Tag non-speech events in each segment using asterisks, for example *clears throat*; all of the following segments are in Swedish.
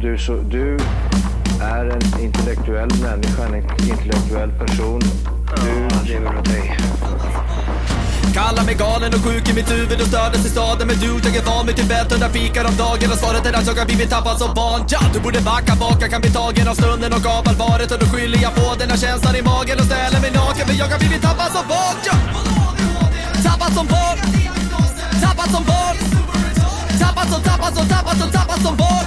du, så, du är en intellektuell människa, en intellektuell person. Du lever av dig. Kallar mig galen och sjuk i mitt huvud och stördes i staden Men du, jag är van vid Tibet och där fikar om dagen Och svaret är att jag har blivit tappad som barn ja, Du borde backa bak, jag kan bli tagen av stunden och av allvaret Och då skyller jag på den här känslan i magen och ställer mig naken För jag har blivit tappad som barn ja. Tappad som barn Tappad som barn Tappad som, tappad som, tappad som, tappad som barn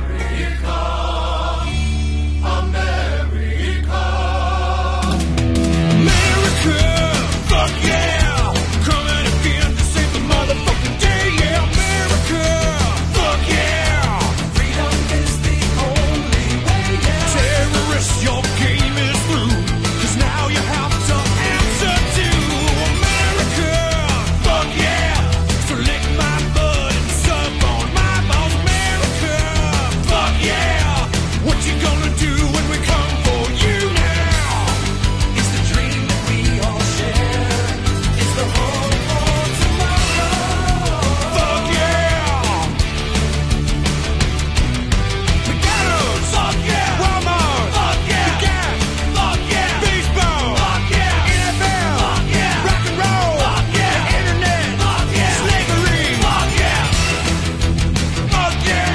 Your game is through, cause now you have to answer to America. Fuck yeah! So lick my butt and suck on my balls, America. Fuck yeah! What you gonna do when we come for you now? It's the dream that we all share. It's the hope for tomorrow. Fuck yeah! McDonald's. Fuck yeah. Walmart. Fuck yeah. The Gap. Fuck yeah. Baseball. Fuck yeah. NFL. Fuck yeah. Rock and roll. Fuck yeah. The internet. Fuck yeah. Slavery. Fuck yeah. Fuck yeah.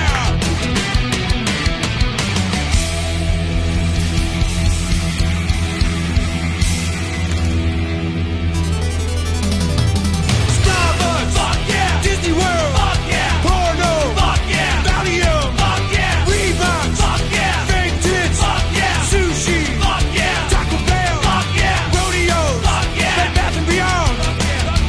Starbucks. Fuck yeah. Disney World. Fuck yeah. Porno. Fuck yeah. Valium. Fuck yeah. Reebok. Fuck yeah. Fake tits. Fuck yeah. Sushi. Fuck yeah. Taco Bell. Fuck yeah. Rodeos. Fuck yeah. Bed Bath and Beyond. Fuck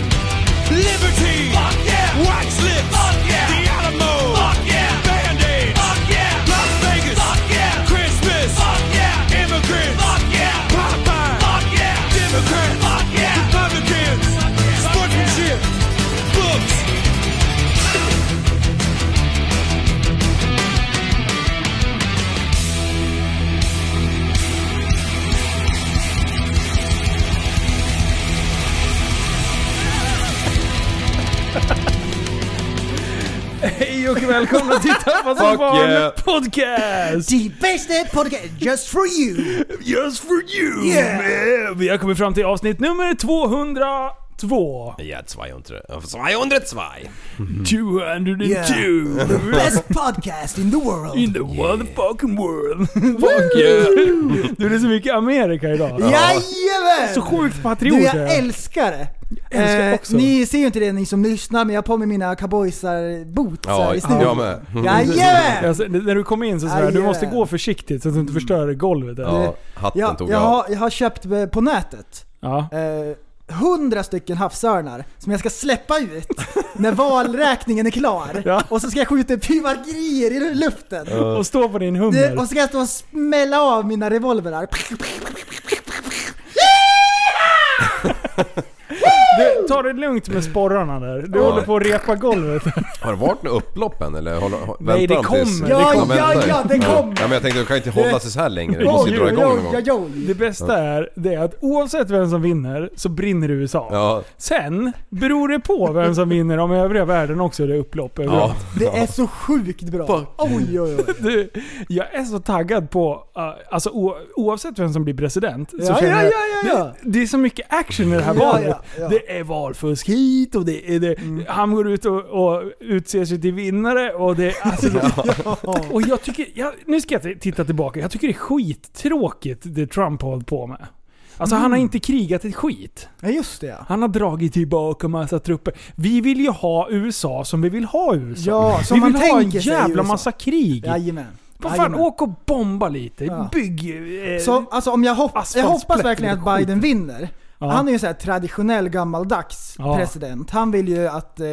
yeah. Liberty. Fuck yeah. White Slips. Fuck yeah. The Alamo. Fuck yeah. Band-Aids. Fuck yeah. Las Vegas. Fuck yeah. Christmas. Fuck yeah. Immigrants. Fuck yeah. Popeye. Fuck yeah. Democrats. Fuck yeah. Republicans. Sportsmanship. Books. Hej och välkomna *laughs* till Tappa som Fuck barn yeah. podcast! The best podcast just for you! Just for you! Yeah. man. Vi har kommit fram till avsnitt nummer 202. Ja, 200. *laughs* 202! 202 *laughs* Best podcast in the world! in the motherfucking world. Fuck yeah! *laughs* Du, det är så mycket Amerika idag. Jajamän! Så sjukt patriot Du, är jag jag. älskar det! Eh, Jag älskar det också. ni ser ju inte det ni som lyssnar, men jag har på mig mina cowboysar-boots här i studion. jag med. Mm. Jajamän! Alltså, när du kom in så sa jag du Jajamän. måste gå försiktigt så att du inte förstör golvet. Ja. Ja, hatten Jag, tog jag, jag av. har, jag har köpt eh, på nätet Eh, Ja. hundra stycken havsörnar som jag ska släppa ut *laughs* när valräkningen är klar. Ja. Och så ska jag skjuta fyrverkerier i luften. Och stå på din Det- hummer. Och så ska jag stå och smälla av mina revolverar. Du, ta det lugnt med sporrarna där. Du Ja. håller på att repa golvet. Har det varit något upplopp än eller håller, har, Nej, väntar det de tills... kommer. de Ja, väntar? ja, ja, det kommer. Ja, men jag tänkte de kan inte hålla sig så här längre. Vi måste ju dra igång någon gång. Det bästa är, det är att oavsett vem som vinner så brinner USA. Ja, Sen beror det på vem som vinner om övriga världen också är det upplopp ja. överallt. Det är så sjukt bra. Oj, oj, oj. Du, jag är så taggad på, uh, alltså o, oavsett vem som blir president så Ja, känner ja, jag, ja, ja, ja. Det, det är så mycket action i det här Ja, valet. ja, Mm. ja. Det är valfusk hit och det är det, han går ut och, och utser sig till vinnare och det, alltså, *laughs* Och jag tycker, jag, nu ska jag t- titta tillbaka, jag tycker det är skittråkigt det Trump har hållit på med. Alltså han har Mm. inte krigat ett skit. Ja, just det ja. Han har dragit tillbaka massa trupper. Vi vill ju ha USA som vi vill ha USA. Ja, som vi man vill ha en tänker sig i jävla USA. massa krig. Jajamän. Vad fan, Jajamän. åk och bomba lite. Ja. Bygg... Eh, Så alltså om jag, hopp, jag hoppas Asfaltsplätt verkligen eller att Biden vinner. Ja. Han är ju en sån här traditionell gammaldags Ja. president. Han vill ju att eh,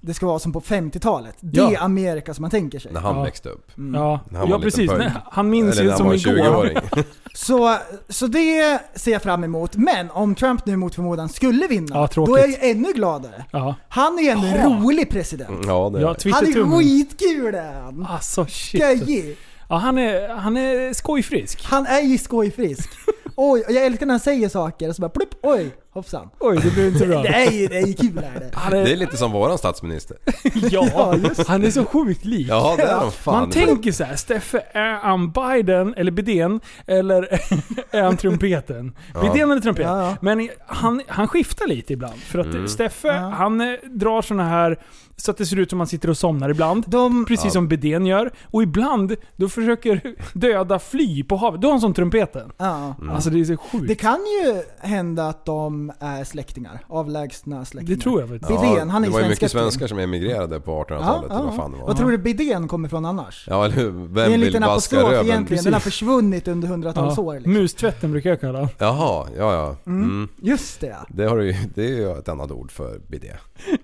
det ska vara som på 50-talet. Det Ja. är Amerika som man tänker sig. När han Ja. växte upp. Ja, När han ja var en liten precis. pojk. Nej, han minns Eller ju när han som var en igår. 20-åring. Så, så det ser jag fram emot. Men om Trump nu mot förmodan skulle vinna, Ja, tråkigt. då är jag ju ännu gladare. Ja. Mm. Han är ju ändå en rolig president. *laughs* Ja, det är Ja, det. Han är twittertummen. skitkul är han! Alltså shit. Skojig! Ja, han är, han är skojfrisk. Han är ju skojfrisk. Oj, och jag älskar när han säger saker och så bara plupp, oj, hoppsan. Oj, det blev inte *laughs* bra. Det är ju, det är ju kul är det. *laughs* Han det är är, lite som våran *laughs* statsminister. *laughs* ja, Ja, just han är så sjukt lik. Ja, det är de fan. Man tänker så här, Steffe, är han Biden eller Bidén? Eller *laughs* är han trumpeten? Bidén eller trumpet? Ja, ja. Men han, han skiftar lite ibland. För att Mm. Steffe, han eh, drar såna här så att det ser ut som att han sitter och somnar ibland. De, Precis som Bidén gör. Och ibland, då försöker *laughs* döda fly på havet. Då har han som trumpeten. ja. Mm. Alltså det är så sjukt. Det Det, kan ju hända att de är släktingar. Avlägsna släktingar. tror jag. Vet. Ja, Bidén, han är det var ju mycket svenskefting. svenskar som emigrerade på 1800-talet. eller vad fan det var. Vad tror du Bidén kommer från annars? Ja, eller hur? Det är Vem en vill liten vaska apostrof röven? egentligen. Den har Precis. försvunnit under hundratals år. Liksom. Mustvätten brukar jag kalla den. Jaha, ja ja. Mm. Just det, Det, har du, ju- det är ju ett annat ord för bidé.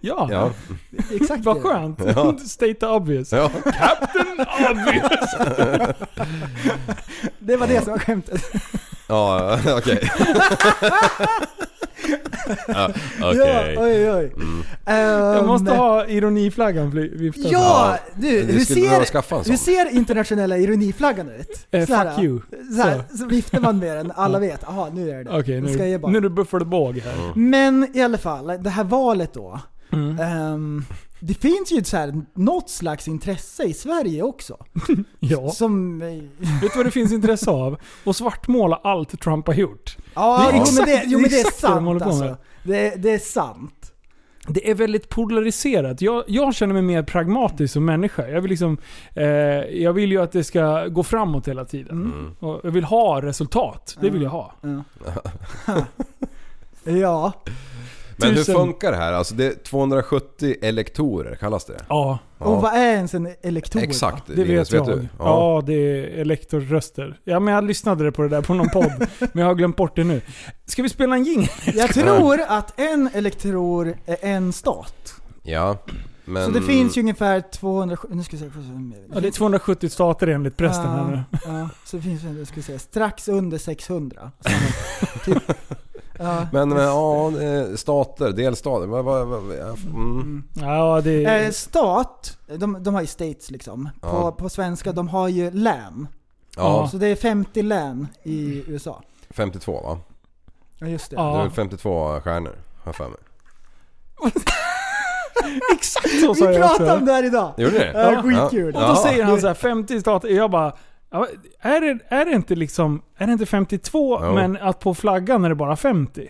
Ja. Ja. exakt Vad det. skönt. Ja. *laughs* State obvious. ja. Obvious. Det var det som var skämtet. *laughs* Ja, *laughs* okej. Ja, Okej. Mm. Ja, oj, oj. Jag måste Ehm, ha ironiflaggan fly- viftad. Ja, Ja. du, Men du hur skulle behöva skaffa en ser, hur sån. ser internationella ironiflaggan ut? Eh, Så här, fuck you. Så, här, så viftar man med den, *laughs* alla vet, jaha nu är det Okej, Nu ska jag ge nu, bort. nu är det buffelbåg här. Mm. Men i alla fall, det här valet då. ehm, det finns ju så här, något slags intresse i Sverige också. Ja. Som... *laughs* eh, Vet du vad det finns intresse av? Att svartmåla allt Trump har gjort. Ja, Det är jo, men exakt- det, jo men det är det är exakt det de håller sant på med. alltså. Det, det är sant. Det är väldigt polariserat. Jag, jag känner mig mer pragmatisk som människa. Jag vill, liksom, eh, jag vill ju att det ska gå framåt hela tiden. Och jag vill ha resultat. Det vill jag ha. Ja. Men hur Tusen. funkar det här? Alltså det är 270 elektorer, kallas det? Ja, Och vad är ens en elektor? då? Exakt, det vet jag. du? Ja. det är elektorröster. Ja, men jag lyssnade på det där på någon *laughs* podd. men jag har glömt bort det nu. Ska vi spela en jing? Jag tror att en elektor är en stat. Ja, men... Så det finns ju ungefär 200... Nu ska jag säga... Ja, det är *laughs* 270 stater enligt prästen här nu. Ja, ja, så det finns jag skulle säga, strax under 600. Så, typ. ja. Men, men ja, eh, stater, delstater. Vad, vad, vad, ja, mm. Ja, det eh, är... stat, de, de har ju states liksom. På, Ja. på svenska, de har ju län. ja, Så det är 50 län i USA. 52 va? Ja just det. Det är Ja, väl 52 stjärnor, har jag för mig. exakt så Vi sa jag pratade också. om det här idag! Gjorde ni Ja, det? Ja. skitkul. Och då säger han så här 50 stater. Jag bara, ja, är det, är det inte liksom, är det inte 52 Jo. men att på flaggan är det bara 50?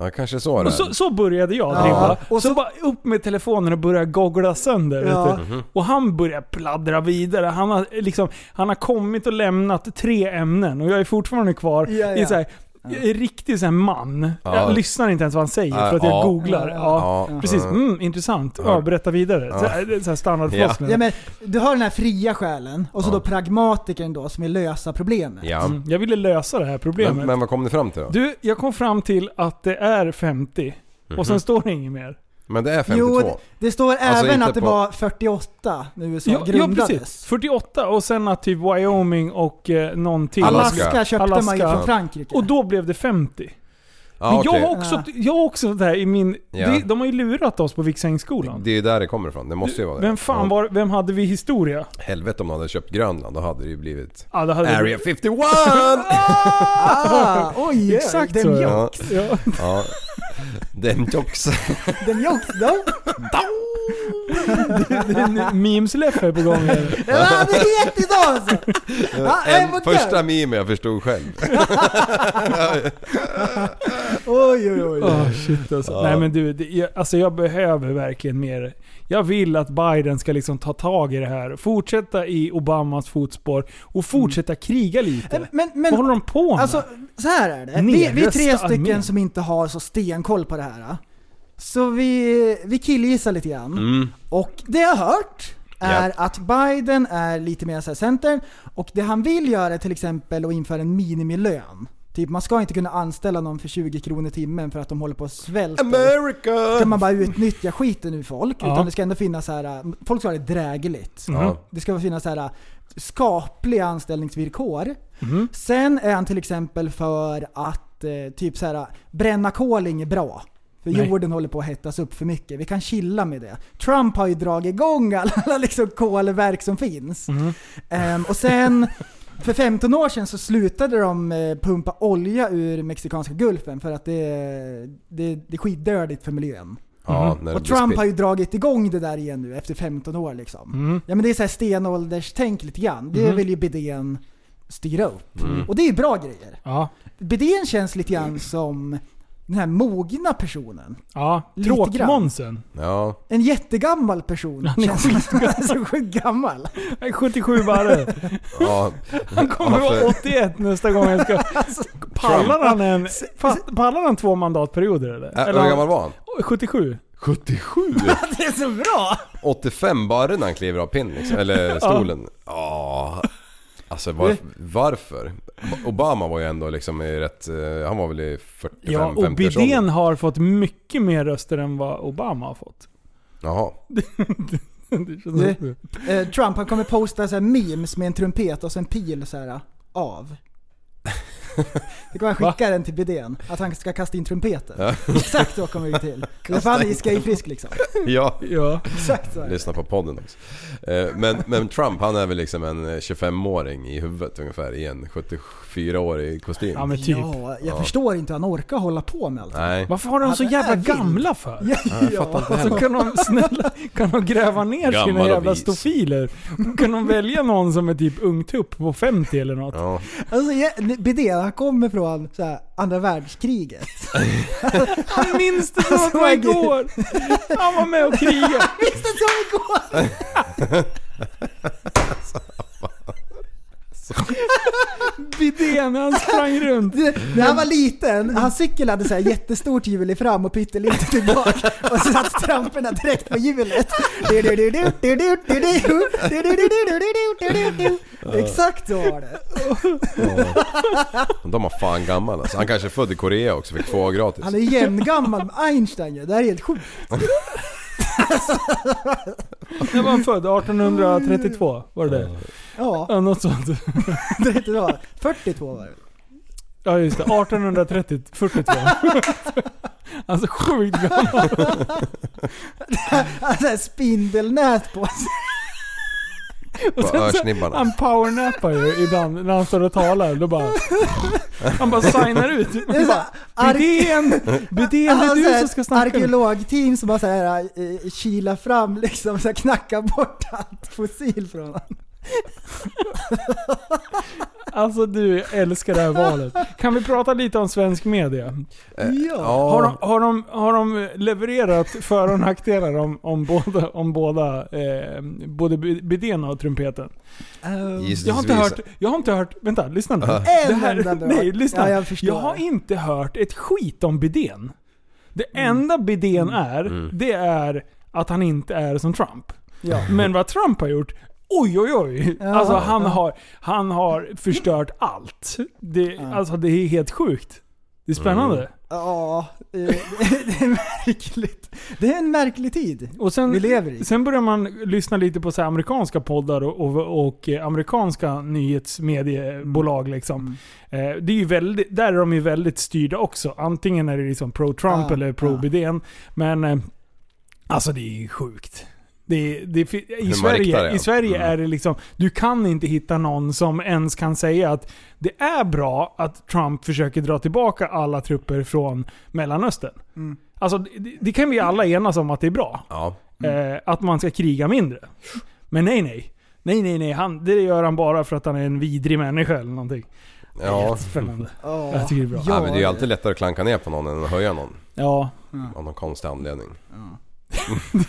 Ja, kanske så det Och är. så, så började jag Ja. dribbla. Och så, så- bara upp med telefonen och började googla sönder. Ja. Mhm. Vet du? Och han började pladdra vidare. Han har, liksom, han har kommit och lämnat tre ämnen och jag är fortfarande kvar Ja, i ja. så här, jag är riktig så här man. Ja. Jag lyssnar inte ens vad han säger för att jag Ja. googlar. Ja. Ja. Ja. Precis, Ja. mm, intressant. Ja, berätta vidare. Så här, det är så här standardfloskeln. Ja, men, du har den här fria själen och så då pragmatikern då som vill lösa problemet. Ja. Mm, Jag ville lösa det här problemet. Men, men vad kom ni fram till då? Du, jag kom fram till att det är 50. Och Mhm. sen står det inget mer. Men det är 52? Jo, det, det står även Alltså, inte att det på- var 48 när USA Ja, ja, precis. grundades. 48 och sen att typ Wyoming och eh, någon till. Alaska. Alaska, köpte man ju Alaska. från Frankrike. Och då blev det 50. ja, Men jag Ah, okej. har Ah. också, jag har också det här i min... Ja. De, de har ju lurat oss på Viksängsskolan. Det är där det kommer ifrån, det måste ju vara det. Vem fan Ja. var, vem hade vi i historia? Helvete om de hade köpt Grönland, då hade det ju blivit... Ja, det hade Area 51! *laughs* Ah, oj, Exakt dem så. jokes, ja, Ja. ja. Den *laughs* jokes. dem jokes, *laughs* dem. *laughs* Det är en Memes-leffe på gång här. *laughs* Det var det är het idag alltså! Ja, en En, mot första en. meme jag förstod själv. Oj, oj, oj. Oh, shit alltså. Nej men du, det, jag, alltså jag behöver verkligen mer. Jag vill att Biden ska liksom ta tag i det här. Fortsätta i Obamas fotspår och fortsätta kriga lite. Men, men, Mm. men Vad håller de på med? alltså, så här är det. Vi, vi är tre Nedrösta armén. stycken som inte har så stenkoll på det här. Så vi, vi killgissar lite grann. Och det jag har hört är Ja. att Biden är lite mer så här centern och det han vill göra är till exempel att införa en minimilön. Typ man ska inte kunna anställa någon för 20 kronor i timmen för att de håller på att svälta. America! Kan man bara utnyttja skiten ur folk. Ja. Utan det ska ändå finnas så här. äh, folk ska ha det drägligt. Mm. Ja. Det ska finnas så här äh, skapliga anställningsvillkor. Sen är han till exempel för att eh, typ så här, bränna kol är inget bra. För Nej. jorden håller på att hettas upp för mycket. Vi kan chilla med det. Trump har ju dragit igång alla, *laughs* alla liksom kolverk som finns. Ehm, och sen, för 15 år sedan så slutade de eh, pumpa olja ur Mexikanska gulfen för att det, det, det är skitdödigt för miljön. Ja, när det Och blir Trump spill. har ju dragit igång det där igen nu efter 15 år liksom. Mm. Ja men det är så här stenålderstänk lite grann. Det vill ju Bidén styra upp. Mm. Och det är ju bra grejer. Ja. Bidén känns lite grann som den här mogna personen. Ja. Lite Tråkmånsen. Ja. En jättegammal person. Han är känns som han är så sjukt gammal. *laughs* Jag är 77 *laughs* barre. ja. Han kommer Ja, vara för- 81 nästa gång jag ska... Pallar han en... Fast, pallar han två mandatperioder eller? Äh, eller hur gammal var han? 77. 77? Det är så bra! 85 bara när han kliver av pinnen liksom, eller stolen. Ja. Alltså var, varför? Obama var ju ändå liksom i rätt... eh, Han var väl i 45-50 Ja, och Bidén har fått mycket mer röster än vad Obama har fått. *laughs* Jaha. Det känns Det- också- Eh, Trump han kommer posta så här memes med en trumpet och så en pil så här *laughs* av. Det kommer han skicka den till Bidén, att han ska kasta in trumpeten. Exakt så kommer det till. Det är för han är skejfrisk liksom. Ja. Ja. Exakt så. är det. Lyssna på podden också. Eh, Men, men Trump han är väl liksom en eh, 25-åring i huvudet ungefär i en 74-årig kostym. ja, men typ. Ja, jag förstår inte hur han orkar hålla på med allt. Nej. Varför har de så Han jävla är vild. gamla för? *laughs* Ja, Och så kan de, snälla, kan de gräva ner Gammal sina och jävla vis. stofiler? Kan de välja någon som är typ ungtupp på 50 eller något? Ja. Alltså, jag- Bidén han kommer från så här, andra världskriget. *laughs* Han minns det som att det var Såg du? igår! Han var med och krigade. *laughs* Visst det som igår? Bidén, han sprang runt. När han var liten, hans cykel hade så här jättestort hjul i fram och pyttelitet i bak. Och så satt tramporna direkt på hjulet. Exakt så var det. De var fan gammal alltså. Han kanske är född i Korea också, fick två gratis. Han är jämngammal med Einstein ju. Det här är helt sjukt. När var han född? 1832? Var det det? Ja, *laughs* Ja, något sånt. det är inte bra. 42 var det. Ja just det, 1830, 42. *laughs* Alltså sjukt gammal. Han hade spindelnät på sig. Och På sen så- örsnibbarna. Han powernappar ju ibland när han står och talar. Då bara... Han bara signar ut. Det är så här, ark- Bidén! Bidén, det Alltså, är så du här, som ska snacka nu. Arkeologteam som bara så här, eh, kilar fram liksom, så här, knackar bort allt fossil från honom. Alltså du, jag älskar det här valet. Kan vi prata lite om svensk media? Har de, Ja. har de, har de eh, levererat för och nackdelar om, om båda, om båda eh, både Bidén och trumpeten? Jag har, inte hört, jag har inte hört... Vänta, lyssna nu. Det En här, enda bra. nej, lyssna. Ja, jag, jag förstår. har inte hört ett skit om Bidén. Det Mm. enda Bidén är, det är att han inte är som Trump. Ja. Men vad Trump har gjort, oj oj oj. Ja. alltså han, har, han har förstört allt. Det, Alltså det är helt sjukt. Det är spännande. Ja, eh, *laughs* det är märkligt. Det är en märklig tid. Och sen, Vi lever i. sen börjar man lyssna lite på så här amerikanska poddar och, och, och eh, amerikanska nyhetsmediebolag. Liksom. Eh, det är ju väldigt, där är de ju väldigt styrda också. Antingen är det liksom pro-Trump Ja, eller ja. pro-Biden. Men eh, alltså det är ju sjukt. Det, det, fi- I man Sverige, riktar det, i ja. Sverige Mm. är det liksom, du kan inte hitta någon som ens kan säga att det är bra att Trump försöker dra tillbaka alla trupper från Mellanöstern. Alltså, det, det kan vi alla enas om att det är bra. Ja. Eh, att man ska kriga mindre. Men nej, nej. Nej, nej, nej. Han, det gör han bara för att han är en vidrig människa eller någonting. Ja. Spännande. Ja. Jag tycker det är bra. Ja, men det är ju alltid lättare att klanka ner på någon än att höja någon. Ja. *laughs* Av någon konstig anledning.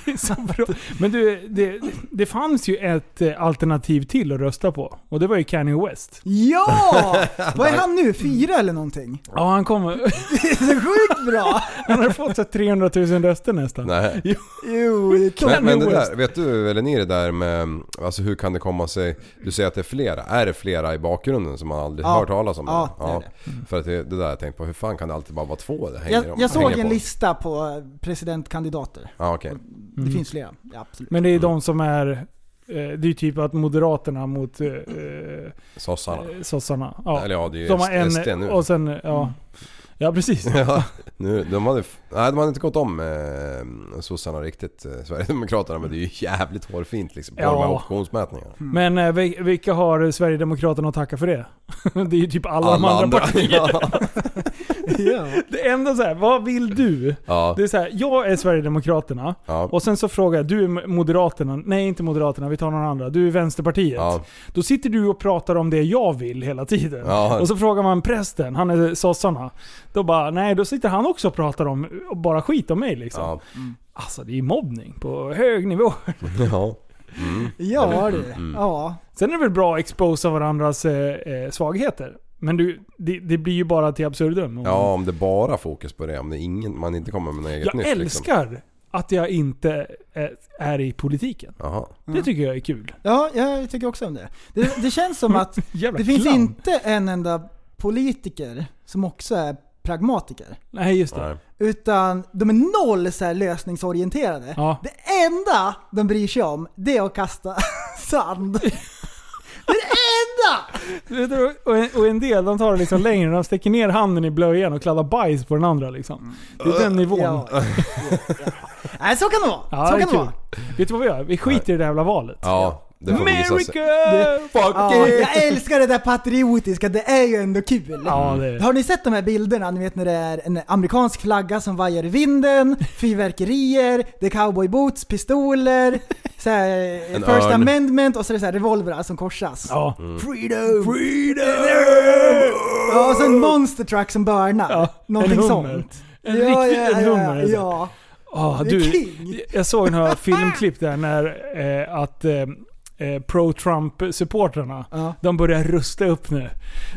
Det är så bra. Men du, det, det fanns ju ett eh, alternativ till att rösta på. Och det var ju Kanye West. Ja! Vad är han nu? Fyra eller någonting? Ja, han kom... *laughs* Det är så sjukt bra! Han har fått så här 300 000 röster nästan. Nej. Jo, det är klart. Men, men det West. där, vet du eller ni det där med, alltså hur kan det komma sig, du säger att det är flera, är det flera i bakgrunden som man aldrig Ja. hört talas om? Ja, det är det. För att det, det där har jag tänkt på, hur fan kan det alltid bara vara två det hänger Jag, om- jag såg hänger en på? lista på presidentkandidater. Ja okej. Det finns flera. Ja, absolut. Men det är de som är... eh, Det är ju typ att Moderaterna mot eh, eh, Sossarna. sossarna. Ja. Eller ja, det är ju De har en SD nu. och sen... Ja, *laughs* ja precis. Ja, nu, de hade, f- nej de hade inte gått om eh, sossarna riktigt, eh, Sverigedemokraterna, men det är ju jävligt hårfint liksom på Ja. de här optionsmätningarna. Men eh, vil- vilka har Sverigedemokraterna att tacka för det? *laughs* Det är ju typ alla, de andra, partier. ja. Ja. Det enda så här, vad vill du? *laughs* Ja. Det är så här, jag är Sverigedemokraterna. Ja. Och sen så frågar jag, du är Moderaterna. Nej, inte Moderaterna, vi tar någon andra. Du är Vänsterpartiet. Ja. Då sitter du och pratar om det jag vill hela tiden. Ja. Och så frågar man prästen, han är sossarna. Då bara, nej, då sitter han också och pratar om och bara skit om mig liksom. Ja. Alltså det är mobbning på hög nivå. ja. Ja du. Mm. Ja. Sen är det väl bra att exposa varandras eh, eh, svagheter. Men du, det, det blir ju bara till absurdum. Ja, om det bara är fokus på det. Om det är ingen, man inte kommer med något eget jag nytt. Liksom. älskar att jag inte eh, är i politiken. Jaha. Mm. Det tycker jag är kul. ja, jag tycker också om det. Det, det känns som att Jävla det finns clown. inte en enda politiker som också är pragmatiker. Nej, just det. Nej. Utan de är noll så här lösningsorienterade. Ja. Det enda de bryr sig om, det är att kasta *laughs* sand. Det är det enda! Vet du, Och en, och en del de tar det liksom längre. De sticker ner handen i blöjan och kladdar bajs på den andra. Liksom. Det är Mm. den nivån. Ja, ja, ja. Nej, så kan det vara. Ja, så det kan är det kul. vara. Vet du vad vi gör? Vi skiter i det här jävla valet. Ja, det får visa sig. America! Ja, jag älskar det där patriotiska, det är ju ändå kul. Ja, det är det. Har ni sett de här bilderna? Ni vet när det är en amerikansk flagga som vajar i vinden, *laughs* fyrverkerier, det är cowboyboots, pistoler, så här, En First örn. amendment och så är det så här revolvrar som korsas. Ja. Mm. Freedom! Freedom! Ja, och så en monster truck som börnar. Ja, Någonting en hummer. sånt. En riktig en hummer, Ja, alltså. ja. Ah, Det är du, king. jag såg *laughs* några filmklipp där när eh, att eh, eh, pro-Trump-supportrarna, Ja. Mm. de börjar rusta upp nu.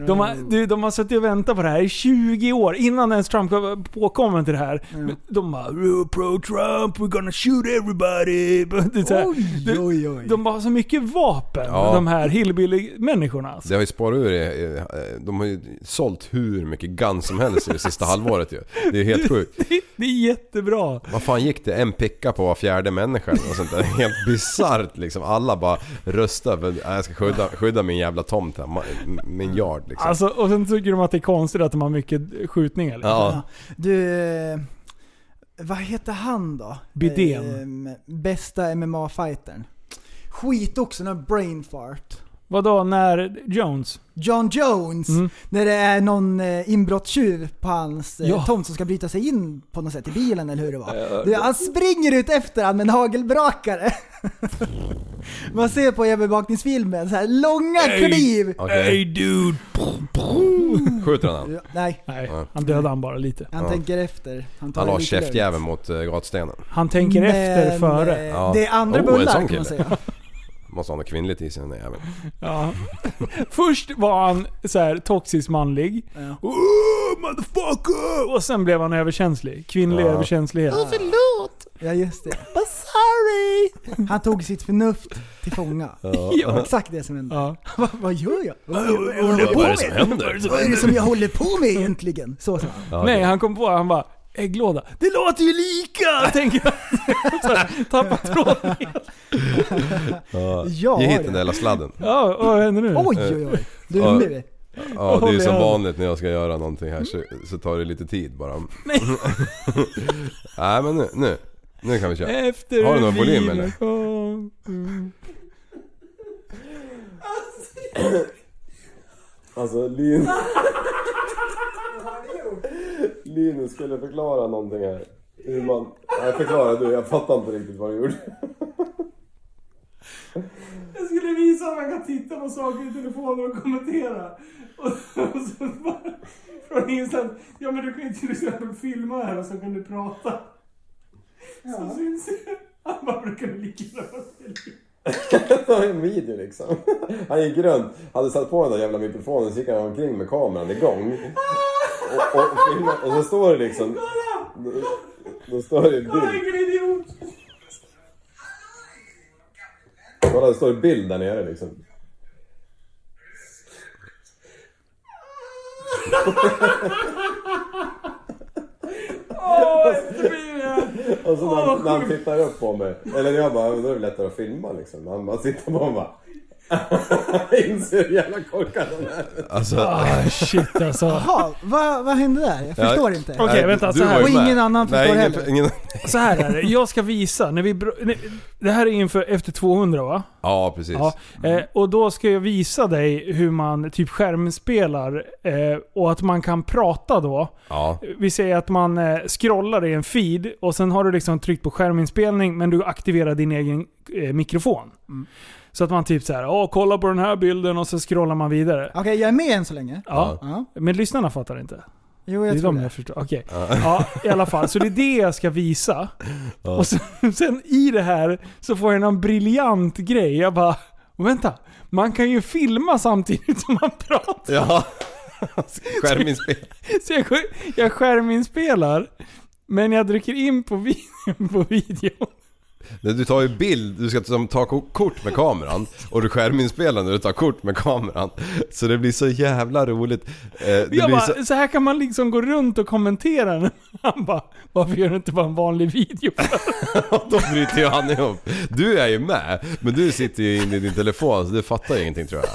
De har, du, de har suttit och väntat på det här i 20 år, innan ens Trump kom- påkommer till det här. Mm. Men De bara "Oh, “Pro-Trump, we're gonna shoot everybody”. *laughs* Det är så här, Oj, du, oj, oj. de har så mycket vapen, Ja. de här hillbilly-människorna. alltså. Det har ju sparat ur i- eh, De har ju sålt hur mycket guns som helst i det sista halvåret ju. Det är ju helt sjukt. Det är jättebra. Vad fan gick det? En picka på var fjärde människa och sånt där. *laughs* Helt bisarrt liksom. Alla bara röstar för "Nej, jag ska skydda, skydda min jävla tomt här. Ma- Min yard liksom. Alltså, och sen tycker de att det är konstigt att de har mycket skjutningar. liksom. ja. Du, eh, vad heter han då? Bidén. Ehm, bästa MMA-fightern. Skit också, någon brain fart. Vadå, när Jones? John Jones, Mm. när det är någon eh, inbrottstjuv på hans eh, Ja. tomt som ska bryta sig in på något sätt i bilen eller hur det var. Du, han springer ut efter han med en hagelbrakare. *laughs* Man ser på övervakningsfilmen så här långa kliv. Okej. dude! Skjuter han han? Ja, Nej, Nej, Ja. han dödade han bara lite. han tänker efter. Han tar Han det la lite käftjäveln lugnt. mot eh, gatstenen. Han tänker Men, efter före. eh, Ja. Det är andra Oh, en bullar sån kan kille. man säga. Måste ha något kvinnligt i sig den där jäveln. Ja. Först var han så här toxisk manlig. Oh, motherfucker! Och sen blev han överkänslig. Kvinnlig Ja. överkänslighet. Ja just det. I'm sorry! Han tog sitt förnuft till fånga. Ja. Exakt det som hände. Ja. Vad- vad gör jag? Vad, Vad är det som händer? vad är det som jag håller på med egentligen? Så sa han. Ja, Nej, okej. han kom på han bara Ägglåda. Det låter ju lika! Tänker jag. *laughs* Så här, Tappar tråden. Ja, Ge hit det. den där jävla *laughs* sladden. Ja, och vad händer nu? Oj oj oj. Du Eh, Ja. nu. Ja, det är ju Håll i som hand. vanligt när jag ska göra någonting här så, så tar det lite tid bara. Nej. *laughs* Nej men nu, nu. Nu kan vi köra. Efter Har du någon volym, vila eller? kom. Alltså Linus... Linus skulle förklara någonting här. Hur man... Nej förklara du, jag fattar inte riktigt vad du gjorde. Jag skulle visa om jag kan titta på saker i telefonen och kommentera. Och, och så bara från insidan. Ja men du kan ju till exempel filma här och så kan du prata. Så syns det. Han bara brukar lika gärna vara ställning. *laughs* Det var en video liksom. Han gick runt, hade satt på den där jävla mikrofonen så gick han omkring med kameran igång. Och, och, filmade. och så står det liksom... Då, då står det en bild. Vilken idiot! Kolla, det står en bild där nere liksom. Åh, efterbliven! Och så när, han- när han tittar upp på mig, eller jag bara, då är det lättare att filma liksom. Han bara tittar på mig och bara... *laughs* Inser hur jävla korkad han är. Alltså, Ah, shit alltså. Jaha, vad, vad hände där? Jag förstår inte. Okej, vänta, du så här. var ju Och ingen med. annan förstår Nej, ingen, heller. ingen, Så här är det. Jag ska visa. När vi, br- nej, det här är inför efter 200 va? Ja, precis. Ja. Mm. Eh, och då ska jag visa dig hur man typ skärmspelar eh, och att man kan prata då. Ja. Vi säger att man eh, scrollar i en feed och sen har du liksom tryckt på skärminspelning men du aktiverar din egen eh, mikrofon. Så att man typ så här, ja kolla på den här bilden och så scrollar man vidare. Okej, jag är med än så länge. Ja. Ja. Men lyssnarna fattar inte. Jo, Det jag är tror de det. jag förstår. Okej. Ja, i alla fall. Så det är det jag ska visa. Och sen, sen i det här så får jag någon briljant grej. Jag bara, vänta. Man kan ju filma samtidigt som man pratar. *laughs* Ja. Skärminspel. Så jag, sk- jag skärminspelar, men jag trycker in på, vi, på videon. Nej, Du tar ju bild, du ska som ta ko- kort med kameran och du skärminspelar när du tar kort med kameran. Så det blir så jävla roligt. Eh, Det blir Jag bara, så... *laughs* så... här kan man liksom gå runt och kommentera. den. Han bara, varför gör du inte bara en vanlig video? Då bryter ju han ihop. Du är ju med, men du sitter ju inne i din telefon så du fattar ju ingenting tror jag.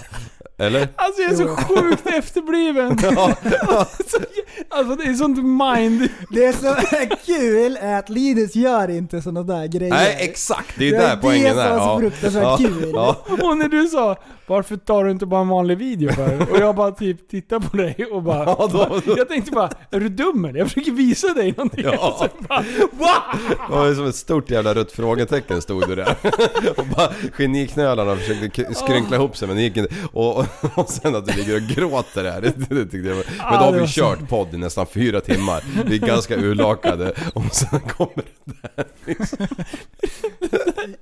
Eller? Alltså jag är så sjukt efterbliven. Ja. *laughs* Alltså, jag- alltså det är sånt mind... Det som är *laughs* kul är att Linus gör inte sådana där grejer. Nej, exakt. Det är Det ju är där det poängen som är. är så Ja. fruktansvärt Ja. kul. Ja. Och när du sa varför tar du inte bara en vanlig video för? Och jag bara typ tittar på dig och bara... Ja, då- då- Jag tänkte bara, är du dum eller? Jag försöker visa dig någonting. *laughs* Ja. Och sen bara, Va? Det var ju som ett stort jävla rött frågetecken stod du där. *laughs* Och bara geniknölarna försökte k- skrynkla ihop sig men det gick inte. Och, och, och sen att du ligger och gråter här. Det, det, det tyckte jag var. Men då har det vi var så- kört podd i nästan fyra timmar. Vi är ganska urlakade. Och sen kommer det där.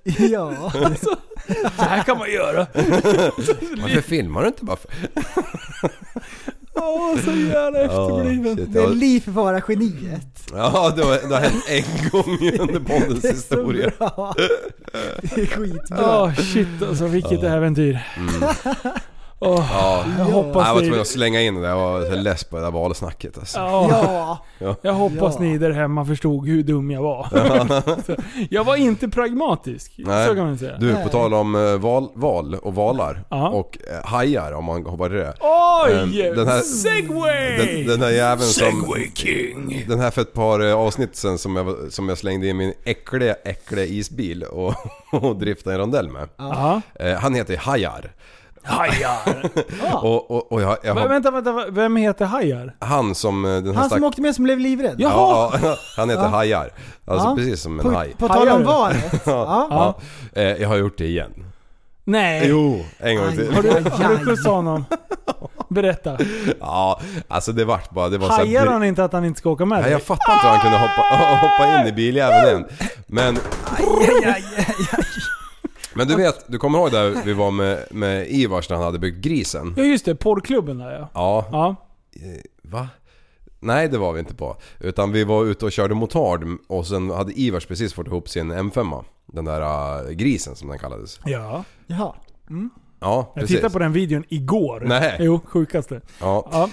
*laughs* Ja. Så här kan man göra. Varför filmar du inte bara för? Åh, så jävla efterbliven. shit, Det är ja. liv vara geniet. ja, det har, det har hänt en gång under poddens Det är så historia. bra. Det är skitbra. Åh shit alltså, vilket äventyr. Åh, Ja. jag Nej, jag hoppas var ni... tvungen att slänga in det där. Jag var så less på det där valsnacket alltså. Ja, Ja. Jag hoppas Ja. ni där hemma förstod hur dum jag var. *laughs* Så, jag var inte pragmatisk, Nej. så kan man säga. Du, på tal om eh, val, val och valar Ja. och eh, hajar om man hoppar i det. Oj! Ehm, den här- segway! Den, den här jäveln som... Segway King. Den här för ett par eh, avsnitt sen som jag, som jag slängde in min äckliga, äckliga isbil och, *laughs* och driftade en rondell med. Ja. Eh, han heter Hajar. *laughs* Hajar. Och, och, och jag, jag Va, har, vänta, vänta, va- vem heter Hajar? han som eh, den här Han som stack- Alltså, åkte med som blev livrädd. Ja, ja, han heter Hajar. Alltså Ja. precis som en På, haj. på tal Hajar. om valet. Ja. *laughs* Ja. Eh, jag har gjort det igen. Eh. Nej. Jo, en gång till. Har du, Aj, har du aj. skjutsat honom? Berätta. Ja, alltså det vart bara... Det var så här Hajar bri- han inte att han inte ska åka med Nej, dig? jag fattar inte hur han kunde hoppa, *laughs* hoppa in i biljäveln än. Men... Men du vet, du kommer ihåg där vi var med, med Ivars när han hade byggt grisen? Ja just det, porrklubben där ja. Ja. Eh, Ja. Va? Nej, det var vi inte på. Utan vi var ute och körde motard och sen hade Ivars precis fått ihop sin M5. Den där äh, grisen som den kallades. ja. Jaha. Ja, Jag precis. tittade på den videon igår. Nej. Jo, sjukaste. Ja. Ja.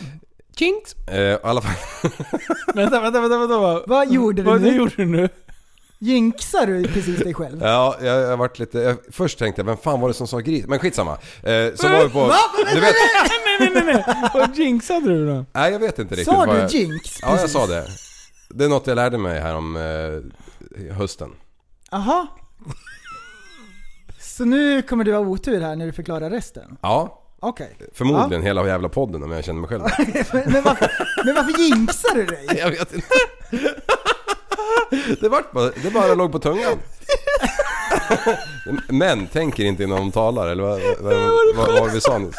Kinkt! Eh, I alla fall... *laughs* Vänta, vänta, vänta, vänta. Vad, Vad gjorde du vad nu? gjorde du nu? Jinxar du precis dig själv? Ja, jag, jag vart lite... Jag, först tänkte jag, vem fan var det som sa gris? Men skitsamma. Eh, så var vi på... Va? Du vet, nej, nej, nej, nej. Vad jinxade du då? nej, jag vet inte riktigt *laughs* Sa vad du jag, jinx? Ja, jag sa det. Det är något jag lärde mig här om eh, hösten. Aha. Så nu kommer du ha otur här när du förklarar resten? Ja, Okej. förmodligen hela jävla podden om jag känner mig själv. men, varför, men varför jinxar du dig? *laughs* jag vet inte. det, vart bara, det bara låg på tungan. *laughs* Män tänker inte innan de talar, eller vad, vad, vad, vad var vi sa nyss?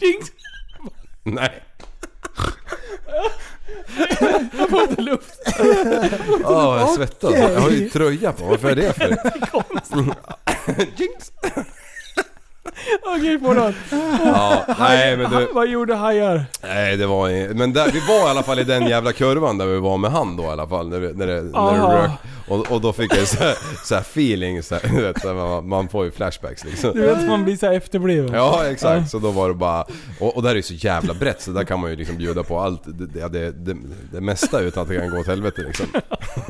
Jinx! Nej. Han får inte luft. Ja, jag svettas. Jag har ju tröja på. Varför är det för? Jinx. Okej, får han. Ja, nej men du. Vad gjorde hajar? Nej det var i- Men där, vi var i alla fall i den jävla kurvan där vi var med han då i alla fall. När, vi- när det, när Aha. det rök. Och, och då fick jag så här, så här feeling så här, *laughs* du vet, så här, man, man får ju flashbacks liksom. Du vet, man blir så här efterbliven. Ja exakt, så då var det bara... Och, och där är ju så jävla brett så där kan man ju liksom bjuda på allt, det, det, det, det, det mesta utan att det kan gå åt helvete liksom. *laughs*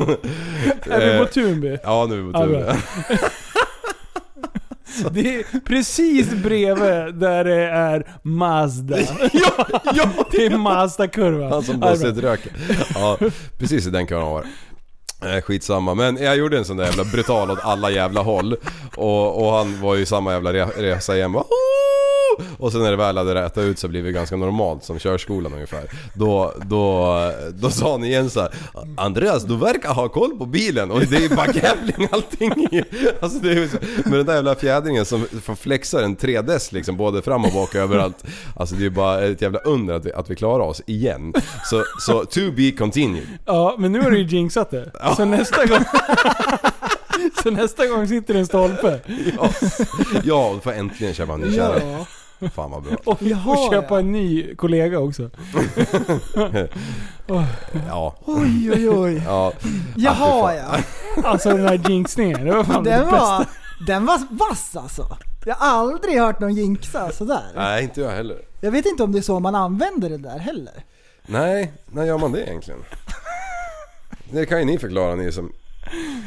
Är vi Eh, på Tunby? Ja nu är vi på tur. Ja, Det är precis bredvid där det är Mazda. *laughs* ja, ja! Det är Mazda-kurvan. Han som Ja, det är blåser bra. ut röken. Ja, precis i den kurvan var det. Eh, Skitsamma, men jag gjorde en sån där jävla brutal åt alla jävla håll. Och, och han var ju samma jävla re- resa igen. Bara, "Åh!" och sen när det väl hade rätat ut så blev det ganska normalt som körskolan ungefär. Då, då, då sa han igen så här, Andreas du verkar ha koll på bilen och det är ju bara jävling allting. i. Alltså det är ju så, med den där jävla fjädringen som får flexa en 3DS liksom både fram och bak och överallt. Alltså det är ju bara ett jävla under att vi, att vi klarar oss igen. Så, så to be continued. Ja, men nu har du ju jinxat det. Så nästa gång... Så nästa gång sitter det en stolpe. Ja, ja och då får jag äntligen köpa en ny kärra. Ja. Fan vad bra. Och, Jaha, och köpa ja. en ny kollega också. Ja, Oj, oj, oj. ja. Jaha ja. Alltså den där jinxningen, det var fan det Den bästa. var, den var vass alltså. Jag har aldrig hört någon jinxa sådär. Nej inte jag heller. Jag vet inte om det är så man använder det där heller. Nej, när gör man det egentligen? Det kan ju ni förklara ni som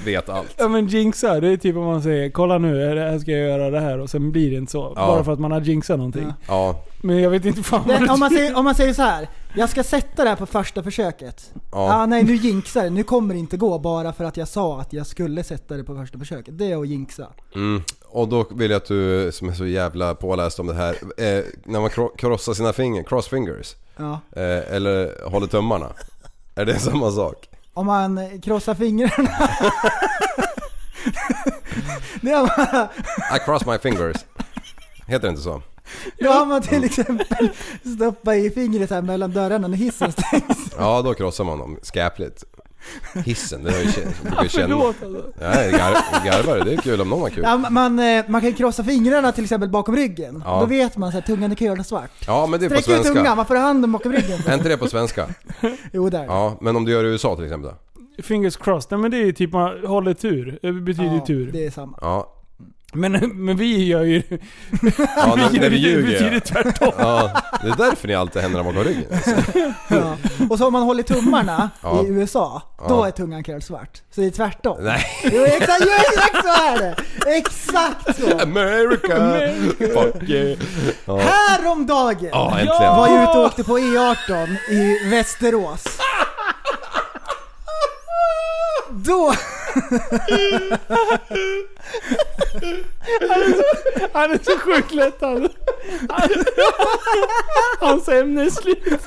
vet allt. Ja men jinxa, det är typ om man säger kolla nu, är det här ska jag göra det här och sen blir det inte så. Bara för att man har jinxat någonting. Ja. Ja, Men jag vet inte fan vad Den, det om, man säger, om man säger så här. jag ska sätta det här på första försöket. Ja. Ah, nej, nu jinxar det. Nu kommer det inte gå bara för att jag sa att jag skulle sätta det på första försöket. Det är att jinxa. mm. och då vill jag att du som är så jävla påläst om det här, eh, när man kro- krossar sina fingrar, crossfingers, Ja. eh, eller håller tummarna. Är det *laughs* samma sak? Om man eh, krossar fingrarna. *laughs* det har man, I cross my fingers. Heter det inte så? då har man till exempel stoppat i fingret här mellan dörrarna när hissen stängs. Ja, då krossar man dem skäpligt. Hissen, det har ju kä- brukar ju känna. Förlåt alltså. Nej, gar- garvar det. är kul om någon har kul. Ja, man, eh, man kan ju krossa fingrarna till exempel bakom ryggen. Ja. Då vet man att tungan är curlad svart. Ja, men det är på Sträck ut tungan, svenska. man får handen bakom ryggen. Är inte det på svenska? Jo, där. Ja, men om du gör det i USA till exempel då? Fingers crossed, nej men det är ju typ man håller tur. Det betyder ju Ja, tur. det är samma. Ja, Men, men vi gör ju... Ja, när, när vi det ljuger betyder ja. tvärtom. ja. Det är därför ni alltid händer bakom ryggen. Alltså. Ja. Och så om man håller tummarna Ja. i USA, då Ja. är tungan curl svart. Så det är tvärtom. Nej. Jo, exakt, jo, exakt så är det! Exakt så! America! Fuck yeah! Ja, Häromdagen Ja, var äntligen. jag ute och åkte på E18 i Västerås. Då... Han är så sjukt lättad. Han- Hans ämne är slut.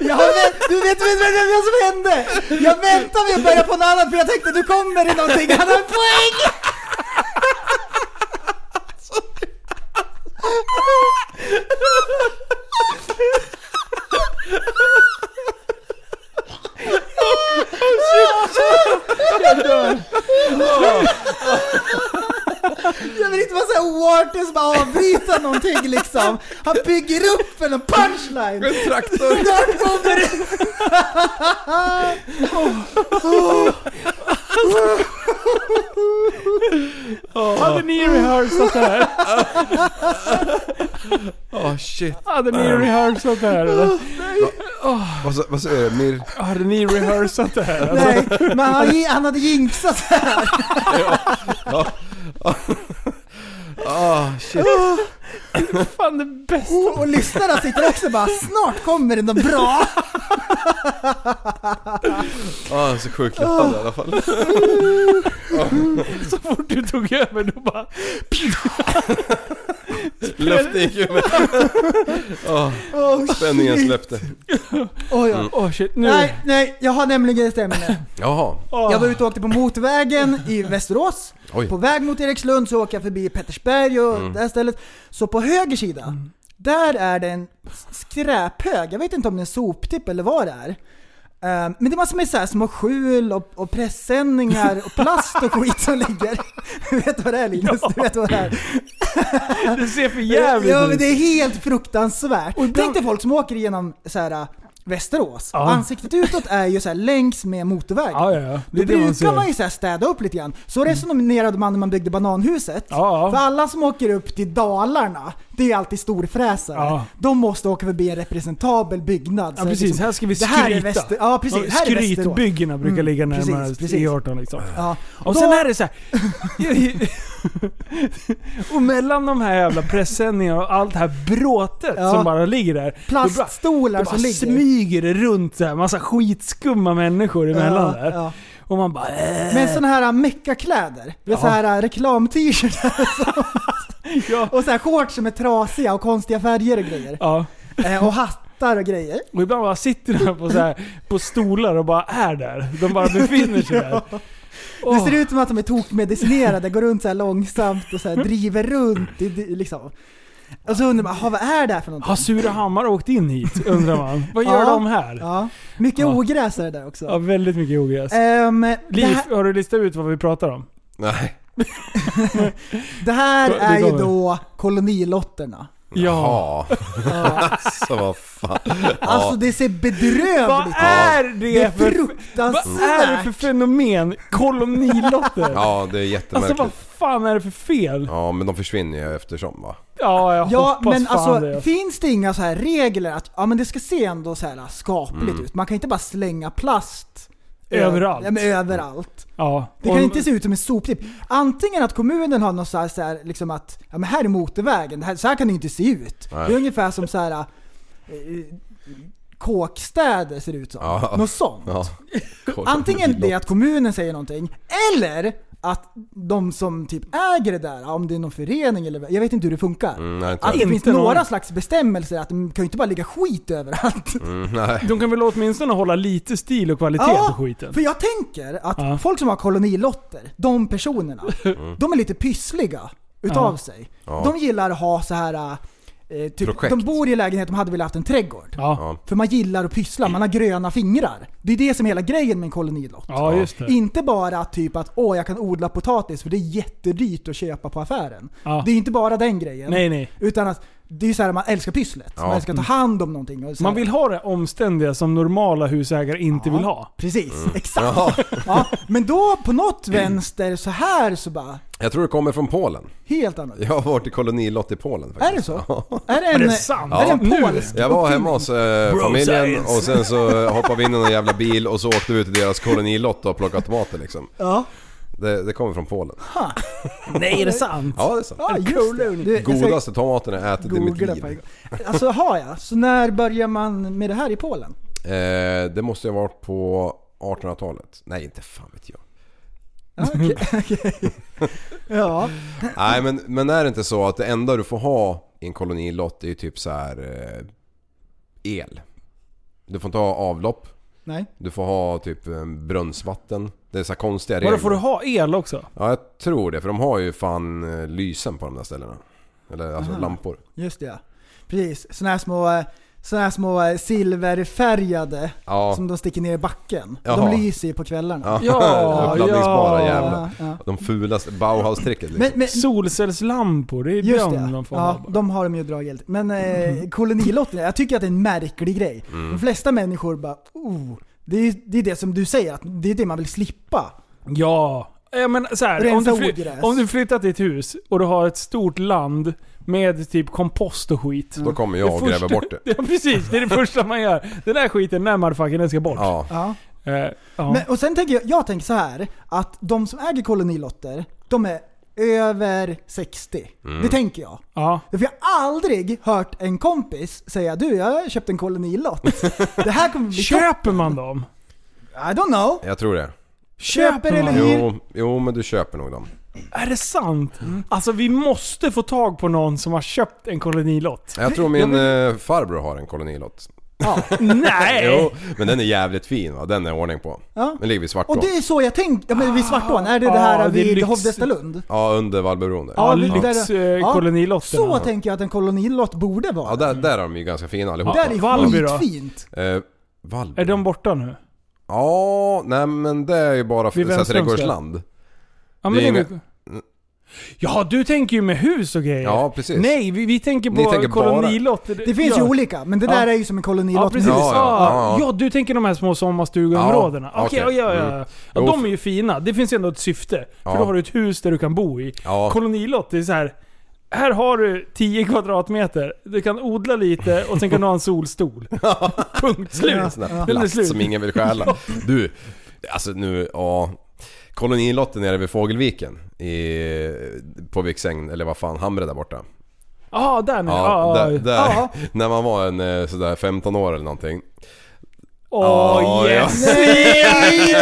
Jag har vänt, du vet, du vet, vet, vet vad som hände? Jag väntade med att börja på något annat för jag tänkte nu kommer det någonting, han har en poäng! Jag vill inte vara såhär oartig som bara avbryta någonting liksom. Han bygger upp en punchline. En traktor! Snart kommer det! Hade ni rehearsat det *laughs* här? Åh shit. Hade ni Ehm. rehearsat det här eller? Vad sa- Vad säger du? Mir... Hade ni rehearsat det här? Alltså, Nej, men han, han hade jinxat så här. Ah shit. fan det bästa. Och lyssnarna sitter också bara snart kommer det något bra. Ah, så sjukt lättande i alla fall. Alltså, Så fort du tog över då bara... Löfte gick ju med. Åh, Oh, spänningen släppte. Oj, Mm. ja. Åh shit, nu... Nej, nej, jag har nämligen ett ämne. Jaha. Åh. Jag var ute och åkte på motorvägen i Västerås. Oj. På väg mot Erikslund så åker jag förbi Pettersberg och det här stället. Så på höger sida, där är det en skräphög. Jag vet inte om det är en soptipp eller vad det är. Ehm, Men det är massor med så här små skjul och, och presenningar och plast och skit som ligger. *laughs* Du vet vad det är Linus? Du vet vad det är? Det ser för jävligt ja, men ut. det är helt fruktansvärt. ibland- Tänk dig folk som åker genom så här, äh, Västerås. Ja. Och Ansiktet utåt är ju så här längs med motorvägen. Ja, ja, ja. Då Det är det man brukar ser. man, ju så här städa upp lite grann. Så resonerade man när man byggde bananhuset. Ja, ja. För alla som åker upp till Dalarna, det är alltid storfräsare. Ja. De måste åka förbi en representabel byggnad. Ja Så precis, liksom- här ska vi det skryta. här är Väster- ja, precis. Här är Västerås. Skrytbyggena brukar Mm, ligga precis, närmare precis. E18 liksom. Ja. Och sen är det så här. *laughs* och mellan de här jävla presenningarna och allt det här bråtet Ja. som bara ligger där. det bara- Plaststolar det som bara ligger. smyger det runt så här, massa skitskumma människor emellan Ja, där. ja. Och man bara äh, Med sådana här meckakläder. Ja. Ja. Så här äh, reklam-t-shirtar och sånt. Ja. Och så här shorts som är trasiga och konstiga färger och grejer. ja. Eh, och hattar och grejer. Och ibland bara sitter de på, så här, på stolar och bara är där. De bara befinner *laughs* sig där. Det Åh. ser ut som att de är tokmedicinerade, går runt så här långsamt och så här driver runt. I, liksom. Och så undrar man, "Ha, vad är det här för någonting? Har Surahammar åkt in hit? Undrar man. Vad gör Ja. de här? Ja. Ja. Mycket Ja. ogräs är det där också. väldigt mycket ogräs. Ehm, det, Liv, här, har du listat ut vad vi pratar om? Nej. det här Det är ju kommer. då kolonilotterna. Jaha. Så vad fan. Alltså det ser Vad bedrövligt är Det är det för... Vad är det för fruktansvärt! fenomen? Ja, Kolonilotter? det är alltså jättemärkligt. vad fan är det för fel? Ja, men de försvinner ju eftersom va? Ja, jag Ja hoppas men fan alltså det. finns det inga så här regler att ja, men det ska se ändå så här skapligt ut? Man kan inte bara slänga plast Mm. Överallt. Ja, men överallt. Ja. Det Och- kan inte se ut som en soptipp. Antingen att kommunen har någon så här, så här liksom att ja, men här är motorvägen, det här, så här kan det ju inte se ut. Nej. Det är ungefär som så här eh, kåkstäder ser ut som. Ja. Något sånt. Ja. *laughs* Antingen det att kommunen säger någonting, eller att de som typ äger det där, ja, om det är någon förening eller jag vet inte hur det funkar. Mm, nej, Att inte. det finns Inte någon- några slags bestämmelser att de kan ju inte bara ligga skit överallt. Mm, *laughs* nej. De kan väl åtminstone hålla lite stil och kvalitet på skiten? För jag tänker att Ja. folk som har kolonilotter, de personerna, de är lite pyssliga utav Ja. sig. Mm. Ja. De gillar att ha så här eh, typ, Projekt. de bor i en lägenhet, de hade velat haft en trädgård. Ja. Ja. För man gillar att pyssla, man har gröna fingrar. Det är det som är hela grejen med en kolonilott. ja, just det. Inte bara typ att åh, jag kan odla potatis för det är jättedyrt att köpa på affären. Ja. Det är inte bara den grejen. Nej, nej. Utan att det är ju så här man älskar pysslet. Ja. Man älskar att ta hand om någonting. Och så Man här- vill ha det omständiga som normala husägare inte vill ha. Precis, Mm. exakt. Ja, men då på något vänster så här så bara, Jag tror det kommer från Polen. helt annat. Jag har varit i kolonilott i Polen faktiskt. Är det så? Är det Är en, det sant? Är det en Ja. Nu. polsk Jag var hemma hos eh, Bro familjen science. och sen så eh, hoppade vi in i någon jävla bil och så åkte vi ut till deras kolonilott och plockade tomater liksom. Ja, Det, det kommer från Polen. Nej, är det sant? Ja, det är sant. ja just det. Du, jag ska Godaste tomaterna jag ätit i mitt googla på en liv. gång. Alltså har jag? Så när börjar man med det här i Polen? Eh, det måste ju ha varit på 1800-talet. Nej, inte fan vet jag. Ja, *laughs* okej. *laughs* okej. ja. Nej, men, men är det inte så att det enda du får ha i en kolonilott är ju typ så här eh, el. Du får inte ha avlopp. nej. Du får ha typ eh, brunnsvatten. Det är så här konstiga regler. Vadå, får du ha el också? Ja, jag tror det. För de har ju fan eh, lysen på de där ställena. Eller alltså lampor. Just det ja. Precis, såna här små, eh, såna här små eh, silverfärgade Ja. som de sticker ner i backen. Jaha. De lyser ju på kvällarna. Ja, *laughs* Uppladdningsbara ja. jävlar. ja. De fulaste Bauhaus-tricket liksom. Men, men, Solcellslampor, det är Just drömmen det, de får ha ja, bara. Mm. de har de ju dragit. Men eh, kolonilotterna, jag tycker att det är en märklig grej. Mm. De flesta människor bara oh, det, är, det är det som du säger, att det är det man vill slippa. Ja. Ja, men så här, om, Rensa du fly- ogräs. om du flyttar till ett hus och du har ett stort land med typ kompost och skit. Då kommer jag Det och gräver första- bort det. *laughs* Ja precis, det är det första man gör. Den där skiten, den motherfuckern, den ska bort. Ja. Ja. Eh, ja. Men, och sen tänker jag, jag tänker så här att de som äger kolonilotter, de är över 60. Mm. Det tänker jag. ja. För jag har aldrig hört en kompis säga du, jag har köpt en kolonilott. det här kommer bli Köper man dem? I don't know. Jag tror det. Köper man eller dem? hyr. Mm. Jo, jo men du köper nog dem. Är det sant? Alltså vi måste få tag på någon som har köpt en kolonilott. Jag tror min eh, farbror har en kolonilott. *laughs* Nej! Jo, men den är jävligt fin va, den är ordning på. Ja. Den ligger vid Svartå. Och det är så jag tänkte, ja men vid Svartån, är det det här Ah, det är vid lyx- Hovdestalund? Ja, under Vallbybron där. Ja, Ja, lyx, eh, kolonilotterna. Så tänker jag att en kolonilott borde vara. där, där är de ju ganska fina allihopa. Där är Valby då? ju fint. Eh, Vallby? Är de borta nu? Ja, nej men det är ju bara Vid för så här, Västströmska. trädgårdsland. Ja, Det är men det inga- ja, du tänker ju med hus och grejer. Ja, precis. Nej, vi, vi tänker Ni på tänker bara- kolonilotter. Det finns ja. ju olika, men det Ja. där är ju som en Ja, kolonilott. precis. nu. Ja, Ja, ja, ja. du tänker de här små sommarstugeområdena. Ja, Okej, okej. ja, ja, ja. Mm. ja. Jo, De är f- ju fina. Det finns ändå ett syfte. För Ja. då har du ett hus där du kan bo i. Ja. Kolonilott, det är så här. Här har du 10 kvadratmeter. Du kan odla lite och sen kan du ha *laughs* en solstol. Punkt En slut. sån där Den är plats slut. som ingen vill *laughs* stjäla. Du, alltså nu, ja. Kolonilotten nere vid Fågelviken i, på Viksäng, eller vad fan, Hamre där borta. Ja, där nu. Ja, Ja, ja. där, där, Ja. *laughs* När man var en eh, sådär 15 år eller någonting. Åh Ja, yes! Nej, nej,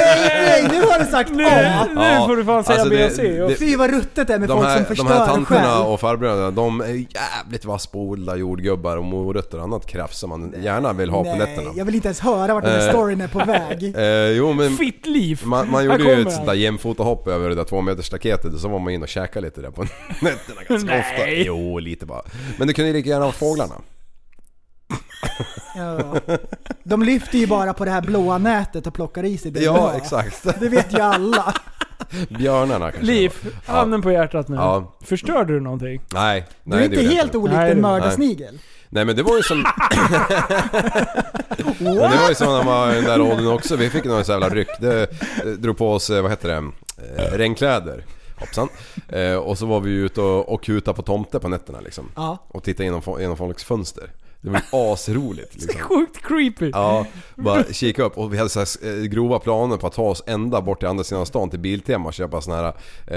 nej, nu har du sagt Nu, A! nu Ja. får du fan säga Alltså, B det- och C. Och det- Fy vad ruttet det är med De folk här, som de här förstör tanterna själv. och farbröderna, de är jävligt vass på att odla jordgubbar och morötter och annat krafs som man gärna vill ha på Nej, nätterna. jag vill inte ens höra vart den här Eh. storyn är på *laughs* väg. Eh, jo men Fitt liv. man, man Här gjorde ju kommer ett sånt där han. jämfotahopp över det där två meters staketet och så var man inne och käkade lite där på *laughs* nätterna ganska Nej. ofta. Jo, lite bara. Men du kunde ju lika gärna ha fåglarna. Ja. De lyfter ju bara på det här blåa nätet och plockar i sig det de Ja, har. exakt. *laughs* Det vet ju alla. Björnarna kanske. Liv, Ja. handen på hjärtat nu. Ja. Förstörde du någonting? *laughs* Nej, Du nej är det inte gjorde jag Mm. helt olik Nej, det- en mördarsnigel. Nej men det var ju som... Men det var ju som när man var i den där åldern också. Vi fick någon så jävla ryck. Det eh, drog på oss, eh, vad heter det, eh, regnkläder. Hoppsan. Eh, och så var vi ute och, och kutade på tomter på nätterna liksom. Ja. Och tittade genom, fo- genom folks fönster. Det var ju asroligt liksom. Sjukt creepy. Ja, bara kika upp och vi hade så här eh, grova planer på att ta oss ända bort till andra sidan stan till Biltema och köpa såna här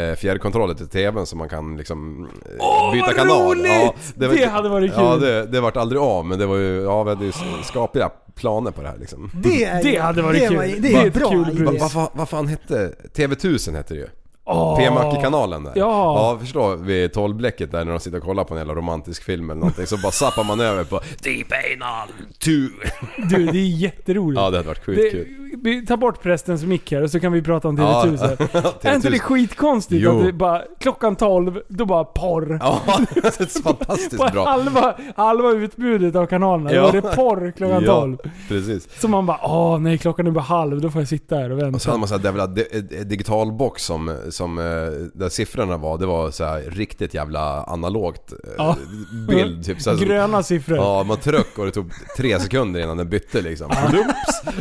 eh, fjärrkontroller till TVn så man kan liksom eh, byta vad kanal. roligt! var Det hade varit kul. Ja, det, det vart aldrig av men det var ju, ja vi hade ju skapiga planer på det här liksom. Det, är, Det hade varit det kul. Var, det, Det är är ett bra. kul idé. brus. Vad va, va fan hette TV1000 hette det ju. Åh. P-Macke-kanalen där. Ja. ja förstå vid tolvblecket där när de sitter och kollar på en jävla romantisk film eller någonting så bara zappar man över på Deep Anal 2. Du, det är *laughs* jätteroligt. Ja det hade varit Det- skitkul. vi tar bort prästens mick här och så kan vi prata om Ja, *laughs* TV1000. Är inte det TV1000. skitkonstigt Jo. att det bara, klockan 12, då bara porr. Ja, det är fantastiskt Bara bra. halva, halva utbudet av kanalerna, då Ja. var det porr klockan 12. precis. Så man bara åh nej klockan är bara halv, då får jag sitta här och vänta. Och så hade man såhär jävla di- eh, digital box som, som eh, där siffrorna var, det var så här riktigt jävla analogt eh, Ja. bild. Typ, så här, som- Gröna siffror. Ja, man tryck och det tog tre sekunder innan den bytte liksom. Oops.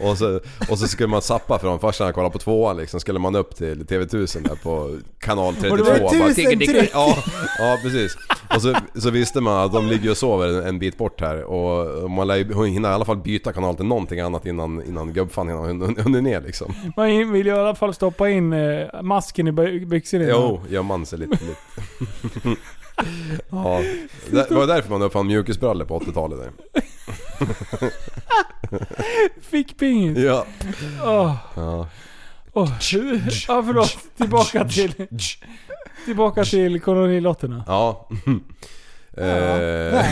och, så, och så skulle man sappa från först när han kollade på tvåan liksom, skulle man upp till TV1000 där på kanal 32. det var bara, 1000 tick, tick, tryck. Ja, ja, precis. Och så, så visste man att de ligger och sover en, en bit bort här och man lär ju hinna i alla fall byta kanal till någonting annat innan, innan gubbfan hinner hunnit ner liksom. Man vill ju i alla fall stoppa in eh, masken i by- byxorna. Jo, gör man sig lite... lite. *laughs* *laughs* ja, det var därför man uppfann mjukisbrallor på 80-talet där. Fick pingis. Ja. Åh. Ja. Åh. Ja *laughs* förlåt, tillbaka till, tillbaka till kolonilotterna. *laughs* Ja. Eh,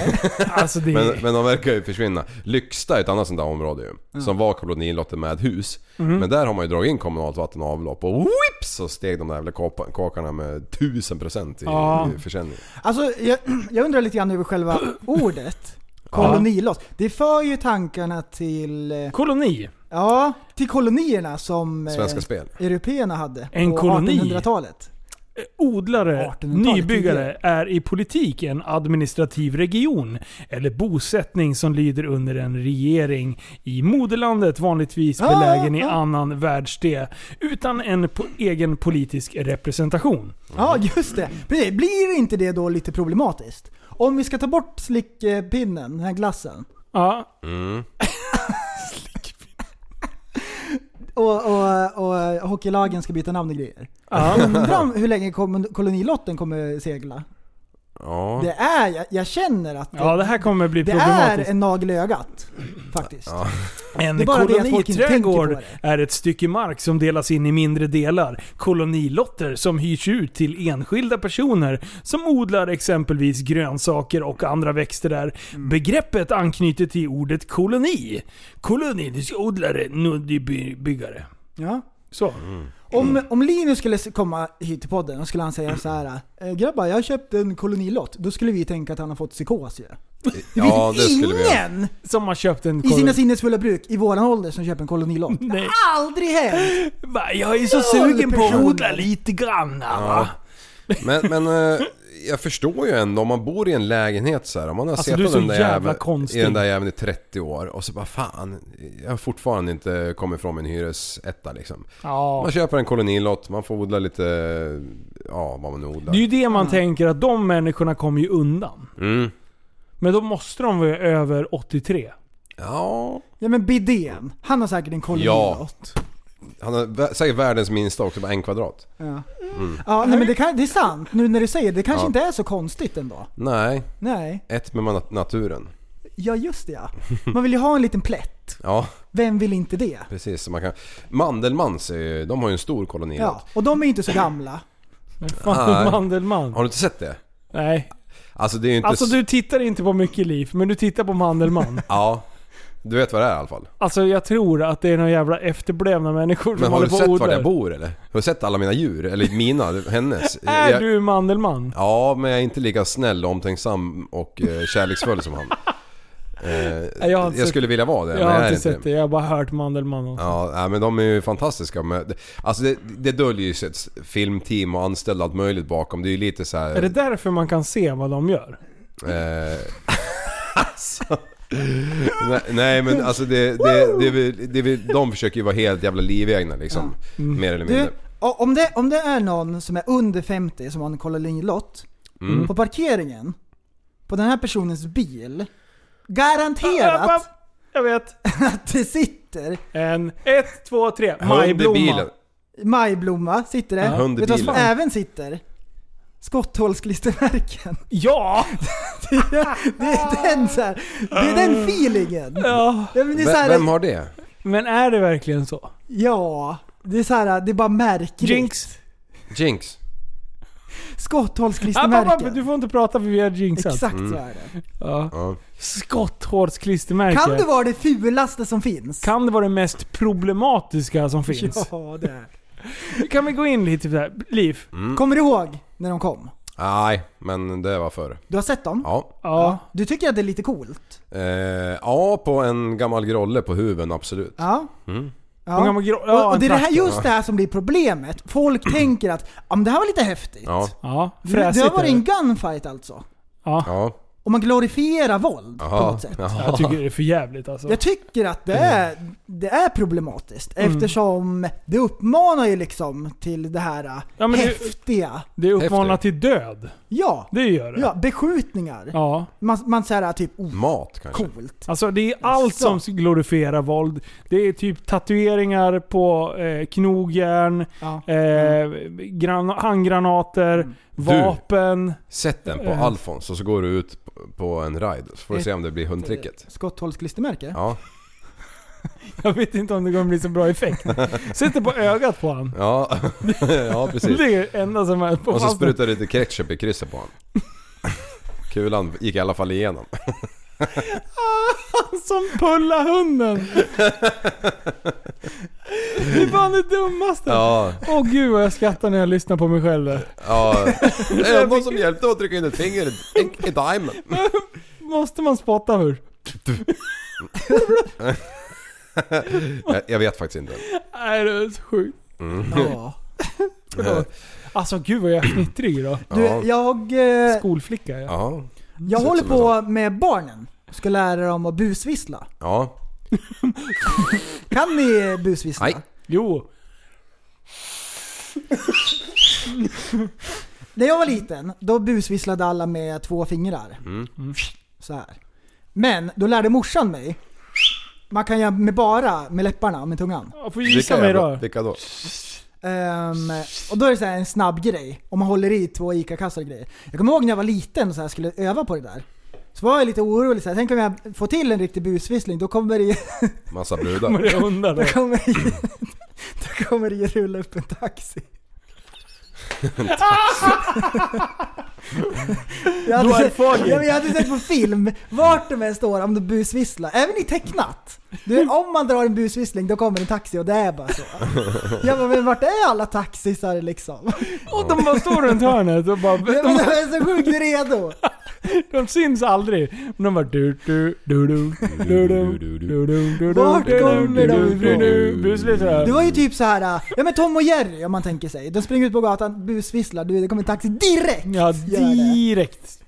Alltså *laughs* det men, men de verkar ju försvinna. Lyxta är ett annat sånt där område ju. Som var kolonilotter med hus. Mhm. Men där har man ju dragit in kommunalt vatten och avlopp och whips så steg de där jävla kåpa- kakarna med 1000% i, Ja. i försäljning. Alltså, jag, jag undrar lite grann över själva ordet. Kolonilott. Det för ju tankarna till, eh, Koloni. ja, till kolonierna som eh, Svenska Spel. européerna hade En på koloni. 1800-talet. Odlare, 1800-talet nybyggare, tidigare. är i politik en administrativ region eller bosättning som lyder under en regering i moderlandet, vanligtvis Ah, belägen i ah. annan världsdel, utan en po- egen politisk representation. Mm. Ja, just det. Precis. Blir inte det då lite problematiskt? Om vi ska ta bort slickpinnen, den här glassen, Ja, och, och, och hockeylagen ska byta namn och grejer. ja. Undrar *laughs* om hur länge kom- kolonilotten kommer segla? Ja. Det är, jag, jag känner att det, ja, det här kommer bli det är problematiskt. en nagel i ögat. faktiskt. Det En är bara det att folk inte tänker på koloniträdgård det. är ett stycke mark som delas in i mindre delar. Kolonilotter som hyrs ut till enskilda personer som odlar exempelvis grönsaker och andra växter där. Mm. Begreppet anknyter till ordet koloni. Kolonisk odlare, nuddig by- byggare. Ja. Så. Om, om Linus skulle s- komma hit till podden, då skulle han säga så här. "Eh, Grabbar, jag har köpt en kolonilott. Då skulle vi tänka att han har fått psykos ju. Det Ja, det finns skulle vi göra. ingen Som har köpt en i sina koloni. sinnesfulla bruk i våran ålder som köper en kolonilott. Det Nej. har aldrig hänt! Va, Jag är så Noll sugen på att personer. odla lite grann. va? Men, men eh, jag förstår ju ändå om man bor i en lägenhet så här. Om man har Alltså, du är sett så den där jävla jäveln, konstig. i den där jäveln i 30 år och så bara fan, jag har fortfarande inte kommit från min hyresetta liksom. Ja. Man köper en kolonilott, man får odla lite, ja vad man nu odlar. Det är ju det man tänker att de människorna kommer ju undan. Mm. Men då måste de vara över 83. Ja, Ja men bidén, han har säkert en kolonilott. Ja. han har vä- säkert världens minsta också, bara en kvadrat. Ja, nej, men det, kan, det är sant, nu när du säger det. Det kanske inte är så konstigt ändå. Nej, Nej. ett med man- naturen. Ja, just det ja. Man vill ju ha en liten plätt. Ja, Vem vill inte det? precis. så Man kan... Mandelmans, är ju- de har ju en stor kolonilott. Ja, och de är ju inte så gamla. Fan, Nej. Mandelmann. Har du inte sett det? Nej. Alltså det är ju inte... Alltså s- du tittar inte på mycket liv, men du tittar *laughs* på Mandelmann. Ja. Du vet vad det är i alla fall. Alltså jag tror att det är några jävla efterblivna människor som Men har du håller på och sett var odlar. jag bor eller? Har du sett alla mina djur? Eller mina, *laughs* hennes? Är Jag- du Mandelmann? Ja, men jag är inte lika snäll, omtänksam och eh, kärleksfull som *laughs* han. Eh, har inte jag sett- skulle vilja vara det, Jag men jag har är inte inte sett det, det. jag har bara hört Mandelmann. också. Ja, nej, men de är ju fantastiska. Men, alltså det, det döljer ju sig ett filmteam och anställda allt möjligt bakom. Det är ju lite så här. Är det därför man kan se vad de gör? Eh, alltså. nej, nej men alltså det, det, det, är väl- det, är väl- de försöker ju vara helt jävla livegna liksom. Mer eller mindre. Du, o- om det, om det är någon som är under 50 som har en kolonilott, på parkeringen, på den här personens bil, App, app. garanterat Jag vet. *laughs* att det sitter En, ett, två, tre. Hund i bilen. Majblomma. majblomma, sitter det. Ja. Hund i Vet du vad som bilen. även sitter? Skotthålsklistermärken. Ja! Det är den så här, det är den feelingen. ja! Ja, men det är så Vem, här, vem har det? Men är det verkligen så? ja, det är så här, det är bara märkligt. Jinx. Jinx. App, app, app, Skotthålsklistermärken. du får inte prata för vi har jinxat. Exakt Mm. så är det. Ja. Ja. Skotthårsklistermärke. Kan det vara det fulaste som finns? kan det vara det mest problematiska som finns? Ja, det är. Kan vi gå in lite på det här? Liv? Mm. Kommer du ihåg när de kom? Nej, men det var förr. Du har sett dem? Ja. Ja. Du tycker att det är lite coolt? Eh, ja, på en gammal grolle på huven absolut. Ja. Mm. Hon ja. kan Och, vara grå- ja, och det är en det här, traktor. just det här som blir problemet. *clears throat* Folk tänker att ja, men det här var lite häftigt. Ja, Ja, Det- det fräsigt har varit är en det. gunfight alltså. ja. Och man glorifierar våld på Jaha. något sätt. Jag tycker det är för jävligt alltså. Jag tycker att det är, det är problematiskt Mm. eftersom det uppmanar ju liksom till det här äh, Ja, men det- häftiga. Det uppmanar Häftigt. till död. Ja, Det gör det. ja, beskjutningar. Ja. Man, man säger typ oh, Mat kanske. coolt. Alltså det är allt som Jaså. glorifierar våld. Det är typ tatueringar på eh, knogjärn, Ja. eh, Mm. gran- handgranater, vapen. Sätt den på Alfons och så går du ut på- på en ride. Så får du se om det blir hundtricket. Skotthålsklistermärke? Ja. Jag vet inte om det kommer bli så bra *laughs* effekt. Sätter på ögat på han. Ja, *laughs* ja precis. Det är det enda som är på Typ. Och så fast- sprutar du lite ketchup i krysset på honom. Kulan gick i alla fall igenom. Som pulla *laughs* hunden. Det är fan det dummaste. Åh Ja, gud vad jag skrattar när jag lyssnar på mig själv där. ja. Det var någon som hjälpte att trycka in ett finger i- i dimen. Måste man spotta hur? Jag, jag vet faktiskt inte. Nej det är så sjukt. Ja. Alltså gud vad jag är fnittrig idag. Du, Ja. jag, eh, Skolflicka ja. Ja, jag ser håller ut som en på med barnen. Ska lära dem att busvissla. ja. Kan ni busvissla? Nej. Jo. När jag var liten, då busvisslade alla med två fingrar. Så här. Men då lärde morsan mig. Man kan göra med bara med läpparna, med tungan. Jag får gissa mig jävla- då. Vilka då? Ehm, och då är det så här en snabb grej. Om man håller i två ICA-kassar och grejer. Jag kommer ihåg när jag var liten och så här skulle öva på det där. Så var jag lite orolig, så här, tänk om jag får till en riktig busvissling, då kommer det ju, Massa Kommer brudar. det hundar då? då kommer det ju, då kommer det ju rulla upp en taxi. *laughs* jag, Du hade är sett, farlig. ja, men jag hade sett på film, vart de än står, om de busvisslar, även i tecknat. Du, om man drar en busvissling då kommer en taxi och det är bara så. Jag bara, men vart är alla taxisar liksom? Och de bara står runt hörnet och bara... Jag De, menar, jag är så sjukt redo. de syns aldrig. Men de bara... Du, du, du, du, du, du, du, du, du, du, Vart kommer de ifrån? ifrån? Det var ju typ så här, äh, ja men Tom och Jerry om man tänker sig. De springer ut på gatan, busvisslar, du vet, det kommer en taxi direkt! Ja, Gör det. direkt.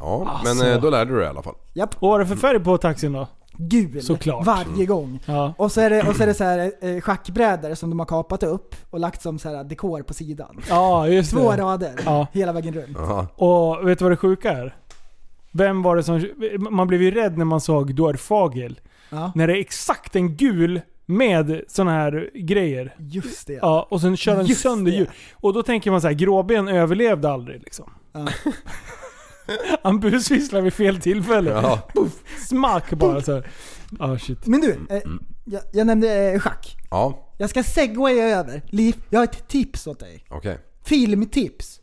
Ja, Alltså. men eh, då lärde du dig i alla fall. Japp, Och vad var det för färg på taxin då? gul. Såklart. Varje gång. Ja. Och så är det, och så, är det så här, eh, schackbrädor som de har kapat upp och lagt som så här eh, dekor på sidan. Ja, just Två det. rader, Ja. hela vägen runt. Aha. Och vet du vad det sjuka är? Vem var det som... Man blev ju rädd när man såg Duar Fagel. Ja. När det är exakt en gul med såna här grejer. Just det. Ja, och sen kör den Just sönder det. djur. Och då tänker man så här, gråben överlevde aldrig liksom. Ja. *laughs* Han busvisslar vid fel tillfälle. Ja. Smack bara så här. Ah shit. Men du, eh, jag, jag nämnde eh, schack. Ja, Jag ska segwaya över. Liv, jag har ett tips åt dig. okej. Filmtips.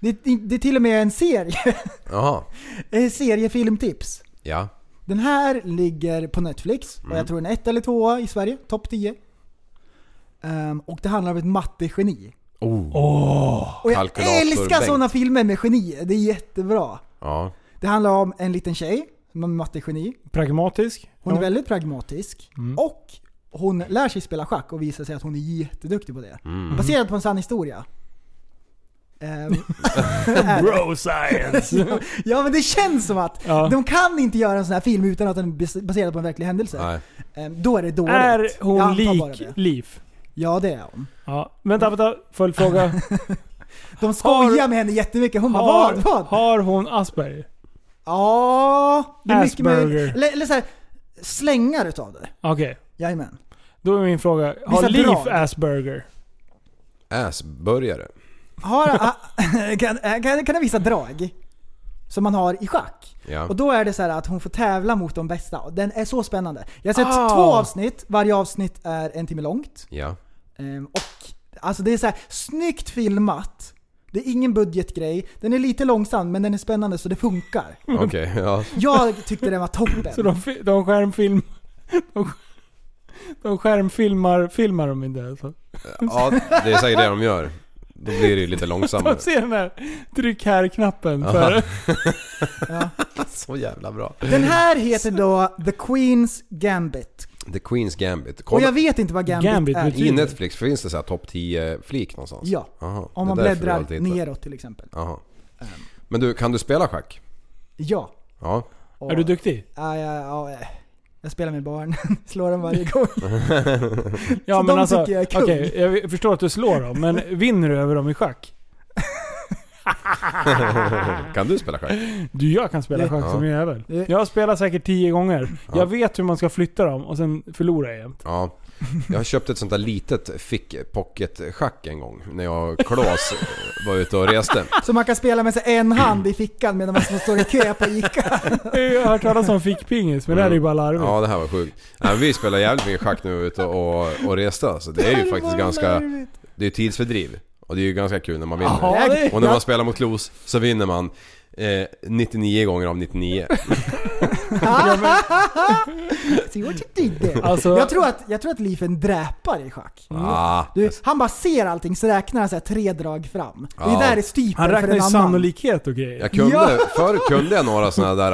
Det, det, det är till och med en serie. *laughs* Jaha. Eh, seriefilmtips. Ja. Den här ligger på Netflix och jag tror den är ett eller två i Sverige, topp 10. Ehm, och det handlar om ett mattegeni. Oh. Och jag Kalkylator älskar Bengt. sådana filmer med genier, det är jättebra. Ja. Det handlar om en liten tjej som är mattegeni. Pragmatisk. Hon är väldigt pragmatisk och hon lär sig spela schack och visar sig att hon är jätteduktig på det. Baserat på en sann historia. Ehm, Bro science. ja men det känns som att Ja. de kan inte göra en sån här film utan att den är bas- baserad på en verklig händelse. Nej. Ehm, Då är det dåligt. *laughs* är hon Jag antar bara lik det. Liv? Ja det är hon. Ja. Vänta, vänta. Följdfråga. De skojar med henne jättemycket. Hon bara Har, *laughs* vad, vad? har hon Asperger? Ja, det är mycket Asperger. möjligt. Eller, eller så här, slängar utav det. Okej. Jajamän. Då är min fråga. Har Vissa Liv drag. Asperger? Äsbörjare. Har, *laughs* ah, kan, eh, kan, kan ha vissa drag. Som man har i schack. Ja. Och då är det så här att hon får tävla mot de bästa. Och den är så spännande. Jag har sett Ah. två avsnitt. Varje avsnitt är en timme långt. Ja. Ehm, och alltså det är så här snyggt filmat. Det är ingen budgetgrej. Den är lite långsam men den är spännande så det funkar. Okej, ja. Jag tyckte den var toppen. Så de, fi- de skärmfilm... *laughs* De, sk- de skärmfilmar... Filmar de inte alltså? ja. Det är säkert det de gör. Då blir det ju lite långsammare. De ser den här tryck här-knappen *laughs* för... Så jävla bra. Den här heter då The Queen's Gambit. The Queen's Gambit. Och jag Kolla. vet inte vad Gambit, Gambit är. betyder- I Netflix finns det så här topp 10-flik någonstans? Ja. Aha, Om det är man därför du bläddrar Ehm. alltid hittar. neråt till exempel. Aha. Men du, kan du spela schack? Ja. Ja. Och, Är du duktig? Ja, ja, ja, jag spelar med barn. *laughs* Slår dem varje gång. Ja Så men de alltså, tycker jag är kung. okej, jag förstår att du slår *laughs* dem, men vinner du över dem i schack? Kan du spela schack? Du, jag kan spela schack Ja. som en jävel. Ja. Jag har spelat säkert tio gånger. Jag vet hur man ska flytta dem och sen förlorar jag jämt. Ja. Jag köpte ett sånt där litet fickpocket-schack en gång när jag och Claes var ute och reste. Så man kan spela med sig en hand i fickan medan man står i kö på *laughs* Ica. Jag har hört talas om fickpingis, men det här är ju bara larvigt. Ja, det här var sjukt. Nej, men vi spelar jävligt mycket schack nu ute och, och reste alltså. Det är ju faktiskt ganska... Det är ju tidsfördriv. Och det är ju ganska kul när man vinner. Ja, det, Och när man spelar mot Klos så vinner man eh, 99 gånger av 99. *laughs* See what you did there. Alltså- jag, tror att, jag tror att Leif är en dräpare i schack. Ah, Du, han bara ser allting så räknar han så här tre drag fram. Det Ja. är där det stryper han för räknar en ju annan. sannolikhet och grejer. jag kunde, Ja. förr kunde jag några sådana där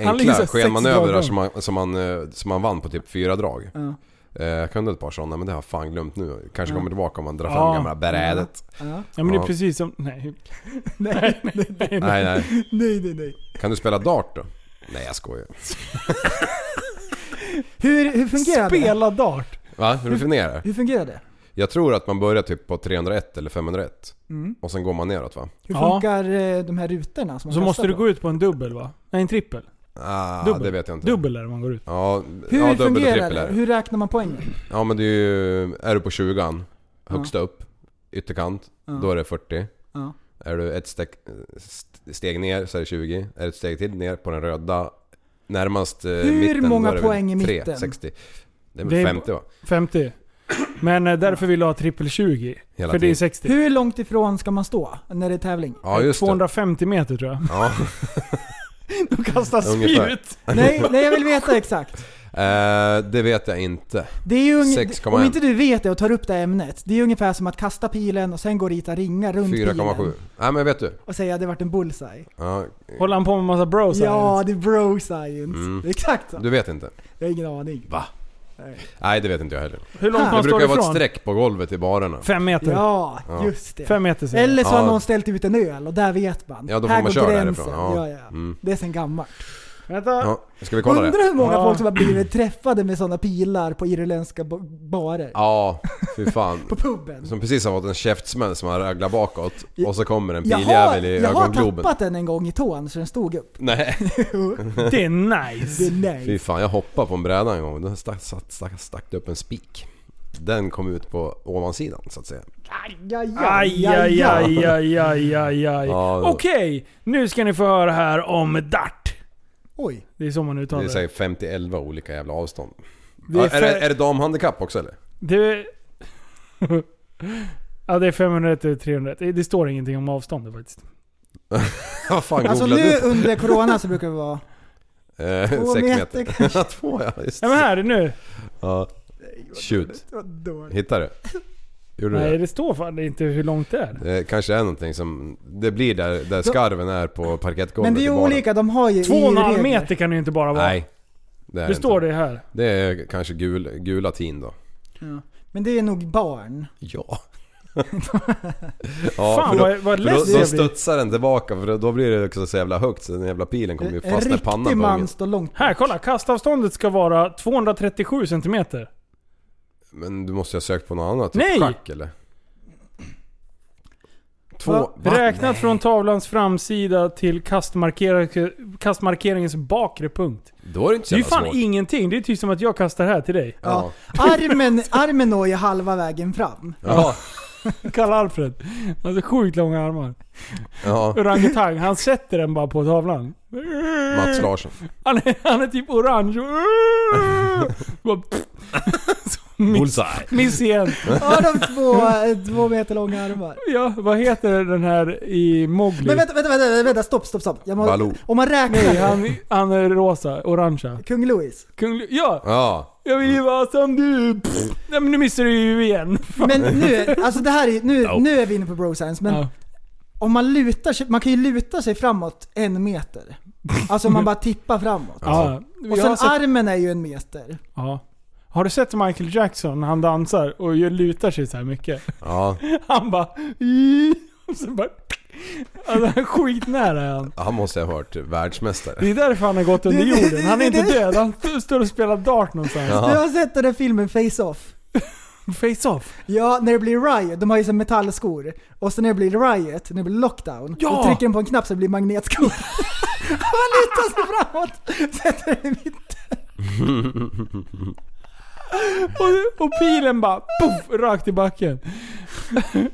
eh, Han ligger så här enkla sex skenmanövrar drag som man, som, man, eh, som man vann på typ fyra drag. Eh, jag kunde ett par sådana men det har jag fan glömt nu. Kanske kommer tillbaka om man drar fram Ja. gamla brädet. Ja men det är Ja. precis som... Nej. Nej, *laughs* nej, Nej nej. nej, nej, nej. Kan du spela dart då? Nej jag skojar. Hur, hur fungerar det? Spela dart. Va? Hur definierar det? Hur fungerar det? Jag tror att man börjar typ på 301 eller 501. Mm. Och sen går man neråt va? Hur Ja. funkar eh, de här rutorna som man Så kastar måste du på? gå ut på en dubbel va? Nej, en trippel. Ah, Dubbel. det vet jag inte. Dubbel är det man går ut. Ja, Hur ja dubbel och fungerar trippel är det? det. Hur räknar man poängen? Ja men det är ju, är du på 20 högst upp, ytterkant, då är det 40. Ja. Är du ett steg, st- steg ner så är det 20. Är du ett steg till ner på den röda närmast eh, Hur mitten då många är det väl poäng i 3, mitten? 60. Det är Det väl är- 50 va? 50. Men eh, därför vill jag ha trippel 20. Hela För det är tiden. 60. Hur långt ifrån ska man stå när det är tävling? Ja just 250 meter tror jag. det. *laughs* Ja. *laughs* De kastar Ungefär. spjut. Nej, nej, jag vill veta exakt. Eh, det vet jag inte. Det är ju unge- 6,1. om inte du vet det och tar upp det ämnet, det är ju ungefär som att kasta pilen och sen gå och rita ringar runt pilen. 4,7. Nej men vet du. Och säga det vart en bullseye. Ja, Håller han på med massa bro Ja, ja. det är bro science. Mm. Exakt så. du vet inte. Jag har ingen aning. Va? Nej. Nej det vet inte jag heller. Hur långt Det man står brukar vara ett ifrån? streck på golvet i barerna. Fem meter. Ja, Ja. just det. Fem meter säger jag. Eller så har Ja. någon ställt ut en öl och där vet man. Ja, då får Här man går köra gränsen. därifrån. Ja. Ja. Ja, Mm. Det är sen gammalt. Vänta. Ja, ska vi kolla det? Undrar hur många Ja. folk som har blivit träffade med sådana pilar på irländska ba- barer. Ja, fy fan. På puben. Som precis har fått en käftsmäll som har raglat bakåt och så kommer en Jag har, piljävel i jag har ögongloben. tappat den en gång i tån så den stod upp. *laughs* Nej, Det är Det nice. är fy nice. fan. Jag hoppade på en bräda en gång och då stack, stack, stack, stack det upp en spik. Den kom ut på ovansidan så att säga. Aj, aj, Aj, aj, aj, aj, aj, aj, aj. Ja, det- Okej, nu ska ni få höra här om dart. Oj. Det är så man Det uttalar är det. säkert 50-11 olika jävla avstånd. Det Det är är, för- är, det, är det damhandikapp också eller? *laughs* Det... *laughs* ja, det är 501 eller 301. Det står ingenting om avståndet faktiskt. Vad fan Alltså googlade nu under *laughs* corona så brukar det vara... du? Eh, två sex meter meter. *laughs* Två ja, just Ja men här, nu. Ja. Shoot. Vad dåligt. Hittade du? Gjorde du det? Nej, det står fan inte hur långt det är. Det kanske är någonting som... Det blir där, där skarven är på parkettgolvet Men det är i ju baren. olika, de har ju Två och en halv EU-regler. meter kan det ju inte bara vara. Nej. Det, är Det står inte. det här. Det är kanske gul, gula tin då. Ja. Men det är nog barn. Ja. ja för Fan då, vad, vad för då, less då jag blir. studsar den tillbaka för då- då blir det också så jävla högt så den jävla pilen kommer ju En fastna i pannan på riktig man ungen. står långt Här, kolla. Kastavståndet ska vara 237 cm. Men du måste ju ha sökt på något annat. Typ Nej! schack eller? Två... Va? Va? Räknat från tavlans framsida till kastmarkering, kastmarkeringens bakre punkt. Då är det inte Det så är ju jävla fan svårt. ingenting. Det är typ som att jag kastar här *laughs* till dig. Ja. Ja. Armen, armen når ju halva vägen fram. Ja. Kalle Alfred. Han har så sjukt långa armar. *laughs* ja. Orangutang. Han sätter den bara på tavlan. Mats Larsson. Han är, han är typ orange och... *laughs* Bara pff. Så miss, Bullseye. miss igen. Har de två, två meter långa armar? Ja, vad heter den här i Mowgli? Men vänta, vänta, vänta, vänta stopp, stopp, stopp. Jag må, Baloo. Om man Nej, räknar... han, han är rosa, orangea. Kung Louis. Kung, ja, Ja. jag vill ju vara som du. Pff. Nej men nu missar du ju igen. Men nu, alltså det här är, nu, Ja. nu är vi inne på bro science, men Ja. om man lutar sig, man kan ju luta sig framåt en meter. Alltså om man bara tippar framåt. Ja, vi Och har, sen sett, armen är ju en meter. ja. har du sett Michael Jackson när han dansar och ju- lutar sig så här mycket? Ja. Han bara... *laughs* "Ih", Och så bara alltså, han är skitnära är han. Han måste ha varit världsmästare. Det är därför han har gått Det- under det- jorden. Han är inte det- död. Han st- står och spelar dart någonstans. Ja. Du har sett den där filmen Face-Off? Face-off. Ja, när det blir riot, de har ju så här metallskor. Och sen när det blir riot, när det blir lockdown, Ja! då trycker de på en knapp så det blir *laughs* magnetskor. Man lutar sig framåt, sätter den i mitten. Och, och pilen bara puff, rakt i backen. Mm.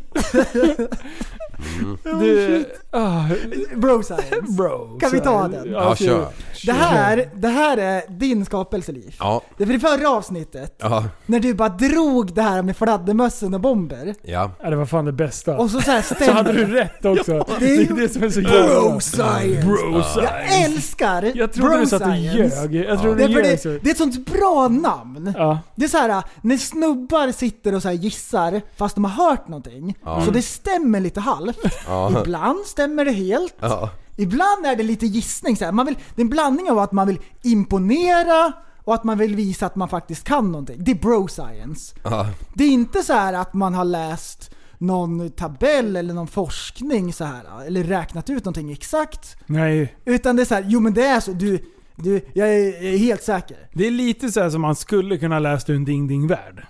Du, ah, Oh, Bro science. bro. Kan vi så här. ta den? Ja, så- kör. Det här, det här är din skapelseliv. Ja. Det var i förra avsnittet, Ja. när du bara drog det här med fladdermössen och bomber. Ja. Ja, det var fan det bästa. Och så såhär så hade ställde du rätt också. det är är ju- det som är så jävla... Bro science! Bro Jag science. älskar Jag trodde bro du satt och science. ljög. Jag trodde Nej, du för ljög. så- det, det är ett sånt bra namn. Ja. Det är så här när snubbar sitter och så här gissar fast de har hört någonting. Så det stämmer lite halvt. Ja. Ibland stämmer det helt. Ja. Ibland är det lite gissning. Så här. Man vill, det är en blandning av att man vill imponera och att man vill visa att man faktiskt kan någonting. Det är bro science. Ja. Det är inte så här att man har läst någon tabell eller någon forskning så här eller räknat ut någonting exakt. Nej. Utan det är så här, jo men det är så. Du, du, jag, är, jag är helt säker. Det är lite så här som man skulle kunna läsa ur en Ding Ding Värld.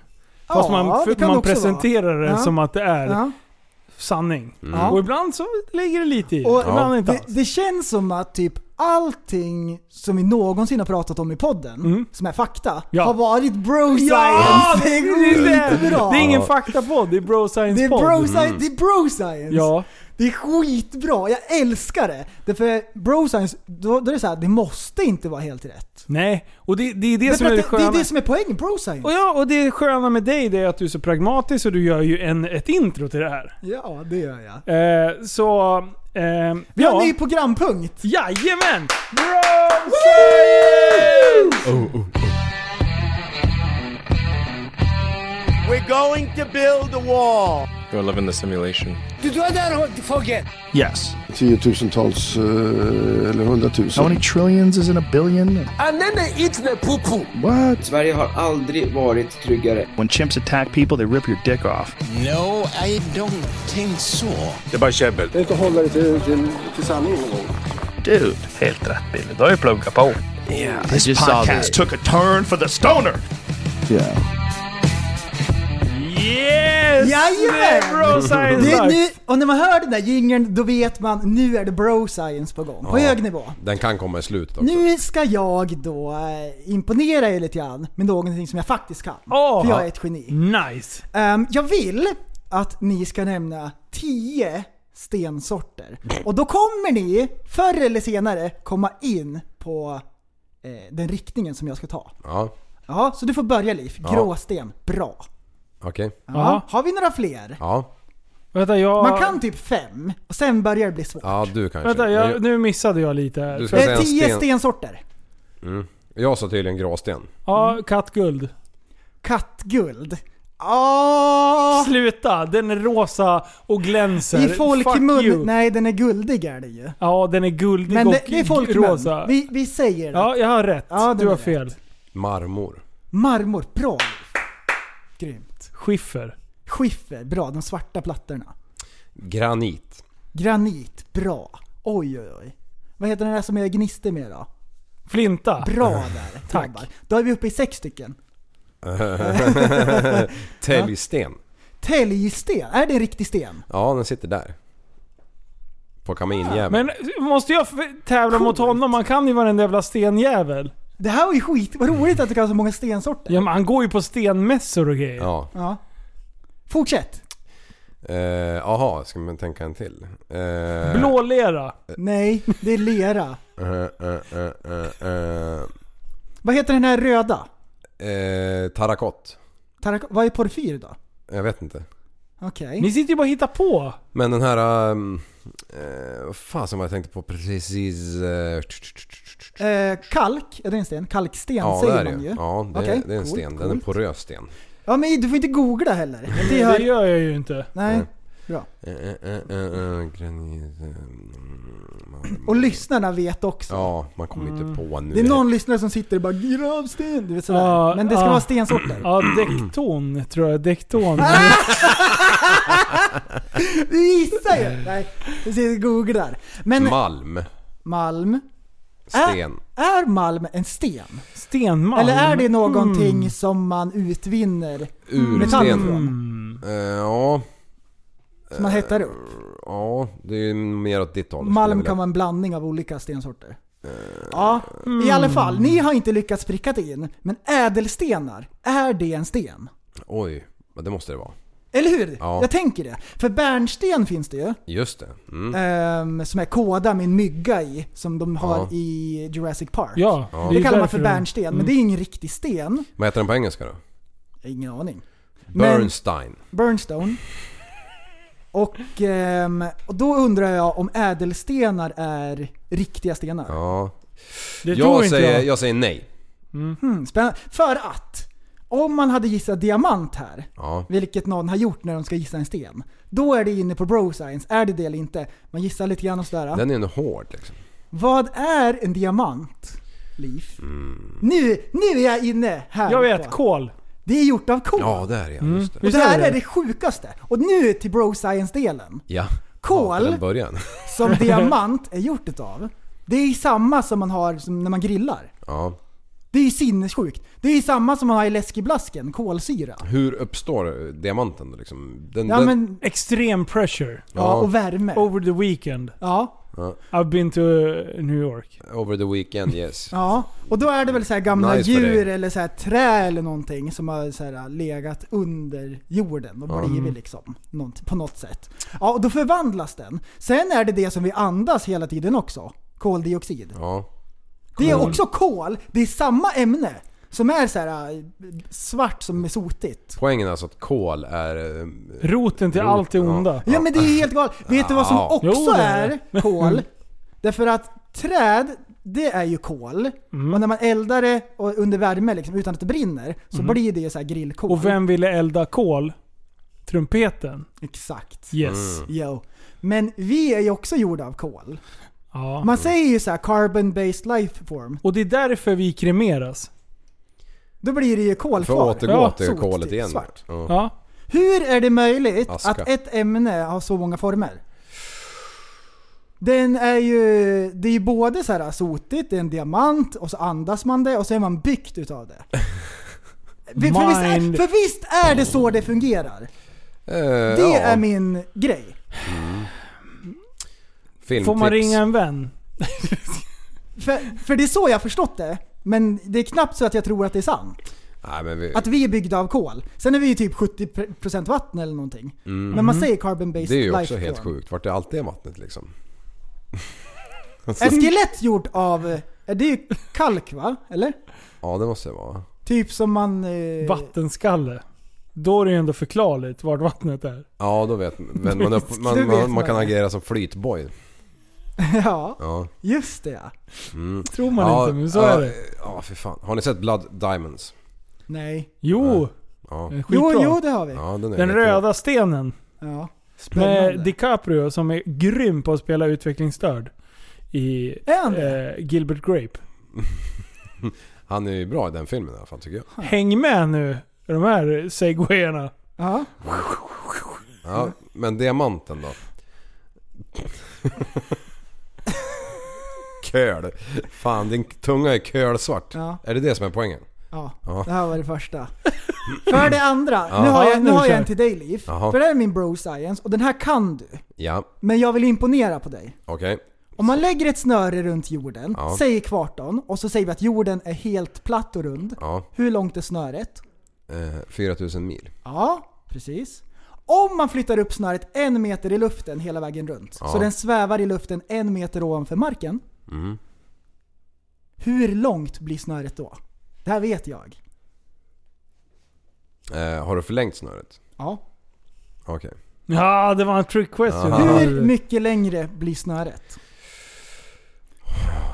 Fast Ja, man, det för, kan man också vara. presenterar det Ja. som att det är Ja. sanning. Ja. Och ibland så ligger det lite i det. Och Ibland inte det, alls. det känns som att typ allting som vi någonsin har pratat om i podden, Mm. som är fakta, Ja. har varit bro science. Ja, det det är det. är bra. Det är ingen faktapodd, det är bro Det science är podd. Mm. bro science. Det är bro science. Ja. Det är skitbra, jag älskar det! Därför broscience, då, då är det så här, det måste inte vara helt rätt. Nej, och det, det är det Det, som är det det, det sköna. är det som är poängen, broscience. Och, ja, och det sköna med dig det är att du är så pragmatisk och du gör ju en, ett intro till det här. Ja, det gör jag. Eh, så... Eh, Vi har ja. en ny programpunkt. Jajamän! You're living the simulation. tiotusentals eh, eller hundratusen. How many trillions is in a billion? Sverige har aldrig varit tryggare. When chimps attack people, they rip your dick off. No, I don't think so. Det är inte att hålla det till, till, till sanningen någon gång. Dude, helt rätt Billy. Då har jag pluggat på. Yeah, this podcast took a turn for the stoner. Jajamän! Yes! Det är Bro Science Det, är Live. nu, och när man hör den där jingeln, då vet man nu är det broscience på gång. På hög nivå. Den kan komma i slutet också. Nu ska jag då eh, imponera er lite grann med någonting som jag faktiskt kan. Åh. För jag är ett geni. Ah. Nice! Ehm, jag vill att ni ska nämna 10 stensorter. Och då kommer ni förr eller senare komma in på eh, den riktningen som jag ska ta. Ja, Ja, så du får börja Liv. Gråsten, bra. okej. Ja. Har vi några fler? Ja. Vänta, jag... Man kan typ fem, och sen börjar det bli svårt. ja, du kanske. Vänta, Men jag, jag, nu missade jag lite här. Du ska- Eh, säga en 10 sten. stensorter. jag sa tydligen gråsten. Ja, kattguld. Kattguld. Ah! Sluta! Den är rosa och glänser. I Fuck you. folkmun. Nej, den är guldig är det ju. Ja, den är guldig Men och det, det är folkmun. rosa. Vi, vi säger det. Ja, jag har rätt. Ja, den du har är fel. Marmor. Marmor, bra Liv. Grymt. Skiffer. Skiffer, bra. De svarta plattorna. Granit. Granit, bra. Oj, oj, oj. Vad heter den där som är gnister med då? Flinta. Bra där Tack. grabbar. Då är vi uppe i sex stycken. Täljsten. Täljsten, är det en riktig sten? Ja, den sitter där. På kaminjäveln. Men måste jag f- tävla mot honom? Man kan ju vara en jävla stenjävel. Det här var ju skit. Vad roligt att du kan så många stensorter. Ja, men han går ju på stenmässor och grejer. Ja. Ja. Fortsätt. Eh, aha, ska man tänka en till? Eh, Blålera. Nej, det är lera. Eh, eh, eh, eh, eh, Vad heter den här röda? eh, tarakott. Tarak- vad är porfyr då? Jag vet inte. Okej. Ni sitter ju bara och hittar på. Men den här... ehm, eh, vad fan som jag tänkte på precis... Eh, Eh, kalk, är det en sten? Kalksten ja, det säger är det man ju. ju. Ja, det, Okej, det är en coolt, sten. Den är en coolt. porös sten. Ja men du får inte googla heller. Det Det hör... gör jag ju inte. Nej. Eh, eh, eh, eh, eh, granit... eh, mm, Och lyssnarna vet också. Ja, man kommer inte på nu. Mm. Det är någon lyssnare som sitter och bara 'Gravsten' du vet sådär. Ja, men det ska ja. vara stensorter. Ja, dekton tror *laughs* jag. Dekton. Du gissar ju! Nej, du sitter och googlar. Men Malm. malm, Äh? Sten. är malm en sten? Stenmalm. Eller är det någonting som man utvinner? Ursten. metall Mm. Eh, ja, Som man hettar upp? ja, det är ju mer åt ditt håll. skulle Eh, jag Eh. Malm vilja- kan vara en blandning av olika stensorter. Ja, i alla fall. Ni har inte lyckats pricka det in. Men ädelstenar, är det en sten? Oj, men det måste det vara. Eller hur? Ja. Jag tänker det. För bärnsten finns det ju. Just det. Mm. ehm, som är kåda med en mygga i. Som de har Ja. i Jurassic Park. Ja, Det, är kallar man därför Mm. för de- bärnsten, men det är ingen riktig sten. Vad heter den på engelska då? Jag har ingen aning. Men- Bernstein. Burnstone. Och, ehm, och då undrar jag om ädelstenar är riktiga stenar. Ja. Det tror Jag inte säger, jag. jag. säger nej. Mm, spännande. För att, om man hade gissat diamant här, Ja. vilket någon har gjort när de ska gissa en sten, då är det inne på bro science. Är det det eller inte? Man gissar lite grann och sådär. Den är ändå hård liksom. Vad är en diamant? Liv. Nu, nu är jag inne här. Jag vet, på. kol. Det är gjort av kol. Ja, där är jag. Just det. och Visst det är här det? är det sjukaste. Och nu till bro science-delen. Ja. Kol. Ja, till en början. som *laughs* diamant är gjort utav. Det är samma som man har som när man grillar. Ja. Det är ju sinnessjukt. Det är ju samma som att ha i läskeblasken, kolsyra. Hur uppstår diamanten då, liksom? Den, Ja, den... men- Extrem pressure. Ja. och värme. Over the weekend. Ja. Ja. I've been to uh, New York. Over the weekend, yes. Ja, och då är det väl så här gamla Nice för djur dig. eller så här trä eller någonting som har så här äh, legat under jorden och Ja. blivit Mm. liksom nånt- på något sätt. Ja, och då förvandlas den. Sen är det det som vi andas hela tiden också. Koldioxid. Ja. Det är Kol. också kol. Det är samma ämne som är så här eh, svart som är sotigt. Poängen är alltså att kol är... eh, Roten till allt det onda. Ja men det är helt galet. Vet du vad som Ja. också Jo, det är är det. *laughs* kol? Därför att träd, det är ju kol. Mm. Och när man eldar det och under värme liksom, utan att det brinner så Mm. blir det ju så här grillkol. Och vem ville elda kol? Trumpeten. Exakt. Yes. Jo. Men vi är ju också gjorda av kol. Ja. Man säger ju så här carbon-based life form. Och det är därför vi kremeras. Då blir det ju kol För kvar. att återgå till sot, kolet igen. Svart. Ja. Ja. Hur är det möjligt Aska. att ett ämne har så många former? Den är ju, det är ju både så här sotigt, det är en diamant och så andas man det och så är man byggt *laughs* utav det. Vi- för, visst är, Mind. för visst är det så det fungerar? Eh, Det ja. är min grej. Filmtips. Får man ringa en vän? För, för det är så jag har förstått det. Men det är knappt så att jag tror att det är sant. Nej, men vi... Att vi är byggda av kol. Sen är vi ju typ 70% vatten eller någonting. Mm. Men man säger carbon-based Det är ju också life helt form. sjukt. Vart är allt det vattnet *laughs* liksom? Alltså, Är Mm. skelett gjort av... Är det är ju kalk va? Eller? Ja, det måste det vara. Typ som man... Eh, Vattenskalle. Då är det ju ändå förklarligt vart vattnet är. Ja, då vet men man. Upp, *laughs* Du man, vet man, man vad kan det är. agera som flytboy. *laughs* ja, Ja. just det ja. Mm. Tror man ja, inte, men så ja, är det. Ja, för fan. Har ni sett Blood Diamonds? Nej. Jo, Ja. den är skitbra. Jo, jo det har vi. Ja, den är Mm. den jättebra. röda stenen. Ja. Med Spännande. DiCaprio som är grym på att spela utvecklingsstörd. I Är han det? eh, Gilbert Grape. Han är ju bra i den filmen i alla fall tycker *laughs* jag. Häng med nu i de här segwayerna. Ja. Ja, men diamanten *laughs* då? Köl. Fan, din tunga är kölsvart. Ja. Är det det som är poängen? ja. Ja. Det här var *laughs* det första. För det andra, Ja. nu har Ja, jag, nu nu har kör. jag en till dig Liv. Jaha. För det här är min bro science och den här kan du. Ja, Men jag vill imponera på dig. okej. Om man lägger ett snöre runt jorden, Ja. säger kvarton, och så säger vi att jorden är helt platt och rund. Ja. Hur långt är snöret? Eh, 4000 mil. Ja, precis. Om man flyttar upp snöret en meter i luften hela vägen runt, Ja. så den svävar i luften en meter ovanför marken. Mm. Hur långt blir snöret då? Det här vet jag. Eh, har du förlängt snöret? Ja. Okej. Ja, det var en trick question. Hur mycket längre blir snöret?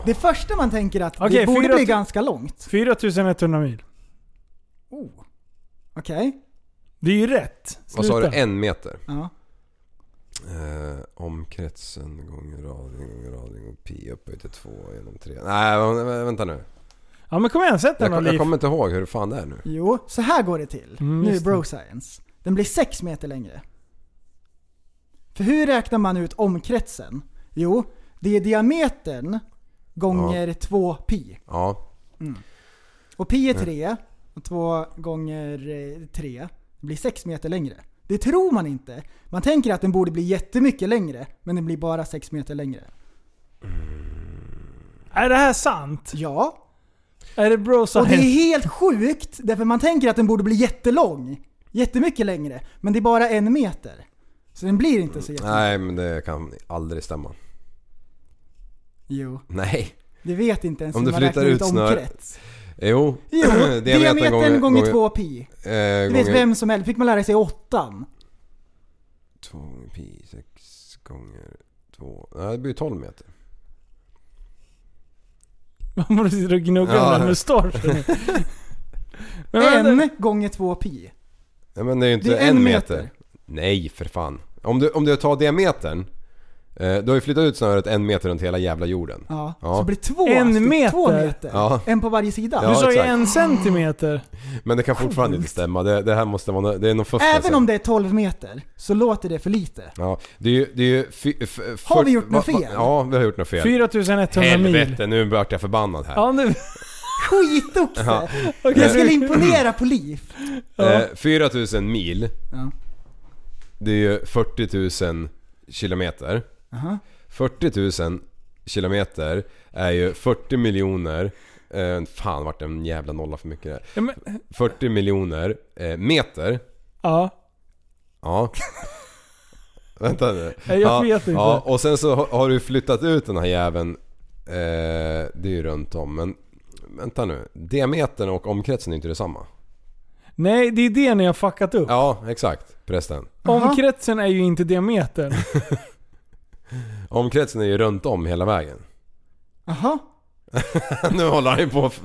Det första man tänker att Okej, det borde fyra bli tu- ganska långt. 4100 mil. Oh. Okej. Det är ju rätt. Vad sa du? Sluta. En meter? Ja. Eh, omkretsen gånger radien gånger radien gånger pi upphöjt till 2 genom 3. Nej, vä- vä- vänta nu. Ja men kom igen, sätt Jag, den då kom- jag Liv. kommer inte ihåg hur fan det är nu. Jo, så här går det till. Mm, nu är just bro science. Den blir 6 meter längre. För hur räknar man ut omkretsen? Jo, det är diametern gånger 2 pi. Ja. Och pi är 3 och 2 gånger 3 blir 6 meter längre. Det tror man inte. Man tänker att den borde bli jättemycket längre, men den blir bara 6 meter längre. Är det här sant? Ja, Är det bro och det är *laughs* science? helt sjukt därför man tänker att den borde bli jättelång. Jättemycket längre, men det är bara en meter. Så den blir inte så jättelång. Nej, men det kan aldrig stämma. Jo, Nej. det vet inte ens Om hur du man flyttar räknar ut snör- omkrets. Jo. *clears throat* *laughs* Jo, diametern gånger 2 pi. Eh, Det gånger, vet vem som helst. fick man lära sig i åttan. 2 gånger pi, 6 gånger 2. Nej, det blir ju 12 meter. Om du sitter och gnuggar Ja. med den *laughs* mustaschen. Men vänta. En gånger 2 pi. Nej, men det är ju inte Det är en en meter. meter. Nej, för fan. Om du, om du tar diametern. Eh, du har ju flyttat ut snöret en meter runt hela jävla jorden. Ja. Ja. Så det blir två, En styck- meter. två meter. Ja. En på varje sida. Du Ja, sa ju exakt. en centimeter. Men det kan fortfarande inte stämma. Det, det här måste vara nå- det är någon fuffens. Även om det är 12 meter så låter det för lite. Ja, det är ju... Det är ju fy, f, f, Har vi gjort något va- va- fel? Ja, vi har gjort något fel. 4100 mil. *laughs* Helvete, nu vart jag förbannad här. Ja, nu. Skitoxe! Ja. Jag skulle imponera på liv. Eh, 4000 mil. Ja. Det är ju 40 000 kilometer. Aha. 40 000 kilometer är ju 40 miljoner... Eh, fan vart det en jävla nolla för mycket där. Ja, men, 40 miljoner eh, meter. ja. Ja. *laughs* Vänta nu. Nej, jag ja, vet inte. Ja, och sen så har- har du flyttat ut den här jäveln. Eh, det är ju runt om men... Vänta nu. Diametern och omkretsen är inte detsamma. Nej, det är det ni har fuckat upp. Ja, exakt. Förresten. Omkretsen är ju inte diametern. Omkretsen är ju runt om hela vägen. *laughs* Aha. nu håller han ju på att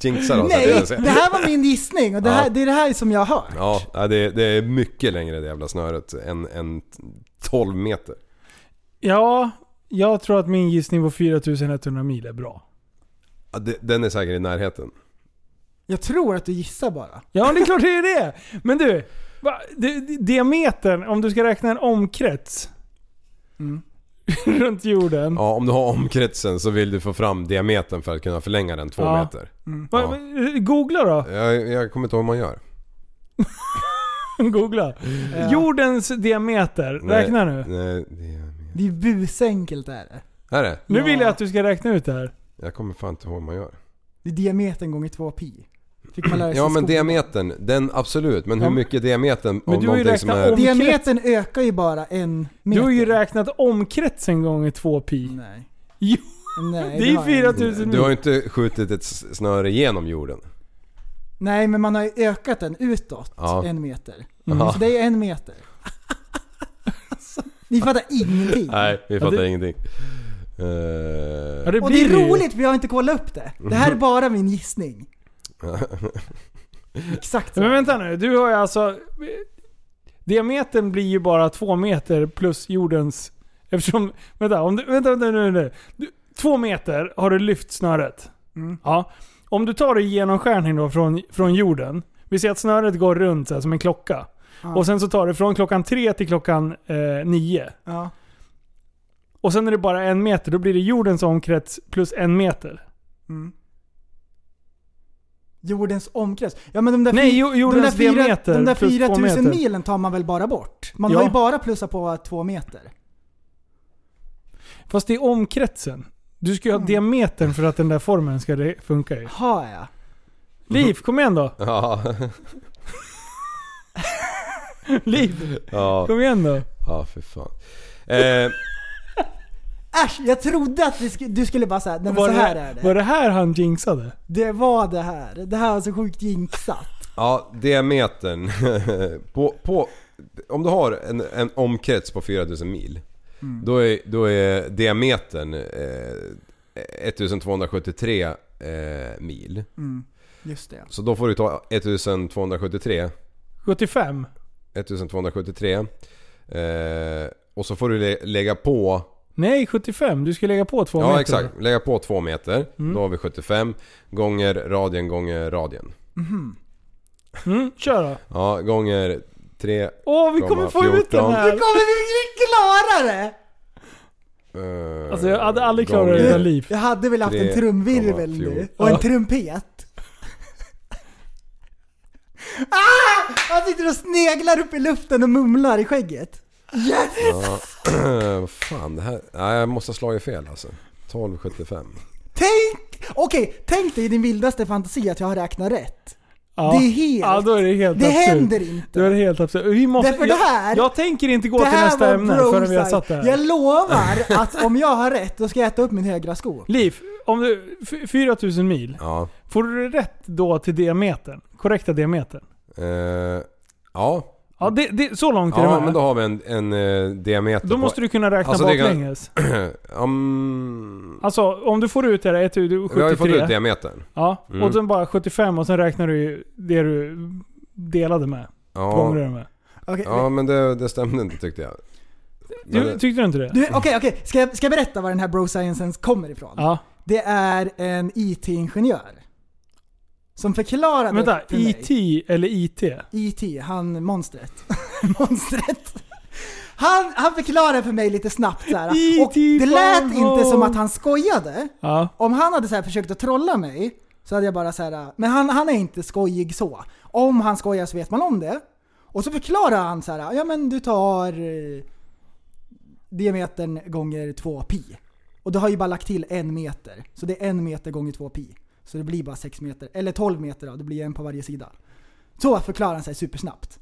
jinxa oss. Nej, det här var min gissning och det, här, det är det här som jag har. Ja, ja, det, det är mycket längre det jävla snöret än, än 12 meter. Ja, jag tror att min gissning på 4100 mil är bra. Ja, det, den är säkert i närheten. Jag tror att du gissar bara. Ja, det är klart det är det. Men du, va, di- di- diametern, om du ska räkna en omkrets *laughs* runt jorden. Ja, om du har omkretsen så vill du få fram diametern för att kunna förlänga den två Ja. meter. Va, Ja. va, Googla då. *laughs* Jag, jag kommer inte ihåg hur man gör. Googla. Jordens diameter, räkna nu. Nej, det, Det är busenkelt det här är. här är det. Nu vill jag att du ska räkna ut det här. Jag kommer fan inte ihåg hur man gör. Det är diametern gånger 2 pi. Fick man lära sig Ja i men skolan. diametern, den absolut. Men hur Ja. mycket diametern Men av du har ju någonting som räknat är... om- Diametern ökar ju bara en meter. Du har ju räknat omkretsen gånger 2 pi. Nej. Jo, Nej, det är har jag inte. 4000 Du har mil. ju inte skjutit ett s- snöre genom jorden. Nej, men man har ju ökat den utåt Ja. en meter. Mm, Ja. Så det är en meter. Ni fattar ingenting. Nej, vi fattar det- ingenting. Eh, Ja, det Och det blir är ju- roligt för jag har inte kollat upp det. Det här är bara min gissning. Exakt så. Men vänta nu, du har ju alltså... Diametern blir ju bara två meter plus jordens... Eftersom... Vänta, om du, vänta, vänta nu. nu. Du, två meter har du lyft snöret. Ja. Om du tar det i genomskärning då från, från jorden. Vi ser att snöret går runt så här, som en klocka. Och sen så tar det från klockan tre till klockan eh, nio. Ja. Och sen är det bara en meter. Då blir det jordens omkrets plus en meter. Mm. Jordens omkrets. Ja men de där, Nej, fy- jo- jordens de där, fyra, diameter de där plus två 4000 meter. milen tar man väl bara bort? Man Ja. har ju bara plussat på två meter. Fast det är omkretsen. Du ska ju ha diametern för att den där formeln ska re- funka i. Har jag? Liv, kom igen då. *laughs* Ja, Liv, ja, kom igen då. ja för fan. Eh, Äsch, jag trodde att vi sk- du skulle bara säga nej men Var så det, här är var det. det här han jinxade? Det var det här. Det här var så sjukt jinxat. ja, diametern. *laughs* på, på, om du har en, en omkrets på 4000 mil. Då, är, då är diametern eh, 1273 eh, mil. Just det. Så då får du ta 1273 75? 1273 eh, Och så får du lä- lägga på Nej, 75. Du ska lägga på två meter. Mm. Ja exakt, lägga på 2 meter. Då har vi 75 gånger radien gånger radien. Mm, kör då. Ja, gånger 3... Åh, vi kommer få ut den här! Kommer vi klara det? Eh, Alltså jag hade aldrig klarat det gånger- utan Liv. Jag hade väl haft en Tre, trumvirvel komma, nu. fjol. Och en Ja. trumpet. Ah! Han sitter och sneglar upp i luften och mumlar i skägget. Eh, *clears throat* Vad fan det här... Nej jag måste ha slagit fel alltså. 12,75. Tänk! Okej, tänk dig i din vildaste fantasi att jag har räknat rätt. Ja. Det är helt- Ja, då är det helt Det absurt. händer inte. Då är det helt absurt. Vi måste... Därför det här- jag, jag tänker inte gå det till nästa ämne bro förrän vi har science. satt det här. Jag lovar att om jag har rätt då ska jag äta upp min högra sko. Liv, om du... f- 4000 mil. Ja. Får du rätt då till diametern? Korrekta diametern? Eh, ja. Ja, det, det, så långt är det Ja med. men då har vi en, en eh, diameter Då på- måste du kunna räkna Alltså, det kan- baklänges. *clears throat* um, Alltså om du får ut det här 1073. vi har ju fått ut diametern. Ja, Mm. och sen bara 75 och sen räknar du ju det du delade med. Ja, Prånglade med. Okej, ja men det, det stämde inte tyckte jag. Men Du, det- tyckte du inte det? du, okej, okej. Ska, jag- ska jag berätta var den här bro sciences kommer ifrån? Ja. Det är en IT-ingenjör. Som förklarade Vänta, för mig- IT eller IT? E.T. han monstret. *laughs* monstret. Han, han förklarade för mig lite snabbt så här. E.T. Och det lät fan, inte som åh. att han skojade. Ja. Om han hade så här försökt att trolla mig Så hade jag bara så här, men han, han är inte skojig så. Om han skojar så vet man om det. Och så förklarar han så här, ja men du tar eh, diametern gånger 2 pi. Och du har ju bara lagt till en meter. Så det är en meter gånger 2 pi. Så det blir bara 6 meter. Eller 12 meter då, det blir en på varje sida. Så förklarar han sig supersnabbt.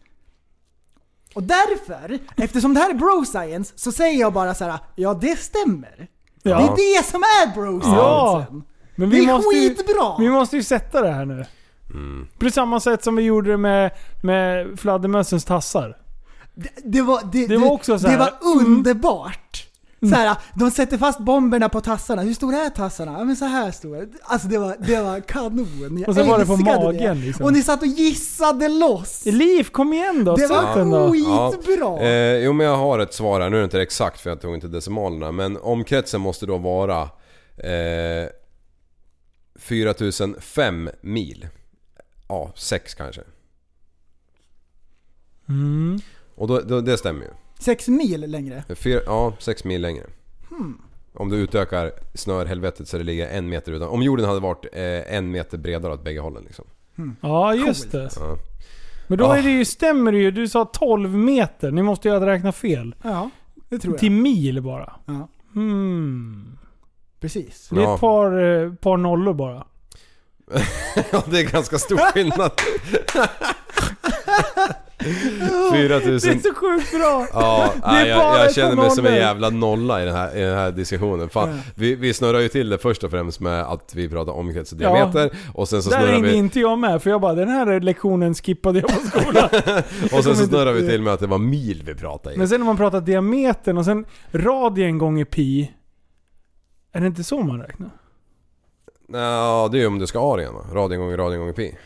Och därför, eftersom det här är bro science, så säger jag bara så här: ja det stämmer. Ja. Det är det som är bro science. Ja! Men vi det är måste ju, skitbra! Vi måste ju sätta det här nu. Mm. På samma sätt som vi gjorde det med, med fladdermössens tassar. Det var, det, Det var också så här- mm. det var underbart! Så här, de sätter fast bomberna på tassarna. Hur stora är tassarna? Ja, men så här stora. Alltså det var, det var kanon. Jag Och så var det på älskade magen, Det. liksom. Och ni satt och gissade loss. Liv, kom igen då! Det var Sätt den då! skitbra! Eh, jo men jag har ett svar här, nu är det inte exakt för jag tog inte decimalerna men omkretsen måste då vara eh, 4005 mil. Ja, 6 kanske. Mm. Och då, då, det stämmer ju. Sex mil längre. Fyra, ja, 6 mil längre. Hmm. Om du utökar snörhelvetet så det ligger en meter utan. Om jorden hade varit eh, en meter bredare åt bägge hållen liksom. Ja, just det. Ja. Men då Ah. är det ju, stämmer det ju. Du sa 12 meter. Ni måste ju ha räknat fel. Ja, det tror jag. Till mil bara. Ja. Hmm. Precis. Det är Ja. ett par, eh, par nollor bara. *laughs* Ja, det är ganska stor skillnad. 4000... *laughs* Det är så sjukt bra! Ja, Det är nej, jag, bara jag ett känner par mig som en nollor. jävla nolla i den här, i den här diskussionen. Fan, Ja. vi, vi snurrar ju till det först och främst med att vi pratar omkrets och diameter och sen så Där snurrar hängde vi, inte jag med, för jag bara den här lektionen skippade jag på *laughs* skolan. och sen så inte- snurrar vi till med att det var mil vi pratade i. Men sen när man pratar diametern och sen radien gånger pi. Är det inte så man räknar? Ja, det är ju om du ska ha det igen va? Radien gånger radien gånger pi.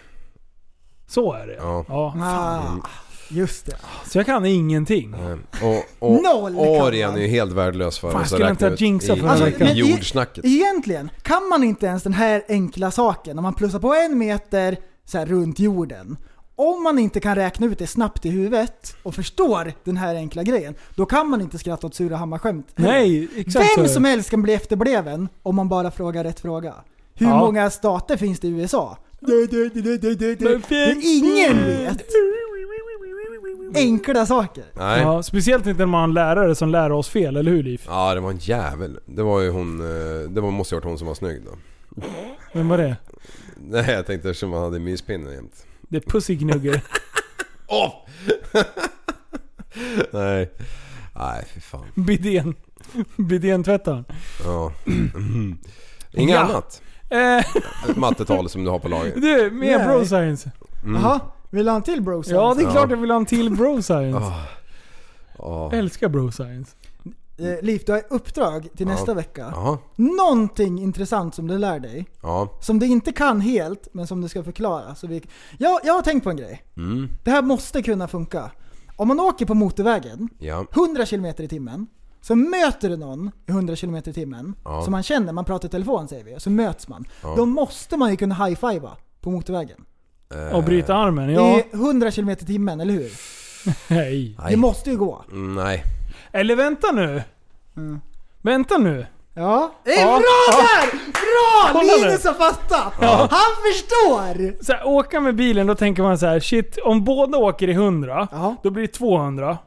Så är det Ja. ja. Ah, just det. Så jag kan ingenting. Ehm, Och, och Noll kan Arien man. är ju helt värdelös för Fan, oss skulle jag inte ha ut jinxat i, förra i, veckan? i Men e- jordsnacket. Egentligen, kan man inte ens den här enkla saken, om man plussar på en meter så här, runt jorden. Om man inte kan räkna ut det snabbt i huvudet och förstår den här enkla grejen, då kan man inte skratta åt sura hammarskämt. heller. Nej, exakt så är Vem det. som helst kan bli efterbleven om man bara frågar rätt fråga. Hur Ja. många stater finns det i USA? Det, det, det, det, det, det, det. det ingen vet. Enkla saker. Nej. Ja, speciellt inte när man har en lärare som lär oss fel, eller hur Liv? Ja, det var en jävel. Det var ju hon... eh, Det var, måste ju ha varit hon som var snygg då. Vem var det? Nej, jag tänkte eftersom man hade myspinne jämt. Det är *laughs* pussiggnugger. Åh! *laughs* Nej. Nej, fy fan. Bidén. Bidén-tvättaren. Ja. *clears throat* Inget Ja. annat Eh, mattetal som du har på lager. du, mer Nej. bro science. Mm. Jaha, vill du ha en till bro science? Ja, det är Ja. klart jag vill ha en till bro science. Ja. Ja. Älskar bro science. Eh, Liv, du har ett uppdrag till Ja. nästa vecka. Jaha. Någonting intressant som du lär dig. Ja. Som du inte kan helt, men som du ska förklara. Så vi, jag, jag har tänkt på en grej. Mm. Det här måste kunna funka. Om man åker på motorvägen, Ja. 100 km i timmen, så möter du någon i 100 km i timmen Ja. som man känner, man pratar i telefon säger vi, och så möts man. Ja. Då måste man ju kunna high-fiva på motorvägen. Eh, Och bryta armen, Det ja. är 100 km i timmen, eller hur? Nej. Nej. Det måste ju gå. Mm, Nej. Eller vänta nu. Mm. Vänta nu. Ja. Det är Ja. bra där! Bra! Kolla nu. Linus har fattat! Han förstår! Så här, åka med bilen, då tänker man så här: shit, om båda åker i 100, Ja. Mm. då blir det 200.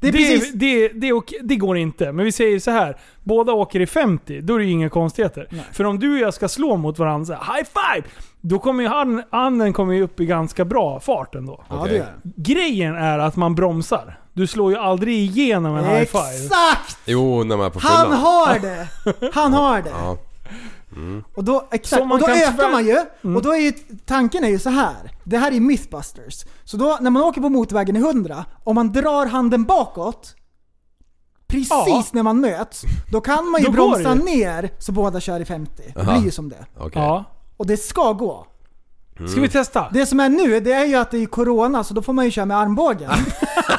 Det är det, precis... det, det, är okej- det går inte. Men vi säger så här. båda åker i 50, då är det ju inga konstigheter. För om du och jag ska slå mot varandra, så här, high five! Då kommer ju han, anden kommer ju upp i ganska bra fart ändå. Ja, det Okej. gör han. Grejen är att man bromsar. Du slår ju aldrig igenom en high five. Exakt! Jo, när man är på Han fyllan. har *laughs* det! Han har det! Ja. Och då, exakt, Som man och då kan ökar tvär- Mm. man ju. Och då är ju, tanken är ju så här. Det här är Mythbusters. Så då, när man åker på motorvägen i 100, om man drar handen bakåt, precis Ja. när man möts, då kan man ju Då går bromsa det. ner så båda kör i 50. Det Aha. blir ju som det. Okej. Ja. Och det ska gå. Ska vi testa? Det som är nu, det är ju att det är corona, så då får man ju köra *laughs* med armbågen.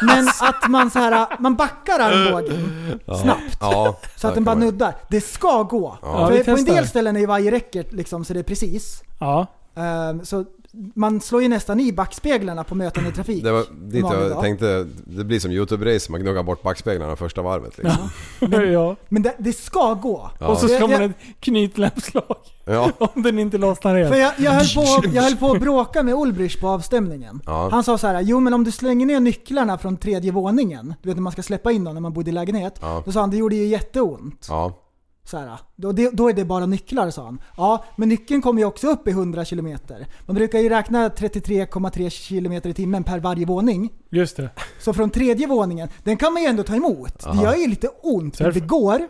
Men att man så här, man backar armbågen snabbt. Ja. Så att den bara kommer. nuddar. Det ska gå. Ja, vi För på en testar. *laughs* del ställen är ju varje räcket liksom så det är precis. Ja. Ehm, så man slår ju nästan i backspeglarna på möten i trafik. Det var en dit vanlig jag dag. tänkte, det blir som YouTube-race, man gnuggar bort backspeglarna första varvet liksom. ja. Men det, det ska gå. Ja. Och så ska Jag- man jag- ett knytläppsslag. Ja. *laughs* Om den inte lossnar helt. För jag, jag, höll *laughs* på, jag höll på att bråka med Ulbrich på avstämningen. Ja. Han sa så här: jo men om du slänger ner nycklarna från tredje våningen, du vet när man ska släppa in dem när man bodde i lägenhet. Ja. Då sa han, det gjorde ju jätteont. Ja. Så här, då, det, då är det bara nycklar sa han. Ja, men nyckeln kommer ju också upp i 100 km. Man brukar ju räkna 33,3 km i timmen per varje våning. Just det. Så från tredje våningen, den kan man ju ändå ta emot. Aha. Det gör ju lite ont, men det Därför- går.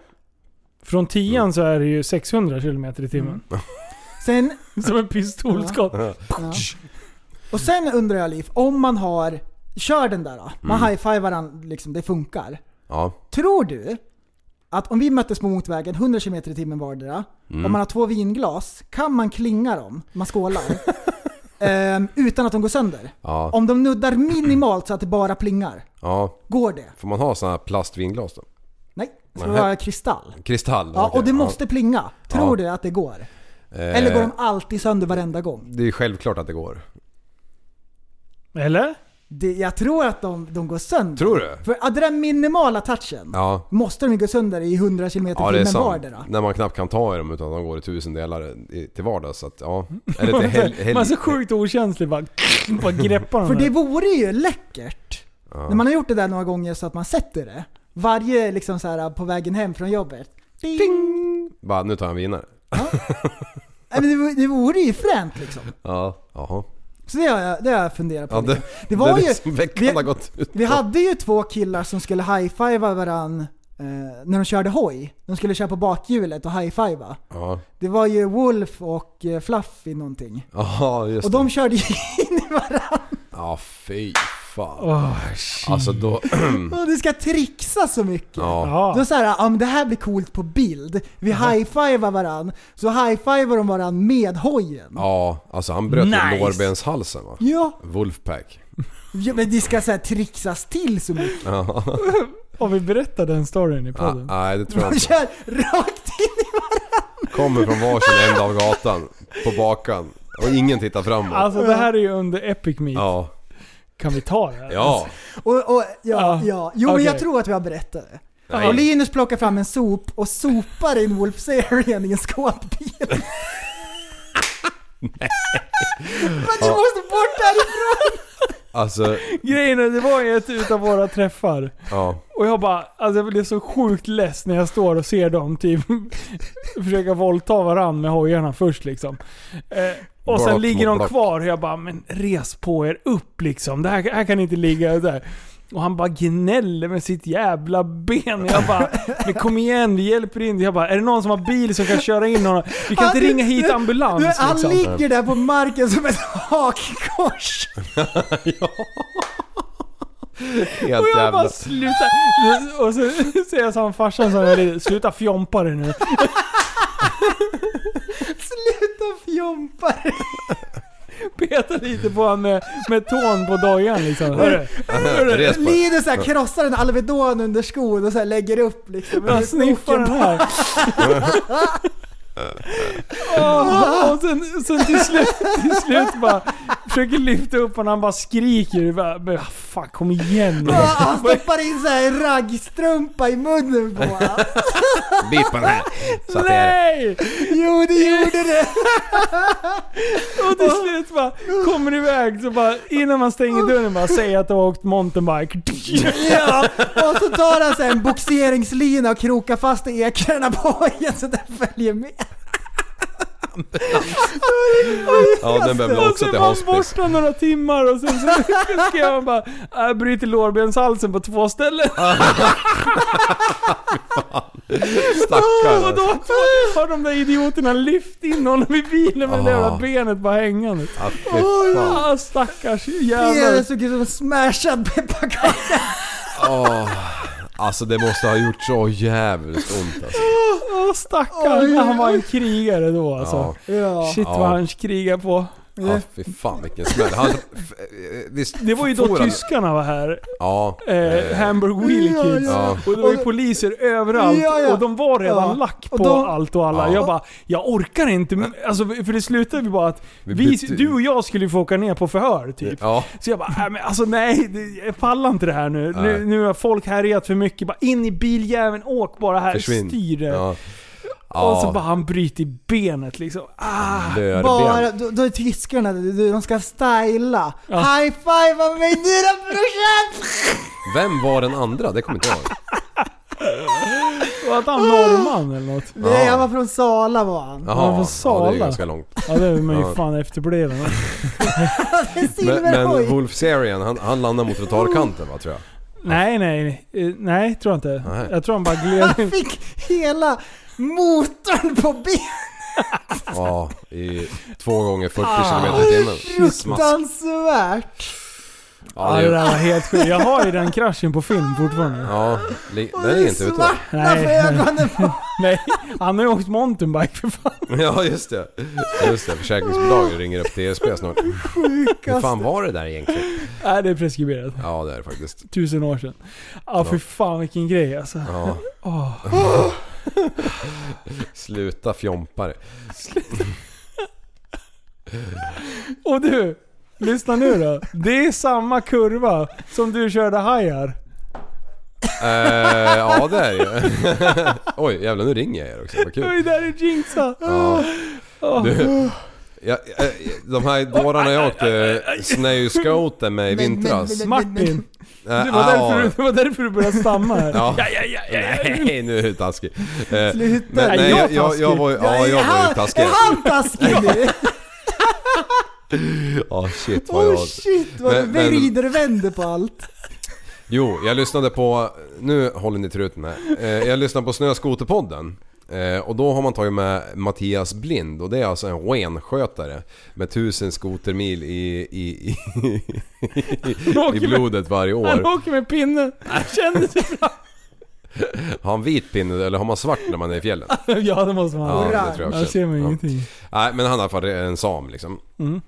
Från tian så är det ju 600 km i timmen. Sen... *laughs* Som en pistolskott. Ja. Och sen undrar jag Liv, om man har... Kör den där då. Man Mm. high-fivar varandra, liksom, det funkar. Ja. Tror du att om vi möttes på motvägen 100 km i timmen vardera, Mm. om man har två vinglas, kan man klinga dem, *laughs* man skålar, ehm, utan att de går sönder? Ja. Om de nuddar minimalt så att det bara plingar, Ja. går det? Får man ha såna här plastvinglas då? Nej, det ska Nähä. vara kristall. Kristall? Ja, okej. och det måste plinga. Tror Ja. du att det går? Eh, Eller går de alltid sönder varenda gång? Det är självklart att det går. Eller? Det, jag tror att de, de går sönder. Tror du? För ja, den där minimala touchen, Ja. måste de ju gå sönder i 100 km Ja det är timmen sant. vardera. När man knappt kan ta i dem utan de går i tusen delar i- till vardags. Så att, ja. Mm. Eller *laughs* till hel, hel, Man är så sjukt okänslig bara, *laughs* bara greppar dem För det där. vore ju läckert, Ja. när man har gjort det där några gånger så att man sätter det. Varje liksom så här på vägen hem från jobbet. Ding! Bara, nu tar jag en vinare. Nej, men det, vore- det vore ju fränt liksom. Ja. Jaha. Så det har jag, det har jag funderat på. Ja, lite. det, det *laughs* det var är ju- det som veckan vi- har gått ut Vi på. hade ju två killar som skulle high-fiva varann eh, när de körde hoj. De skulle köra på bakhjulet och high-fiva. Ja. Det var ju Wolf och eh, Fluffy någonting. Jaha, just och de det. körde ju *laughs* Ja, fy fan. Åh, alltså då... *clears throat* Och det ska trixa så mycket. Ja. Då så här, ja men det här blir coolt på bild. Vi high-fivar varann, så high-fivar de varann med hojen. ja, alltså han bröt Nice. ju lårbenshalsen va? Ja. Wolfpack. Ja, men det ska så här trixas till så mycket. Ja. *laughs* Har vi berättat den storyn i Ah, podden? nej, det tror jag De *laughs* inte. kör rakt Kommer från varsin ända av gatan. På bakan. Och ingen tittar framåt. Alltså det här är ju under Epic Meet. Ja. Kan vi ta det? här? Ja. Och, och, ja, Ja. ja. Jo men Okej. jag tror att vi har berättat det. Nej. Och Linus plockar fram en sop och sopar in Wolf Serien i en skåpbil. Men du Ja. måste bort därifrån! Alltså, *laughs* Grejen är, det var ju ett utav våra träffar. ja. Och jag bara, alltså jag blev så sjukt less när jag står och ser dem typ *laughs* försöka våldta varann med hojarna först liksom. Eh, och sen Block ligger mot de block. kvar och jag bara, men res på er upp liksom. Det här, här kan ni inte ligga där. Och han bara gnäller med sitt jävla ben. Och Jag bara, men kom igen, det hjälper inte. Jag bara, är det någon som har bil som kan köra in honom? Vi kan inte Han- ringa hit ambulans Du, han liksom. ligger där på marken som ett hakkors. Helt och jag jävla... bara sluta. Och så *laughs* säger jag som farsan som är lite, sluta fjompa dig nu. Sluta fjompa dig. Peta lite på honom med, med tån på dojan liksom. Hörru, hörru. Res på er. Linus så här krossar en Alvedon under skon och så här lägger upp liksom. Han sniffar den här. *laughs* Åh, och sen, sen till slut, till slut bara försöker lyfta upp honom. Han bara skriker. Bara, men fan kom igen nu. Ja, han stoppar in så här en raggstrumpa i munnen på honom. Bit på den här. Så att det är... Nej! Jo, det gjorde det! Och till slut bara kommer iväg så bara innan man stänger dörren bara säger att du har åkt mountainbike. Ja, och så tar han så här en boxeringslina och krokar fast i ekrarna på hojen så den följer med. Ja, den behöver Och också sen till var han hospice. borta några timmar och sen så skrev han bara jag bryter lårbenshalsen på två ställen. Och Stackarn. då har de där idioterna lyft in honom i bilen med det Ah. jävla benet bara hängandes. Ja, fy fan. Oh, stackars jävlar. Det såg ut som en smashad pepparkaka. Åh, Alltså det måste ha gjort så jävligt ont alltså. Åh, Ah, stackars. Oj, oj, oj. Han var en krigare då alltså. Ja. Ja. Shit Ja. vad han krigade på. Ja, fy fan vilken smäll. Han, f- eh, visst, Det var ju for då han- tyskarna var här. Ja. Eh, Hamburg Wheel Ja, Kids. ja. Och det var ju poliser överallt. Ja, ja. Och de var redan Ja. lack på Och de- allt och alla. Ja. Jag bara, jag orkar inte. men- Alltså, för det slutade ju bara att Vi vi bytte- du och jag skulle ju få åka ner på förhör typ. Ja. Så jag bara, äh, men alltså nej, det- jag pallar inte det här nu. Nej. Nu, nu har folk härjat för mycket. Bara in i biljäveln, åk bara här, Försvinn. styr det. Ja. Och så Ja. bara han bryter i benet liksom. Ah, Lörben. Bara, då, då är tyskarna, de, de ska styla. Ja. High five av mig dyra brorsan! Vem var den andra? Det kommer inte *laughs* jag ihåg. Var inte han norrman eller något? Nej, han var från Sala var *laughs* han. Jaha, Han var från ja, Sala. det är ganska långt. Ja det är man ju Ja. fan efterbliven. Men, men Silverhoj. Wolf Serian, han, han landade *laughs* mot trottoarkanten va, tror jag. Nej, nej, nej. Eh, Nej, tror jag inte. Nej. Jag tror han bara gled *laughs* Han in. fick hela motorn på benet. Ja, i två gånger 40 Ah. km i timmen. Smask. Fruktansvärt. Ja, det där var helt sjukt. Jag har ju den kraschen på film fortfarande. Ja, li- den är inte ute. Nej. ögonen nej, han har ju åkt mountainbike för fan. *laughs* Ja, just det. Just det, försäkringsbolaget ringer upp TSB *laughs* snart. Hur fan var det där egentligen? Nej, det är preskriberat. Ja, det är det faktiskt. Tusen år sedan. Ja, fy fan vilken grej alltså. Ja. Åh. *laughs* Sluta fjompa det. Och du, lyssna nu då. Det är samma kurva som du körde hajar. Eh, ja, det är det *laughs* Oj, jävlar nu ringer jag er också. Vad Det var kul. ju där du jinxade. Ja. Åh. Du, jag, eh, de här dårarna jag åkte snöskoter med i vintras. Martin, Eh, det var, ah, därför, det var därför du började stamma här. Ja. Ja, ja, ja, ja, ja. Nej, nu är du taskig. Eh, Sluta. men, Är nej, jag jag, jag, taskig? jag var ju, ja, Nej, jag var ju han- taskig. är han taskig nu? Ja, shit vad jag... Oh shit, vad Men- du men- vrider och vänder på allt. Jo, jag lyssnade på... Nu håller ni truten med. Eh, jag lyssnade på Snöskoterpodden. Eh, och då har man tagit med Mattias Blind och det är alltså en renskötare med tusen skotermil i, i, *laughs* i, i, i blodet varje Han år. åker med pinnen. Kände sig fram. Har han vit pinne eller har man svart när man är i fjällen? Ja, det måste man Ja, ha. det tror jag också. Där ser man ju Ja. ingenting. Nej, men han är i alla fall en sam liksom. Mm.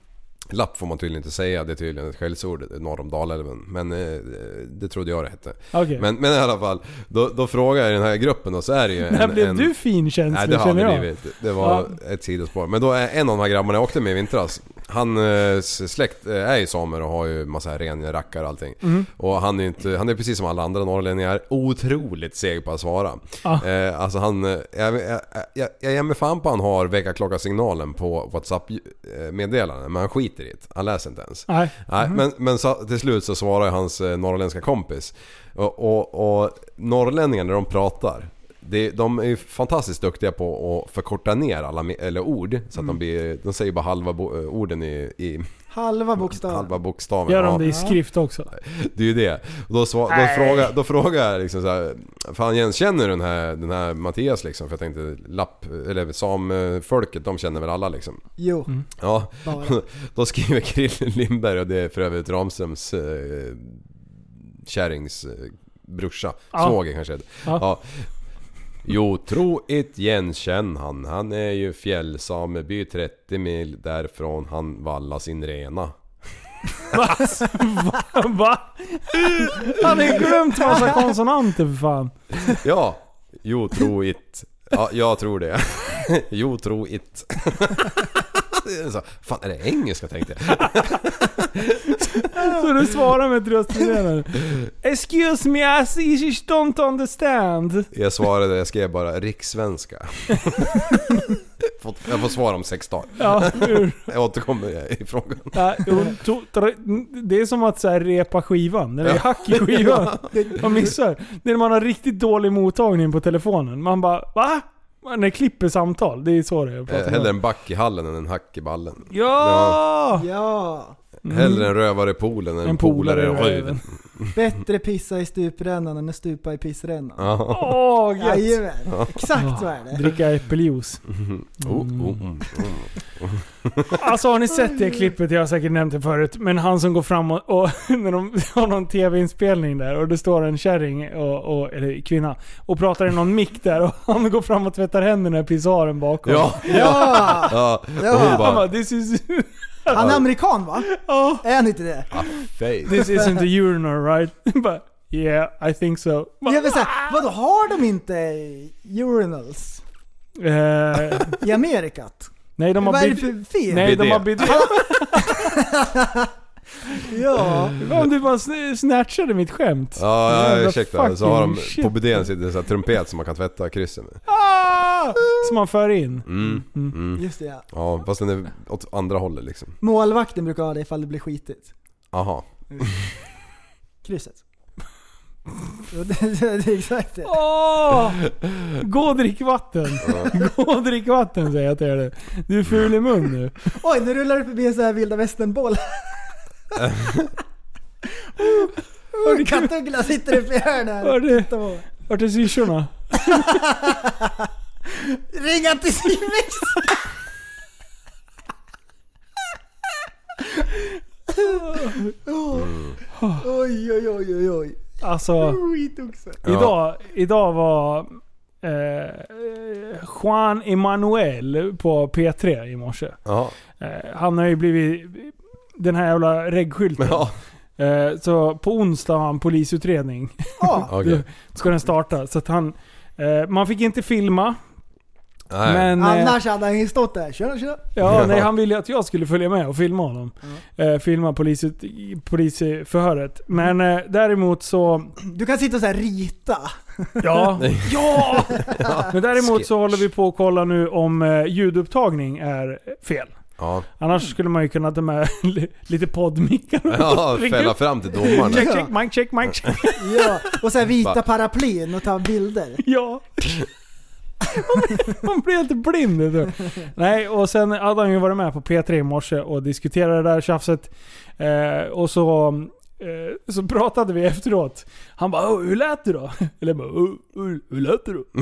Lapp får man tydligen inte säga, det är tydligen ett skällsord norr om Dalälven. Men eh, det trodde jag det hette. Okej. Men, men i alla fall, då, då frågar jag i den här gruppen och så är det ju När en... blev en, du Nej finkänslig det har känner aldrig jag? blivit. Det var ett sidospår. Men då är en av de här grabbarna jag åkte med i vintras. Han eh, s- släkt eh, är ju samer och har ju massa renrackar och allting. Mm. Och han är ju inte, han är precis som alla andra norrlänningar otroligt seg på att svara. Ah. Eh, alltså han, eh, jag, jag, jag, jag ger mig fan på han har väckarklockan-signalen på WhatsApp-meddelanden. eh, Men han skiter i det. Han läser inte ens. Nej. Nej, men, men så, till slut så svarar ju hans eh, norrländska kompis. Och, och, och norrlänningar när de pratar, det, de är ju fantastiskt duktiga på att förkorta ner alla me- eller ord. Så att de, Mm. blir, de säger bara halva bo, eh, orden i, i Halva bokstaven. halva bokstaven. Gör de Ja. det i skrift också? Det är ju det. Och Då, sva, då, Nej. frågar, då frågar jag liksom så här, Fan Jens, känner du den här, den här Mattias liksom? För jag tänkte lapp, eller samfolket, de känner väl alla liksom. Jo. Mm. Ja, Bara. *laughs* då skriver Krille Lindberg och det är för övrigt Ramströms eh, kärrings eh, brorsa. Ja. Svåger kanske det heter. Ja. ja. Jo, tro ett igenkänn han. Han är ju fjällsameby 30 mil därifrån han vallar sin rena. Va? *laughs* Va? Han har ju glömt massa konsonanter för fan. Ja, jo tro it. Ja, jag tror det. *laughs* Jo tro it. *laughs* Det är Så, fan är det engelska tänkte jag. Så du svarar med *laughs* ett röstmeddelande. Excuse me, I just don't understand. Jag svarade, jag skrev bara rikssvenska. *laughs* Fått- Jag får svar om sex dagar. Ja, hur? Jag återkommer i frågan. Ja, jo, to- tre- Det är som att så här repa skivan. Den är Ja. hack *laughs* i skivan. Ja. Man missar. Det är när man har riktigt dålig mottagning på telefonen. Man bara va? Man är klipper samtal. Det är så det är. att prata Eh, med. Hellre en back i hallen än en hack i ballen. Ja! Ja! Hellre en rövare i poolen än en polare i röven. Bättre pissa i stuprännan än att stupa i pissrännan. Ja. Åh, gött. Jajamän. Ja. Exakt vad är det? Dricka äppeljuice. Oh, oh, oh, oh. Alltså har ni sett det klippet? Jag har säkert nämnt det förut. Men han som går fram och, och *laughs* när de har någon tv-inspelning där och det står en kärring, och, och, eller kvinna, och pratar i någon mick där och *laughs* han går fram och tvättar händerna i pissoaren bakom. Ja! ja. ja. Och Han hon bara bara... this is... *laughs* oh." Han är amerikan va? Ja. Är han inte det? Fej. This isn't a urinal *laughs* right? But yeah, I think so. Jag vill säga, vadå har de inte urinals Eh, i Amerikat? nej, de har Vad är det bid- för fel? Nej, de Bidé. har bidé. *laughs* Ja, Om du bara sn- snatchade mitt skämt. Ja, ja Jävla ursäkta. Så har de, fucking shit. på bidén sitter en sån här trumpet som man kan tvätta krysset med. Ah! Som man för in. Mm. just det ja. Ja, fast den är åt andra hållet liksom. Målvakten brukar ha det ifall det blir skitigt. Aha. Krysset. *laughs* Jo, det, det, det är exakt det. Åh! Gå och drick vatten. *laughs* Gå och drick vatten säger jag till dig. Du är ful i mun nu. Oj, nu rullar det förbi en sån här vilda västern-boll. Hörde du, Kattuggla sitter uppe i hörnet här. hörde, Titta på. vart är syrsorna? Ringa till Cimex! Oj, oj, oj, oj, oj. Alltså, Skit också. idag, idag var eh, Juan Emanuel på P3 i morse. Jaha. Eh, han har ju blivit den här jävla reggskylten. Ja, Eh, så på onsdag har han polisutredning. Ja, okej. Ska den starta. Så att han, eh, man fick inte filma. Nej. Men, eh, annars hade han ju stått där. Tjena, tjena. Ja, Ja. nej, han ville ju att jag skulle följa med och filma honom. Eh, filma poliset, polisförhöret. Men eh, däremot så... Du kan sitta och så här rita. *laughs* Ja! ja! Men däremot så håller vi på att kolla nu om eh, ljudupptagning är fel. *laughs* Ja, Annars skulle man ju kunna ta med *laughs* li- lite poddmickar. ja fälla fram till domaren. Check, check, mic check, mic check. Ja. Och så här vita Va? paraplyn och ta bilder. Ja. Man blir helt blind. vet du. Nej, och sen hade han ju varit med på P3 i morse och diskuterade det där tjafset. Eh, och så, eh, så pratade vi efteråt. Han bara "Åh, 'Hur lät det då?' Eller jag bara "Åh, hur, hur lät det då?' *laughs*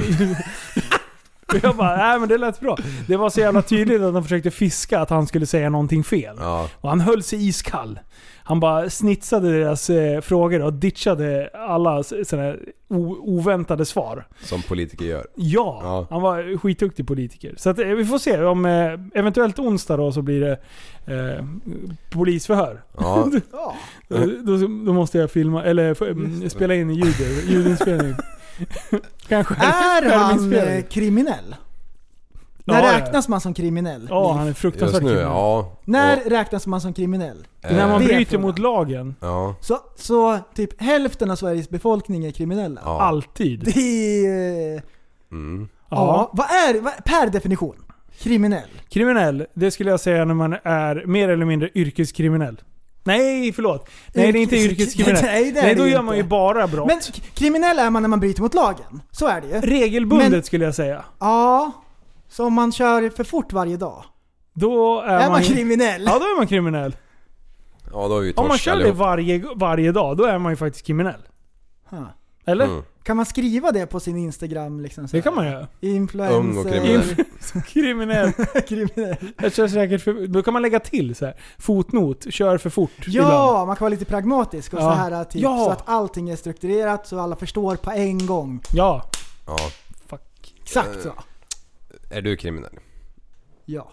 Och jag bara 'Nej men det lät bra' Det var så jävla tydligt att han försökte fiska att han skulle säga någonting fel. Ja. Och han höll sig iskall. Han bara snitsade deras eh, frågor och ditchade alla s- såna här o- oväntade svar. Som politiker gör. Ja, Ja. han var skitduktig politiker. Så att, eh, vi får se om eh, eventuellt onsdag då så blir det eh, polisförhör. *laughs* Ja. Ja. Då, då, då måste jag filma, eller f- mm, spela in ljud, ljudinspelning. *laughs* Kanske. Är han Skärminspelning. eh, kriminell? Ja, När ja. räknas man som kriminell? Ja, han är Just fruktansvärt nu, kriminell. ja. När Och, räknas man som kriminell? eh, När man Det är bryter frågan. mot lagen. Ja. Så, så typ hälften av Sveriges befolkning är kriminella. ja. Alltid. Det är... eh, Mm. Ja, vad är, vad, per definition, kriminell? Kriminell, det skulle jag säga när man är mer eller mindre yrkeskriminell. Nej, förlåt. Nej, det är inte Yrkes- *laughs* yrkeskriminell. Nej, det är Nej, då det gör inte. man ju bara brott. Men k- kriminell är man när man bryter mot lagen. Så är det ju. Regelbundet men- skulle jag säga. Ja, så om man kör för fort varje dag. Då är, Är man, ju- kriminell? Ja, då är man kriminell. Ja, då är vi Om man torsk kör det allihop. varje, varje dag, då är man ju faktiskt kriminell. Huh. Eller? Mm. Kan man skriva det på sin Instagram? Liksom, så Det här? kan man göra. Influencer. Ung och *laughs* kriminell. *laughs* kriminell. kriminell. Jag kör säkert för, då kan man lägga till så här. fotnot, kör för fort. ibland. Ja, man kan vara lite pragmatisk och Ja. så här typ, Ja. så att allting är strukturerat så alla förstår på en gång. ja. Ja. Fuck. Exakt så. Är du kriminell? Ja.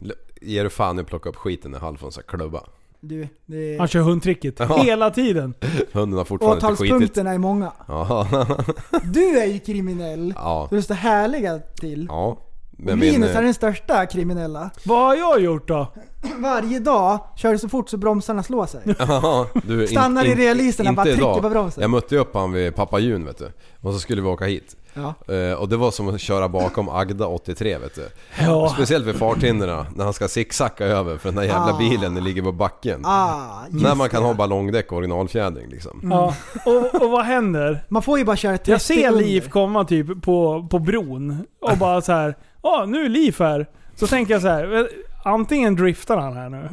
L- Ger du fan i att plocka upp skiten när Halvon ska klubba? Du, det Han är... kör hundtricket. Ja. Hela tiden. Hunden har fortfarande inte skitit. Åtalspunkterna är många. Ja. *laughs* Du är ju kriminell. Ja. Du är så härliga till. Ja. Men Linus min, eh, är den största kriminella. Vad har jag gjort då? Varje dag kör du så fort så bromsarna slår sig. Ja, du, in- Stannar i in- realisterna, inte bara trycker idag. på bromsen. Jag mötte ju upp han vid pappa Jun vet du. Och så skulle vi åka hit. Ja. Eh, och det var som att köra bakom Agda 83 vet du. Ja. Speciellt vid farthinderna när han ska zigzacka över för den där jävla bilen den ligger på backen. Ah, just när man kan det. Mm. ha ballongdäck och originalfjädring liksom. Ja. Och, och vad händer? Man får ju bara köra 30 Jag ser under. Liv *laughs* komma typ på, på bron och bara så här. Ja, nu är Liv här. Så tänker jag så här. "Eh, Antingen driftar han här nu.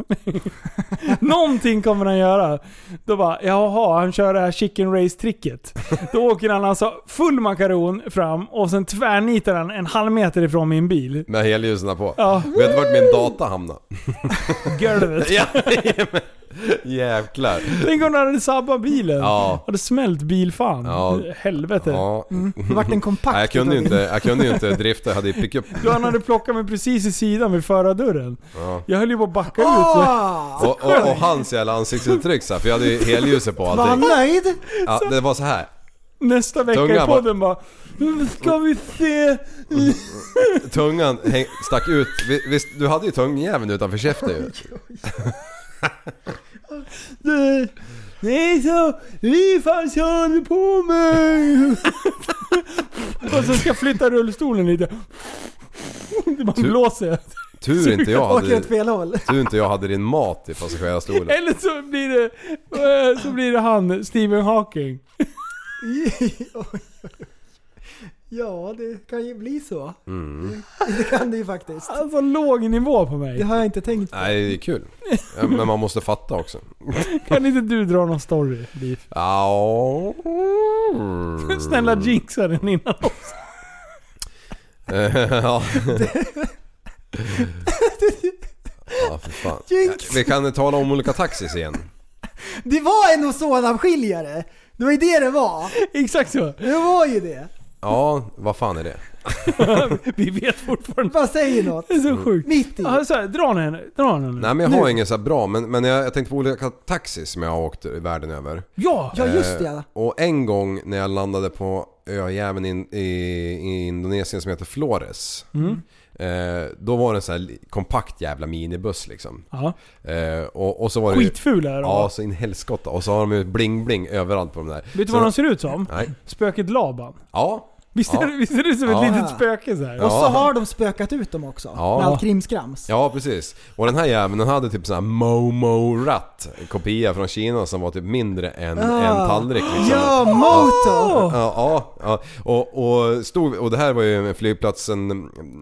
*laughs* Någonting kommer han göra. Då bara, jaha, han kör det här chicken race-tricket. Då åker han alltså full makaron fram och sen tvärnitar han en halv meter ifrån min bil. Med helljusen på. Ja. Vet du vart min data hamnade? *laughs* Golvet. Ja, jajamän. Jävlar. Tänk om han hade sabbat bilen. Ja. Hade smält bil fan. Ja. Helvete. Ja. Det vart en kompakt Nej, jag kunde ju utav inte, jag kunde ju inte drifta, jag hade ju pickup. Då han hade plockat mig precis i sidan vid förardörren. Ja. Jag höll ju på att backa ut. Ah! Och, och, och hans jävla ansiktsuttryck så här, för jag hade ju helljuset på Var han allting. nöjd? Ja, det var så här. Nästa vecka i Tungan bara- podden bara... "Mm, Ska vi se... Tungan häng, stack ut. Vi- Visst, du hade ju tungjäveln utanför käften ju. Det, det är så... Vi fan körde på mig! Och så ska jag flytta rullstolen lite. Det bara blåser. Tur inte jag Åker hade, åt fel håll. tur inte jag hade din mat i passagerarstolen. Eller så blir det... eh, Så blir det han, Stephen Hawking. Oj, oj, oj. Ja, det kan ju bli så. Mm. Det kan det ju faktiskt. Alltså låg nivå på Det mig. har jag inte tänkt på. Nej, det är kul. Ja, Men man måste fatta också. Kan inte du dra någon story, Liv? Ja. Mm. Snälla jinxa den innan ja. ja, för fan. Jinx! Vi kan tala om olika taxis igen. Det var en ozonavskiljare! Det var ju det det var. Exakt så. Det var ju det. Ja, vad fan är det? Vi vet fortfarande. Vad säger något? Det är så sjukt. Mitt i. Ja, så här, dra den här, dra den här nu. Nej men jag har inget så här bra, men, men jag, jag tänkte på olika taxis som jag har åkt världen över. Ja! Ja, just det. ja. Och en gång när jag landade på öjäveln in, i, i Indonesien som heter Flores. Mm. Eh, då var det en sån här li- kompakt jävla minibuss liksom. Ja. Eh, och, och så var det ju- Skitful är de. Ja, så in i helskotta. Och så har de ju bling-bling överallt på de där. Vet du Så- vad de ser ut som? Nej. Spöket Laban. Ja. Visst, Ja. är, det- visst är det som Ja. ett litet spöke så här? Och så Ja. har de spökat ut dem också. Ja. Med allt krimskrams. Ja, precis. Och den här jäveln den hade typ sån här Momo-ratt. Kopia från Kina som var typ mindre än en tallrik liksom. Ah. Ja, Moto! Ja, ja, ja. Och, och, stod, och det här var ju flygplatsen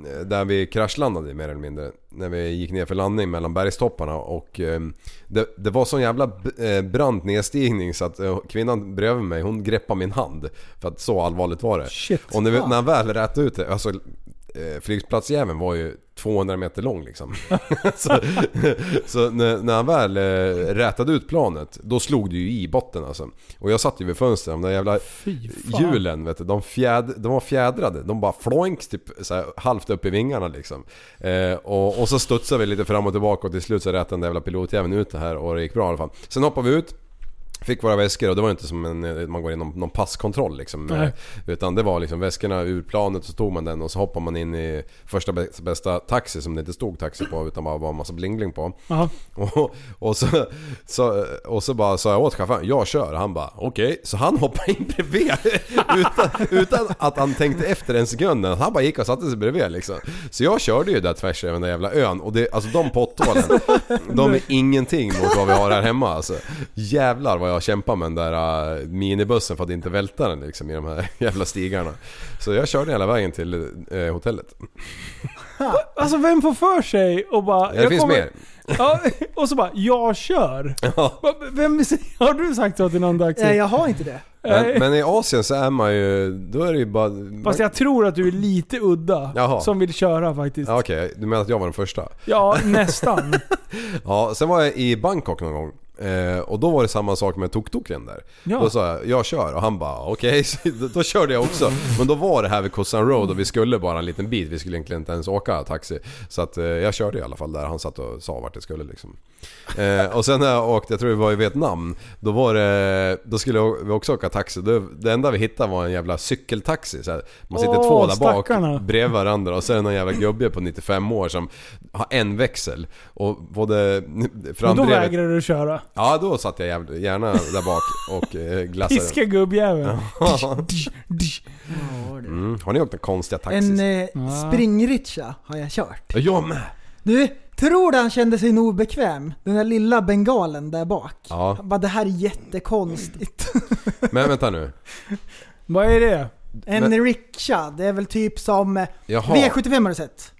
eh, där vi kraschlandade mer eller mindre. När vi gick ner för landning mellan bergstopparna och eh, det, det var sån jävla b- eh, brant nedstigning så att eh, kvinnan bredvid mig hon greppade min hand. För att så allvarligt var det. Shit. och när, vi, när han väl rätade ut det, alltså eh, flygplatsjäveln var ju 200 meter lång liksom. *laughs* så så när, när han väl eh, rätade ut planet, då slog det ju i botten alltså. Och jag satt ju vid fönstret, de där jävla hjulen vet du, de, fjäd, de var fjädrade. De bara floinks typ så här, halvt upp i vingarna liksom. Eh, och, och så studsade vi lite fram och tillbaka och till slut så rätade den där jävla pilotjäveln ut det här och det gick bra i alla fall. Sen hoppade vi ut. Fick våra väskor och det var inte som en, eh, man går igenom någon passkontroll liksom. Nej. Utan det var liksom väskorna ur planet så tog man den och så hoppade man in i första bä- bästa taxi som det inte stod taxi på utan bara var en massa bling-bling på. Jaha. Och, och, så, så, och så bara sa jag åt chauffören, jag kör. Han bara okej. Så han hoppade in bredvid *laughs* utan, utan att han tänkte efter en sekund. Han bara gick och satte sig bredvid liksom. Så jag körde ju där tvärs över den där jävla ön och det, alltså de potthålen, de är ingenting mot vad vi har här hemma alltså. Jävlar vad jag kämpar med den där äh, minibussen för att inte välta den liksom i de här *laughs* jävla stigarna. Så jag körde hela vägen till eh, hotellet. Alltså vem får för sig och bara... Det jag finns kommer- mer. Ja, *laughs* och så bara, jag kör. Va- Vem, *laughs* har du sagt så till någon dags? Nej, Eh, jag har inte det. Men, men i Asien så är man ju, då är det ju bara... Fast jag tror att du är lite udda Jaha. som vill köra faktiskt. Ja, Ja, Okej, du menar att jag var den första? *laughs* nästan. Ja, sen var jag i Bangkok någon gång. Eh, och då var det samma sak med tuk-tuken där. Ja. Då sa jag, jag kör. Och han bara, okej. *laughs* så Då, då körde jag också. Men då var det här vid Koh San Road och vi skulle bara en liten bit. Vi skulle egentligen inte ens åka taxi. Så att eh, jag körde i alla fall där. Han satt och sa vart det skulle liksom. Eh, och sen när jag åkte, jag tror vi var i Vietnam. Då var det, då skulle vi också åka taxi. Det, det enda vi hittade var en jävla cykeltaxi. Så här, man sitter Åh, två där bak stackarna. bredvid varandra och så är det någon jävla gubbe på 95 år som har en växel. Och både Men då framdrevet... vägrar du köra. Ja, då satt jag jävla- gärna där bak och *laughs* eh, glassade. Piska gubbjäveln. Mm. Har ni åkt några konstiga En taxis? eh, springritcha har jag kört. Jag med! Du, tror du han kände sig nog obekväm? Den där lilla bengalen där bak. Ja, Mm. Han bara, det här är jättekonstigt. men vänta nu. Vad är det? En Men- riksha, det är väl typ som... eh, Jaha. V75 har du sett?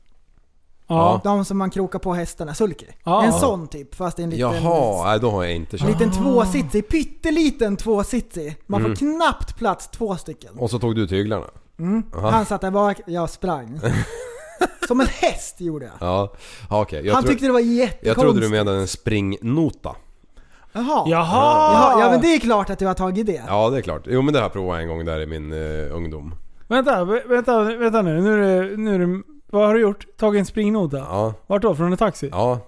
Ja. De som man krokar på hästarna, sulky. Ja. En sån typ, fast en liten... Jaha, nej då har jag inte En kört. liten tvåsitsig, pytteliten tvåsitsig. Man Mm. får knappt plats två stycken. Och så tog du tyglarna? Aha. Han satt där bak, *laughs* jag sprang. Som en häst gjorde jag. Ja, ja okej. Jag, Han tro- tyckte det var jättekonstigt. jag trodde du menade en springnota. Jaha. Jaha! Ja, ja men det är klart att du har tagit det. Ja, det är klart. Jo men det har jag provat en gång där i min eh, ungdom. Vänta, vä- vänta, vänta nu. Nu är det, nu är det Vad har du gjort? Tagit en springnota? Ja. Vart då? Från en taxi? Ja.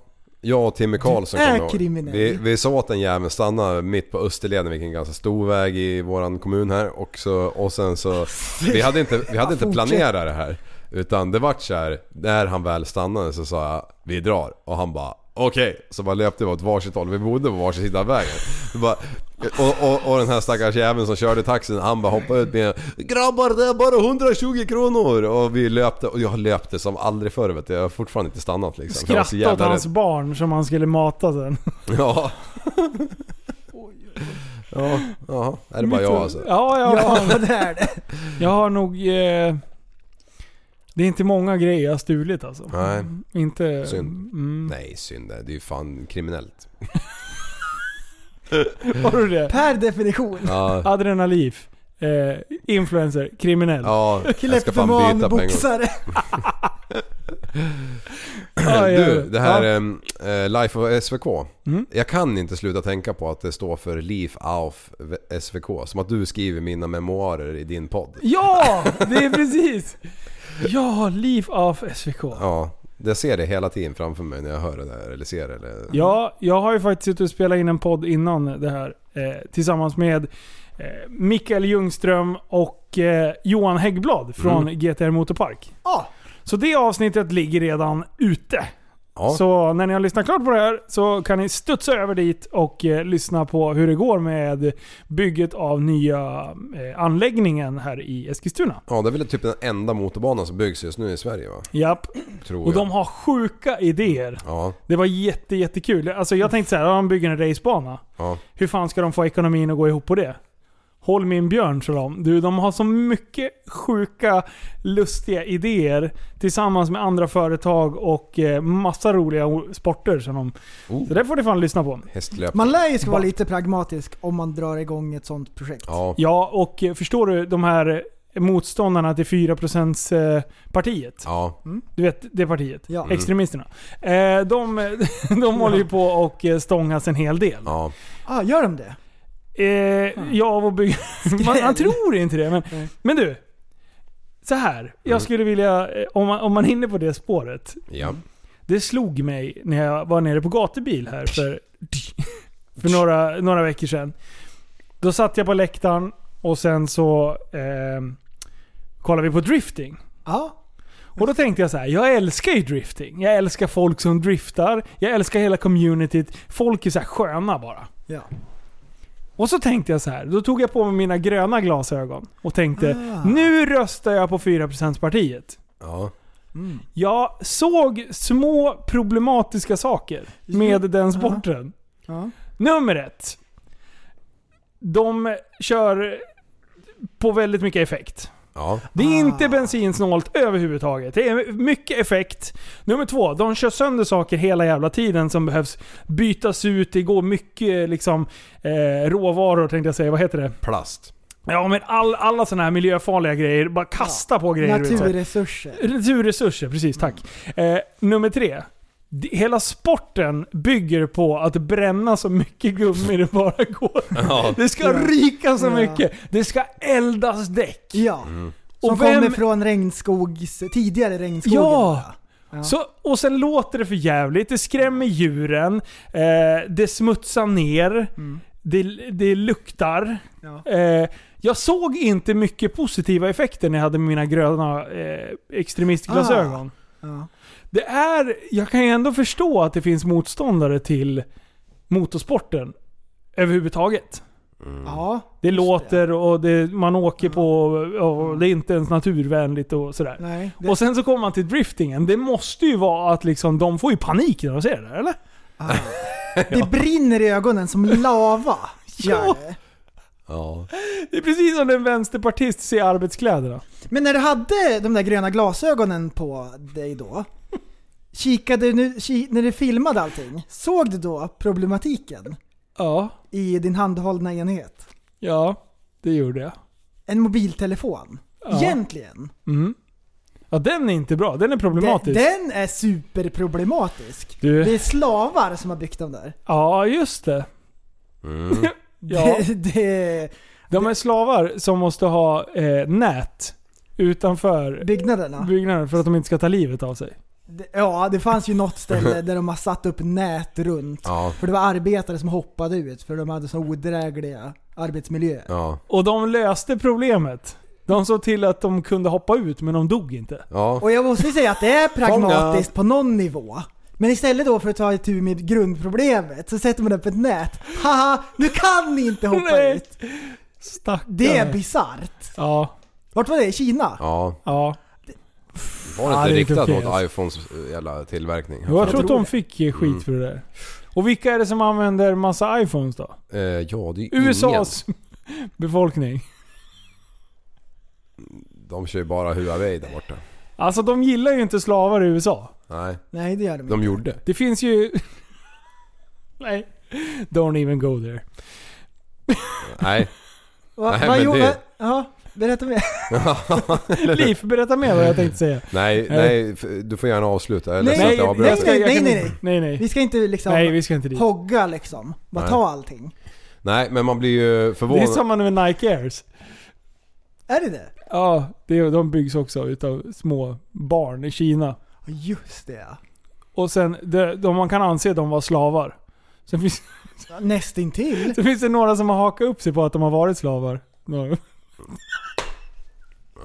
Jag och Timmy Karlsson Typ. Du är kommer jag ihåg. kriminell. Vi, vi sa åt den jäveln stanna mitt på Österleden, vilket är en ganska stor väg i våran kommun här. Och, så, och sen *laughs* så... Vi hade inte, vi hade inte Fortsätt. planerat det här. Utan det vart så här, när han väl stannade så sa jag vi drar. Och han bara okej. Så bara löpte vi åt varsitt håll. Vi bodde på varsin sida av vägen. Vi Bara, och, och, och den här stackars jäveln som körde taxin, han bara hoppade ut med Grabbar det är bara 120 kronor! Och vi löpte och jag löpte som aldrig förr vet du. Jag har fortfarande inte stannat liksom. För jag var så Skratta åt jävla hans rädd. barn som han skulle mata sen. Ja. *laughs* Ja, ja. Är det bara jag alltså? Ja, ja. Ja, fan. det är det. Jag har nog... Eh, det är inte många grejer jag har stulit alltså. Nej. Inte... Synd. Mm. Nej, synd. Det är ju fan kriminellt. Har du det? Per definition. Ja. Adrenaliv. Eh, influencer. Kriminell. Ja, jag ska fan byta på en gång. Ja, ja, *clears throat* ja. Du, det här Ja. ehm, eh, Life of SVK. Mm. Jag kan inte sluta tänka på att det står för Life of SVK. Som att du skriver mina memoarer i din podd. Ja! Det är precis! Ja, Liv av SVK. Ja, jag ser det hela tiden framför mig när jag hör det där eller ser det. Eller... Ja, jag har ju faktiskt suttit och spelat in en podd innan det här. Eh, tillsammans med eh, Mikael Ljungström och eh, Johan Häggblad från Mm. GTR Motorpark. Så det avsnittet ligger redan ute. Så när ni har lyssnat klart på det här så kan ni studsa över dit och eh, lyssna på hur det går med bygget av nya eh, anläggningen här i Eskilstuna. Ja, det är väl typ den enda motorbanan som byggs just nu i Sverige va? Japp. Tror Och jag. de har sjuka idéer. Ja, Det var jätte, jättekul. Alltså jag tänkte så här, ja, de bygger en racebana. ja. Hur fan ska de få ekonomin att gå ihop på det? Håll min björn, sa de. Du, de har så mycket sjuka, lustiga idéer tillsammans med andra företag och eh, massa roliga o- sporter. Som de... Oh. Så det får ni fan lyssna på. Hästlöp. Man lär ju ska vara lite pragmatisk om man drar igång ett sånt projekt. Ja. Ja, och eh, förstår du de här eh, motståndarna till 4% eh, partiet? Ja. Du vet det partiet? Ja. Mm. Extremisterna. Eh, de *laughs* de håller ju på och eh, stångas en hel del. Ja. Ah, gör de det? Eh, ja, vad bygger... man, man tror inte det. Men, men du. Så här. Jag skulle vilja, eh, om man, om man är inne på det spåret. Ja. Det slog mig när jag var nere på gatubil här för, för några, några veckor sedan. Då satt jag på läktaren och sen så eh, kollade vi på drifting. Ja. Och då tänkte jag så här, jag älskar ju drifting. Jag älskar folk som driftar. Jag älskar hela communityt. Folk är så här sköna bara. Ja. Och så tänkte jag så här. Då tog jag på mig mina gröna glasögon och tänkte Ah. nu röstar jag på 4%-partiet. Ja. Jag såg små problematiska saker med den sporten. Ja. Nummer ett. De kör på väldigt mycket effekt. Ja. Det är inte bensinsnålt överhuvudtaget. Det är mycket effekt. Nummer två, de kör sönder saker hela jävla tiden som behövs bytas ut. Det går mycket liksom, eh, råvaror tänkte jag säga. Vad heter det? Plast. Ja men all, alla sådana här miljöfarliga grejer. Bara kasta på grejer. du vet, så här. Naturresurser. Naturresurser, precis. Tack. Eh, nummer tre. D- Hela sporten bygger på att bränna så mycket gummi det bara går. Ja. Det ska Ja. ryka så Ja. mycket. Det ska eldas däck. Ja. Mm. Som Och vem- kommer från regnskogs, tidigare regnskogen. Ja! Ja. Så, och sen låter det för jävligt. Det skrämmer djuren. Eh, det smutsar ner. Mm. Det, det luktar. Eh, jag såg inte mycket positiva effekter när jag hade mina gröna eh, extremistglasögon. Ah. Ja. Det är, jag kan ju ändå förstå att det finns motståndare till motorsporten överhuvudtaget. Ja. Det låter och det, man åker på och det är inte ens naturvänligt och sådär. Nej. Och sen så kommer man till driftingen. Det måste ju vara att liksom, de får ju panik när de ser det där, eller? Det brinner i ögonen som lava. *laughs* Ja. Ja. Det är precis som när en vänsterpartist ser arbetskläderna. Men när du hade de där gröna glasögonen på dig då, kikade du nu, ki, när du filmade allting, såg du då problematiken? Ja. I din handhållna enhet? Ja, det gjorde jag. En mobiltelefon? Ja. Egentligen? Mm. Ja, den är inte bra. Den är problematisk. Den är superproblematisk. Du. Det är slavar som har byggt dem där. Ja, just det. Ja. *laughs* *laughs* Det, det, De är slavar som måste ha eh, nät utanför byggnaderna. byggnaden för att de inte ska ta livet av sig. Det- Ja, det fanns ju något ställe där de har satt upp nät runt. Ja. För det var arbetare som hoppade ut för de hade så odrägliga arbetsmiljöer. Och de löste problemet. De såg till att de kunde hoppa ut men de dog inte. Och jag måste ju säga att det är pragmatiskt på någon nivå. Men istället då för att ta itu med grundproblemet så sätter man upp ett nät. Haha, nu kan ni inte hoppa Nej. ut! Stackare. Det är bisarrt. Ja. Vart var det? I Kina? Ja. Ja. Var det Ja, inte det är inte riktat okej, mot alltså. iPhones eh, jävla tillverkning? Jo, jag tror att de det. fick eh, skit Mm. för det där. Och vilka är det som använder massa iPhones då? Eh, ja, det är ju USAs *laughs* befolkning. ingen. De kör ju bara Huawei där borta. Alltså de gillar ju inte slavar i USA. Nej. Nej, det gör de De gjorde. Det finns ju... *laughs* Nej. Don't even go there. Nej. Va, Nej, vad men gjorde... det- Ja, berätta mer. Liv, berätta mer vad jag tänkte säga. Nej, *laughs* Eh, nej, f- du får gärna avsluta. Jag är ledsen att Nej, jag jag avbröt ska- dig. jag Nej, kan- nej, nej. nej, nej. Vi ska inte liksom Nej, vi ska inte dit. hogga liksom. Bara Nej. ta allting. Nej, men man blir ju Det är förvånad. samma med Nike Airs. Är det det? Ja, det, de byggs också utav små barn i Kina. Ja, Just det. Och sen, de, de, man kan anse dem vara slavar. Sen finns, ja. Nästintill. sen finns *laughs* det några som har hakat upp sig på att de har varit slavar. Några.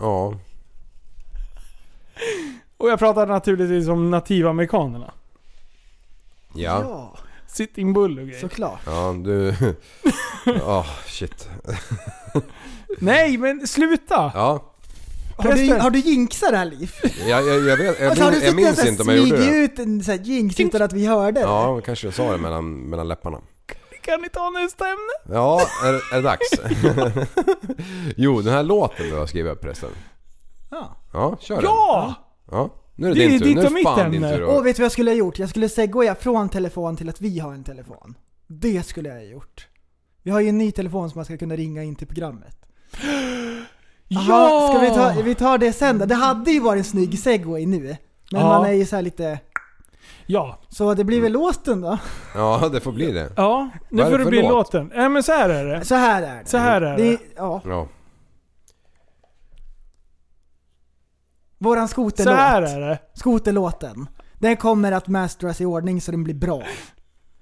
Ja. Och jag pratar naturligtvis om nativamerikanerna. Ja. Sitting Bull och grejer. Såklart. Ja, du... *laughs* Ah, shit. Nej, men sluta! Ja. Har du, har du jinxat det här Liv? Jag, jag, jag, vet, jag, Alltså, har du minns, jag suttit och minns så inte om jag gjorde smugit det. ut en sån här jinx utan att vi hörde *laughs* det? Ja, kanske jag sa det mellan, mellan läpparna. Kan ni ta nästa ämne? Ja, är, är det dags? *laughs* jo, den här låten du har skrivit upp förresten. Ja. Ja, kör den. Ja! Ja, nu är Det det, är din tur. ditt Nu och mitt är fan din ämne. tur. Åh, att- vet du vad jag skulle ha gjort? Jag skulle segwaya från telefon till att vi har en telefon. Det skulle jag ha gjort. Vi har ju en ny telefon som man ska kunna ringa in till programmet. Aha, Ja! Ska vi, ta, vi tar det sen då. Det hade ju varit en snygg segway nu. Men Ja. man är ju så här lite... Ja. Så det blir väl låsten då? Ja, det får bli det. Vad Ja, nu är det får det för bli låt? låten. Nej men så här är det. Så här är det. Så här är det det. ja, Ja. våran Så här skoterlåt. är det. Skoterlåten. Den kommer att masteras i ordning så den blir bra.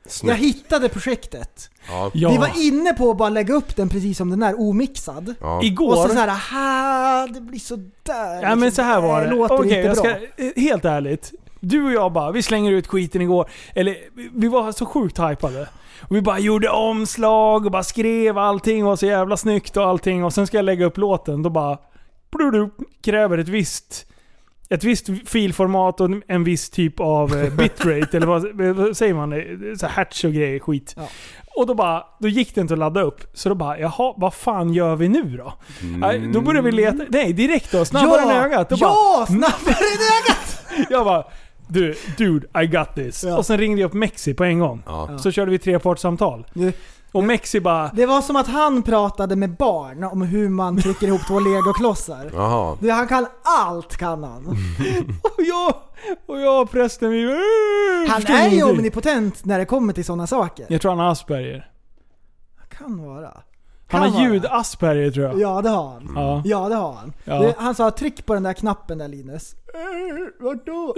Jag Snyggt. hittade projektet. Ja. Ja. Vi var inne på att bara lägga upp den precis som den är, omixad. Ja. Igår... Och så såhär, aha, det blir sådär. Ja men så här var det. låter Okej, inte jag bra. ska, eh, helt ärligt. Du och jag bara, vi slänger ut skiten igår. Eller, vi- vi var så sjukt hypade. Och vi bara gjorde omslag och bara skrev allting var så jävla snyggt och allting. Och sen ska jag lägga upp låten, då bara... Bludu, kräver ett visst... Ett visst filformat och en- en viss typ av eh, bitrate, eller vad, vad säger man? Eh, Så här hertz och grejer, skit. Ja. Och då bara, då gick det inte att ladda upp. Så då bara, jaha, vad fan gör vi nu då? Nej, Då började vi leta, nej direkt då, snabbare Mm. ja, än ögat. Då Mm. Ja, snabbare än ögat! bara, jag bara, du, dude, I got this. Ja. Och sen ringde jag upp Mexi på en gång. Ja. Så körde vi trepartssamtal. Nu- Och Mexi bara, Det var som att han pratade med barn om hur man trycker ihop två legoklossar. Jaha. Du, han kan allt kan Mm. han. och jag, och jag och prästen vi "Åh, Han förstår är ju ingenting." omnipotent när det kommer till sådana saker. Jag tror han har Asperger. Kan vara. Kan Han vara. har ljud-Asperger tror jag. Ja det har han. Ja. Ja det har han. Ja. Du, han sa tryck på den där knappen där Linus. "Eh, Vadå?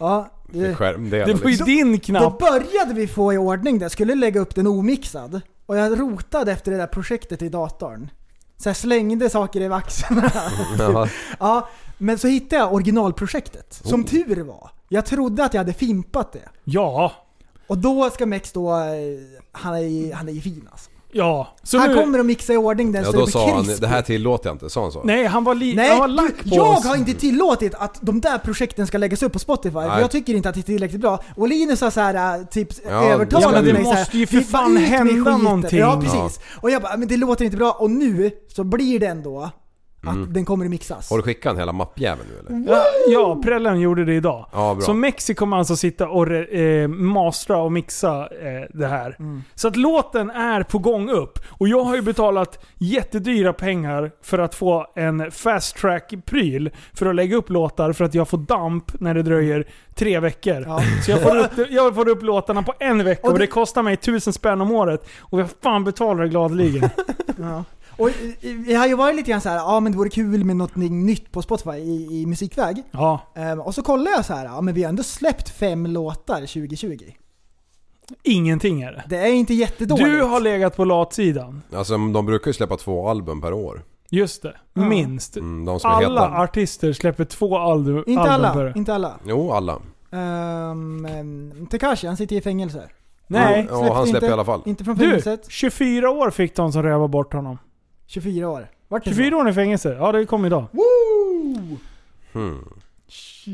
Ja, det, Skärmdel. Det var ju *laughs* liksom. din det knapp. började vi få i ordning där. Skulle lägga upp den omixad. Och jag rotade efter det där projektet i datorn. Så jag slängde saker i vaxarna. Ja. *laughs* Ja, men så hittade jag originalprojektet. Som Oh. tur var. Jag trodde att jag hade fimpat det. Ja. Och då ska Mex då... eh, Han är, ju- han är ju fin alltså. Ja. Så han nu, kommer att mixa i ordning den Ja, så det då blir sa han krispigt. det här tillåter jag inte. Sa han så? Nej, han var, li, han Nej, var du, lack på jag oss. har inte tillåtit att de där projekten ska läggas upp på Spotify. För Nej. jag tycker inte att det är tillräckligt bra. Och Linus har så här, äh, typ Ja, övertalat ja, men det mig så här, måste ju för "Klippa fan ut med hända skiten." någonting. Ja, precis. Och jag bara, men det låter inte bra. Och nu så blir det ändå att den kommer att mixas. Mm. Har du skickat en hela mappjäveln nu eller? Ja, ja, prällen gjorde det idag. Ja, bra. Så Mexi kommer alltså sitta och re, eh, mastra och mixa eh, det här. Mm. Så att låten är på gång upp. Och jag har ju betalat jättedyra pengar för att få en fast track-pryl för att lägga upp låtar för att jag får damp när det dröjer tre veckor. Ja. Så jag får, upp, jag får upp låtarna på en vecka Och och det det- *laughs* kostar mig tusen spänn om året. Och jag fan betalar det gladeligen. Ja. Och eh, vi har ju varit lite grann så här, ja men det vore kul med något nytt på Spotify i, i musikväg. Ja. Ehm, och så kollar jag så här, ja men vi har ändå släppt fem låtar 2020. Ingenting är det. Det är inte jättedåligt. Du har legat på latsidan. Alltså de brukar ju släppa två album per år. Just det. Minst. Mm, de som är Alla heta. artister släpper två album, Inte album alla, per år. inte alla. Jo, alla. Ehm, ehm, Tekashi, han sitter i fängelse. Nej. Mm. Ja, han Släppte släpper inte- i alla fall. Inte från Du, fängelset. 24 år fick de som rövade bort honom. 24 år. Vart det så? 24 år i fängelse. Ja, det kom idag. Woo! Hmm.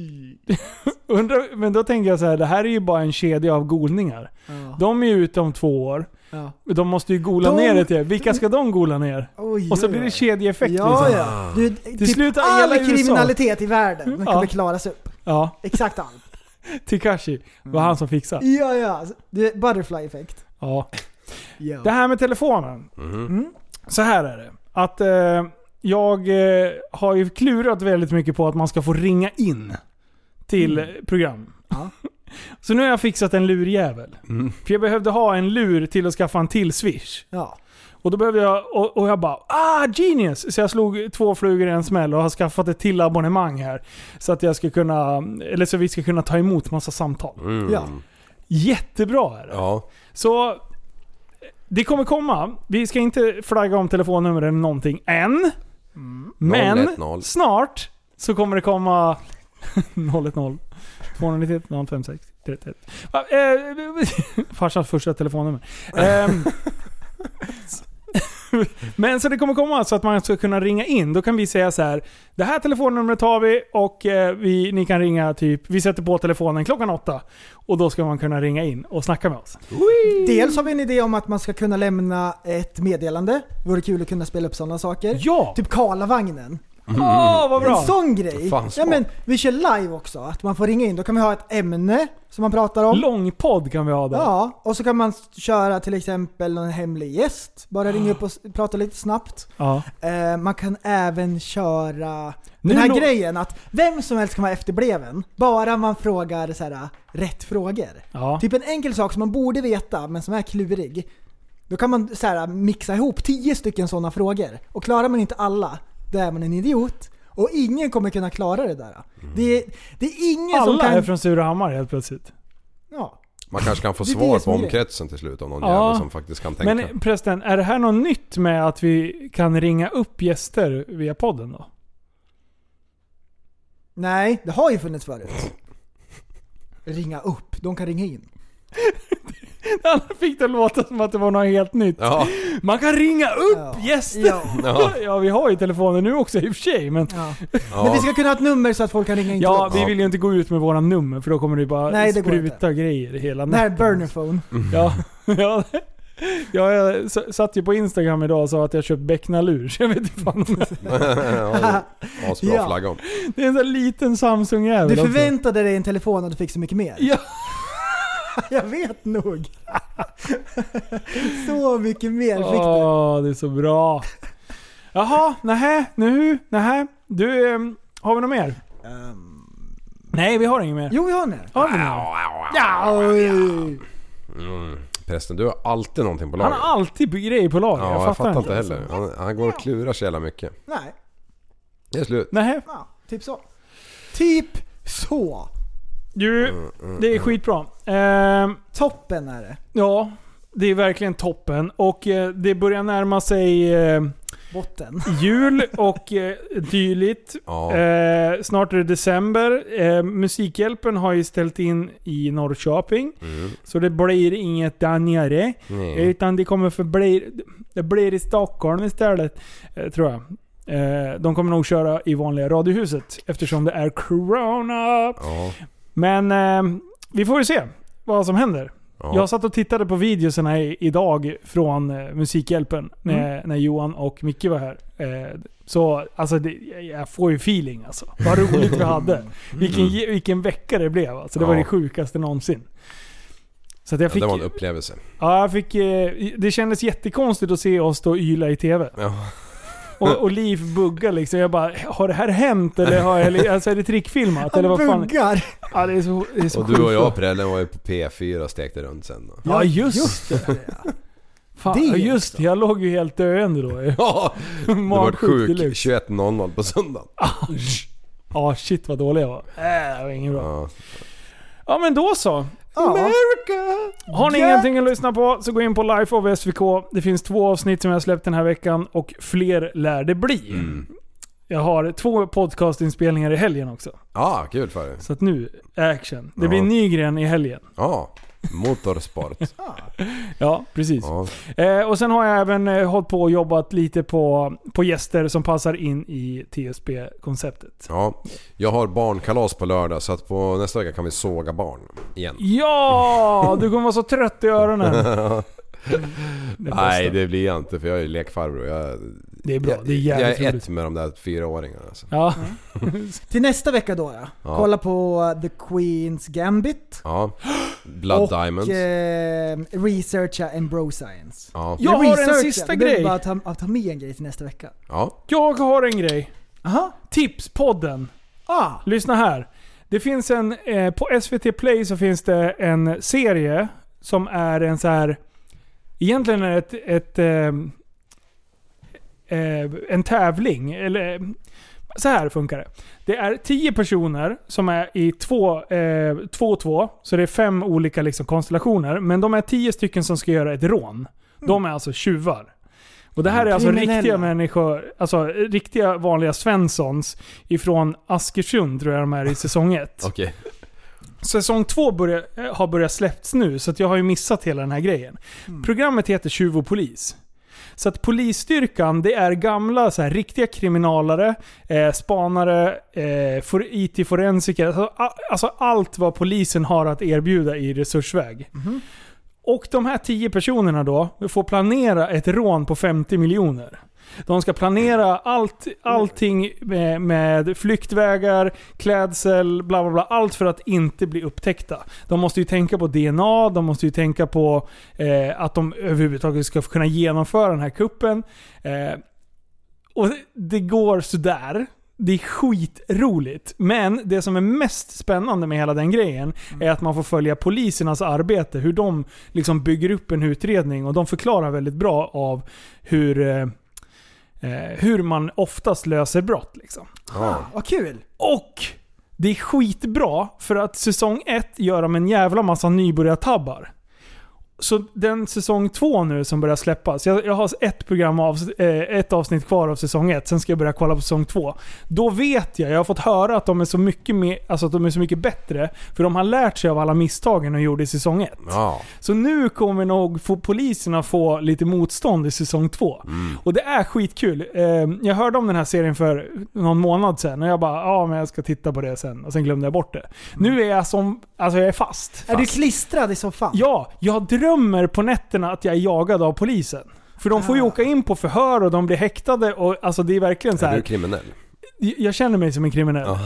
*laughs* Undrar, men då tänker jag så här, det här är ju bara en kedja av golningar. Ja. De är ju ute om två år. Ja. De måste ju gola De- ner det till. Vilka ska de gola ner? Oj, Och så oj, blir det oj. kedjeeffekt Ja, liksom. ja. Du, typ slut har all hela USA. Mm. kriminalitet i världen den Ja. kommer klaras upp. Ja, Exakt allt. Tekashi. Mm. var han som fixade. Ja, ja. Det är butterfly effekt. Ja. Ja. Det här med telefonen. Mm. Så här är det. Att eh, jag eh, har ju klurat väldigt mycket på att man ska få ringa in till eh, program. Mm. Ja. *laughs* Så nu har jag fixat en lurjävel. För jag behövde ha en lur till att skaffa en till Swish. Ja. Och då behövde jag, och, och jag bara ah genius! Så jag slog två flugor i en smäll och har skaffat ett till abonnemang här. Så att jag ska kunna, eller så vi ska kunna ta emot massa samtal. Mm. Ja. Jättebra är det. Ja. Så det kommer komma. Vi ska inte flagga om telefonnummer eller någonting än. Mm. Men 010. snart så kommer det komma *laughs* 010 291 056 31. Va, eh, *laughs* Farsans första telefonnummer. Ehm, *laughs* Men så det kommer komma så att man ska kunna ringa in. Då kan vi säga så här. Det här telefonnumret har vi och eh, vi, ni kan ringa typ, vi sätter på telefonen klockan åtta. Och då ska man kunna ringa in och snacka med oss. Dels har vi en idé om att man ska kunna lämna ett meddelande. Vore kul att kunna spela upp sådana saker. Ja! Mm. Typ Karlavagnen. Åh, ah, vad bra! En sån grej. Fan, ja, smart. men vi kör live också. Att man får ringa in. Då kan vi ha ett ämne som man pratar om. Lång podd kan vi ha då. Ja, och så kan man köra till exempel någon hemlig gäst. Ah. Bara ringa upp och s- prata lite snabbt. Ja. Eh, man kan även köra Nu den här lå- grejen att vem som helst kan vara efterbleven. Bara man frågar så här, äh, rätt frågor. Ja. Typ en enkel sak som man borde veta men som är klurig. Då kan man så här, äh, mixa ihop tio stycken sådana frågor. Och klarar man inte alla, då är man en idiot. Och ingen kommer kunna klara det där. Det, är- det är ingen som Mm. Alla kan... är från Surahammar helt plötsligt. ja. Man kanske kan få Det är svar det på som är omkretsen till slut om någon Ja. jävel som faktiskt kan tänka. Men eh, prästen, är det här något nytt med att vi kan ringa upp gäster via podden då? *laughs* Nej, det har ju funnits förut. Ringa upp, de kan ringa in. Han fick det låta som att det var något helt nytt. Ja, Man kan ringa upp Ja. gäster! Ja. Ja. vi har ju telefoner nu också i och för sig, *laughs* men... Ja. Men vi ja. ska kunna ha ett nummer så att folk kan ringa in Ja, till vi oss. vill ju inte gå ut med våra nummer för då kommer det ju bara Nej, det går spruta grejer hela Det här är natten. burnerphone. Ja, *laughs* ja. Ja, jag s- satt ju på Instagram idag och sa att jag köpt becknarlur, så jag vet inte fan om jag- ja. Asbra Ja. flagga om. Det är en sån här liten Samsung-jävel Du också. förväntade dig en telefon och du fick så mycket mer. Ja. *laughs* Jag vet nog. *laughs* så mycket mer fick du. Åh, det är så bra. Jaha, nähä, nu, nähä. Du, ehm, har vi något mer? Ehm. Nej, vi har inget mer. Jo, vi har nu. Har vi något? Ja, oj. Prästen, du har alltid någonting på lager. Han har alltid grejer på lager. Ja, jag fattar inte heller. Han, han går och klurar så jävla mycket. Nej, Det är slut. Nähä. ja, typ så. Typ så. Du, Mm, det är skitbra. Ehm, Toppen är det. ja, det är verkligen toppen. Och eh, det börjar närma sig eh, Botten. jul och eh, dylikt. Ja. Eh, snart är det december. Eh, Musikhjälpen har ju ställt in i Norrköping. Så det blir inget där nere. Nej. Utan det kommer förbli... Det blir i Stockholm istället. eh, Tror jag. Eh, De kommer nog köra i vanliga radiohuset eftersom det är corona. Ja. Men eh, vi får ju se vad som händer. Ja. Jag satt och tittade på videoserna i- idag från eh, Musikhjälpen när, Mm. när Johan och Micke var här. Eh, så alltså, det, jag- jag får ju feeling alltså. Vad roligt vi *laughs* hade. Vilken, ge- vilken vecka det blev alltså. Det var Mm. Ja. det sjukaste någonsin. Så att jag Ja, fick, det var en upplevelse. ja, jag fick, eh, det kändes jättekonstigt att se oss stå och yla i TV. Ja. Och, och Liv bugga liksom. Jag bara, har det här hänt? Eller har *laughs* jag, eller- alltså, är det trickfilmat? Eller Han vad fan? buggar. Ja, det är så, det är så Och du och sjukt. jag prällen var ju på P4 och stekte runt sen då. Ja, just det. Fan, Det just det, jag låg ju helt döende då. Ja, Du vart *laughs* Magsjuk sjuk deluxe. 21.00 på söndagen. Ja, shit vad dålig jag var. Äh, det var inget bra. Ja men då så. America! Har ni ingenting att lyssna på så gå in på Life of SVK. Det finns två avsnitt som jag har släppt den här veckan och fler lär det bli. Jag har två podcastinspelningar i helgen också. Ja, kul för dig. Så att nu, action. Det Ja. blir en ny gren i helgen. Ja, motorsport. Ja, precis. Ja. Eh, och sen har jag även eh, hållit på och jobbat lite på, på gäster som passar in i TSB-konceptet. ja. Jag har barnkalas på lördag så att på nästa vecka kan vi såga barn igen. Ja! Du kommer vara så trött i *laughs* öronen. Nej det blir jag inte för jag är ju lekfarbror. Jag, Det är bra. jag, Det är jävligt jag är roligt. ett med de där fyraåringarna. Alltså. Ja. Till nästa vecka då ja. Ja. Kolla på The Queens Gambit. Ja. Blood och Diamonds. Eh, researcha en bro science. Ja. Jag har en sista Det är grej. bara att ta, att ta med en grej till nästa vecka. ja. Jag har en grej. Aha. Tipspodden. Ah, Lyssna här. Det finns en, eh, på SVT Play så finns det en serie som är en så här egentligen är ett, ett ehm, eh, en tävling. Eller, eh, så här funkar det. Det är tio personer som är i två, eh, två och två. Så det är fem olika liksom, konstellationer. Men de är tio stycken som ska göra ett rån. De är alltså tjuvar. Och det här är alltså Kriminella. riktiga människor, alltså riktiga vanliga Svenssons ifrån Askersund tror jag de är i säsong ett. Okej. Säsong två börja, eh, har börjat släppts nu, så att jag har ju missat hela den här grejen. Programmet heter Tjuv och polis. Så att polisstyrkan, det är gamla så här, riktiga kriminalare, eh, spanare, eh, for- IT-forensiker. Alltså, a- alltså allt vad polisen har att erbjuda i resursväg. Och de här tio personerna då får planera ett rån på 50 miljoner. De ska planera allt, allting med, med flyktvägar, klädsel, bla bla bla. Allt för att inte bli upptäckta. De måste ju tänka på DNA, de måste ju tänka på eh, att de överhuvudtaget ska kunna genomföra den här kuppen. Eh, och det- det går sådär. Det är skitroligt. Men det som är mest spännande med hela den grejen är att man får följa polisernas arbete. Hur de liksom bygger upp en utredning och de förklarar väldigt bra av hur, eh, eh, hur man oftast löser brott. Liksom. *gasps* vad kul! Och det är skitbra för att säsong ett gör de en jävla massa nybörjartabbar. Så den säsong två nu som börjar släppas. Jag, jag har ett, program av, eh, ett avsnitt kvar av säsong ett. Sen ska jag börja kolla på säsong två. Då vet jag, jag har fått höra att de är så mycket, mer, alltså att de är så mycket bättre. För de har lärt sig av alla misstagen de gjorde i säsong ett. Ja. Så nu kommer nog få poliserna få lite motstånd i säsong två. Och det är skitkul. Eh, Jag hörde om den här serien för någon månad sedan och jag bara ja men jag ska titta på det sen. Och sen glömde jag bort det. Nu är jag som, alltså jag är fast. Är du klistrad i soffan? Ja, jag drömmer på nätterna att jag är jagad av polisen. För de får ju åka in på förhör och de blir häktade och alltså det är verkligen så Är här. du kriminell? Jag känner mig som en kriminell.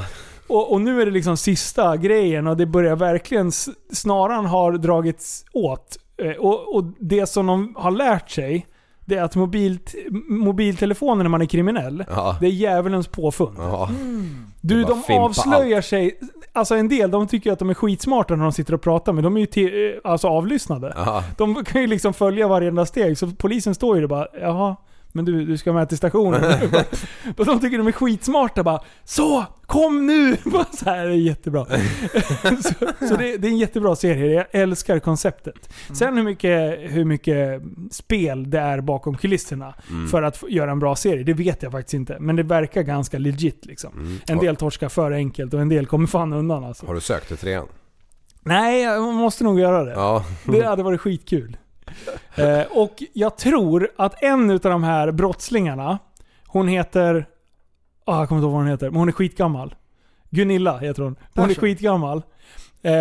Och, och nu är det liksom sista grejen och det börjar verkligen... s- Snaran har dragits åt. Eh, Och, och det som de har lärt sig, det är att mobilt, mobiltelefonen när man är kriminell, Ja. det är djävulens påfund. Ja. det Du, är bara de fimpa avslöjar sig. Alltså en del, de tycker ju att de är skitsmarta när de sitter och pratar, men de är ju te- eh, alltså avlyssnade. Ja. De kan ju liksom följa varenda steg, så polisen står ju där och bara Jaha, men du, du ska med till stationen. *laughs* och de tycker de är skitsmarta bara Så, kom nu! *laughs* Bara så här, det är jättebra. *laughs* så så det, det är en jättebra serie, jag älskar konceptet. Sen hur mycket, hur mycket spel det är bakom kulisserna för att få- göra en bra serie, det vet jag faktiskt inte. Men det verkar ganska legit liksom. En del torskar för enkelt och en del kommer fan undan alltså. Har du sökt till trean? Nej, jag måste nog göra det. Ja. Det hade varit skitkul. *laughs* Eh, och jag tror att en av de här brottslingarna, hon heter... ah jag kommer inte ihåg vad hon heter, men hon är skitgammal. Gunilla heter hon. Hon är Persson. skitgammal. Eh,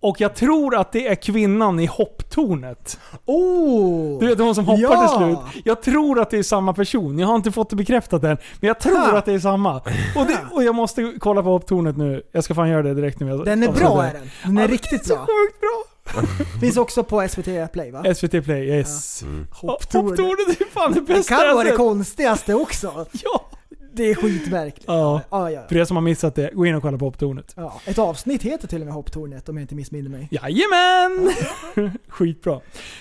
och jag tror att det är kvinnan i hopptornet. Oh! Du vet hon som hoppar Ja! till slut. Jag tror att det är samma person. Jag har inte fått det bekräftat än. Men jag tror Ha. att det är samma. Och, det, och jag måste kolla på hopptornet nu. Jag ska fan göra det direkt nu. Den är bra är den. Den är Ja, riktigt Så bra. sjukt bra. Finns också på SVT Play va? SVT Play, yes. Hopptornet. Hopptornet är fan det Det bästa kan jag vara det sett. konstigaste också. Ja. Det är skitverkligt. Ja. Ja, ja, För er som har missat det, gå in och kolla på Hopptornet. ja. Ett avsnitt heter till och med Hopptornet om jag inte missminner mig. Jajamän! *laughs* Skitbra.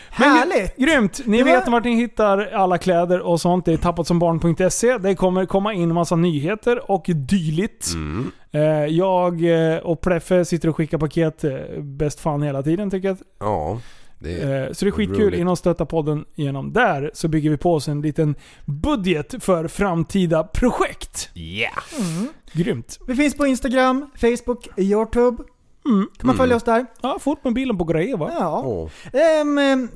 Härligt! Grymt! Ni Det var- vet vart ni hittar alla kläder och sånt. Det är tappatsombarn.se. Det kommer komma in massa nyheter och dylikt. Mm. Eh, Jag eh, och Pleffe sitter och skickar paket eh, bäst fan hela tiden tycker jag. Ja, det Eh, Så det är skitkul. roligt. In och stötta podden genom där så bygger vi på oss en liten budget för framtida projekt. Yeah! Grymt. Vi finns på Instagram, Facebook, Youtube. Mm. Kan man följa oss där? Ja, fort med bilen på grejer va? Ja. Mm. Åh. Ehm, ehm,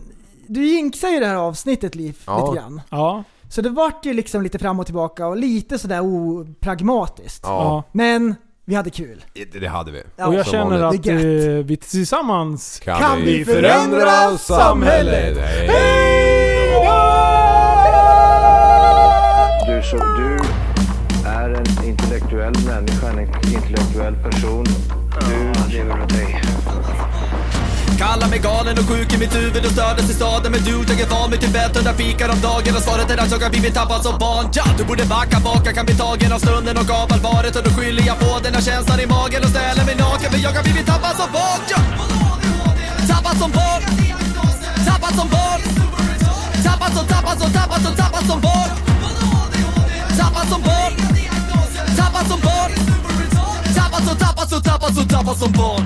du jinxar ju det här avsnittet Liv, Ja. lite grann. Ja. Så det vart ju liksom lite fram och tillbaka och lite sådär opragmatiskt. Ja, Men vi hade kul. det hade vi. Ja. Och jag Som känner vanligt. att Det eh, är vi tillsammans Kan, Kan vi vi förändra förändra samhället? samhället? Hej Du, så, du är en intellektuell människa, en intellektuell person. Du lever åt dig. Kallar mig galen och sjuk i mitt huvud och stördes i staden Men du, jag är van vid Tibet och där fikar om dagen Och svaret är att jag har blivit tappad som barn ja, Du borde backa bak, jag kan bli tagen av stunden och av allvaret Och då skyller jag på den här känslan i magen och ställer mig naken För jag har blivit tappad som barn ja. Tappad som barn Tappad som barn Tappad som, tappad som, tappad som, tappad som barn Tappad som barn Tappad som barn Tappad som, tappad som, tappad som, tappad som barn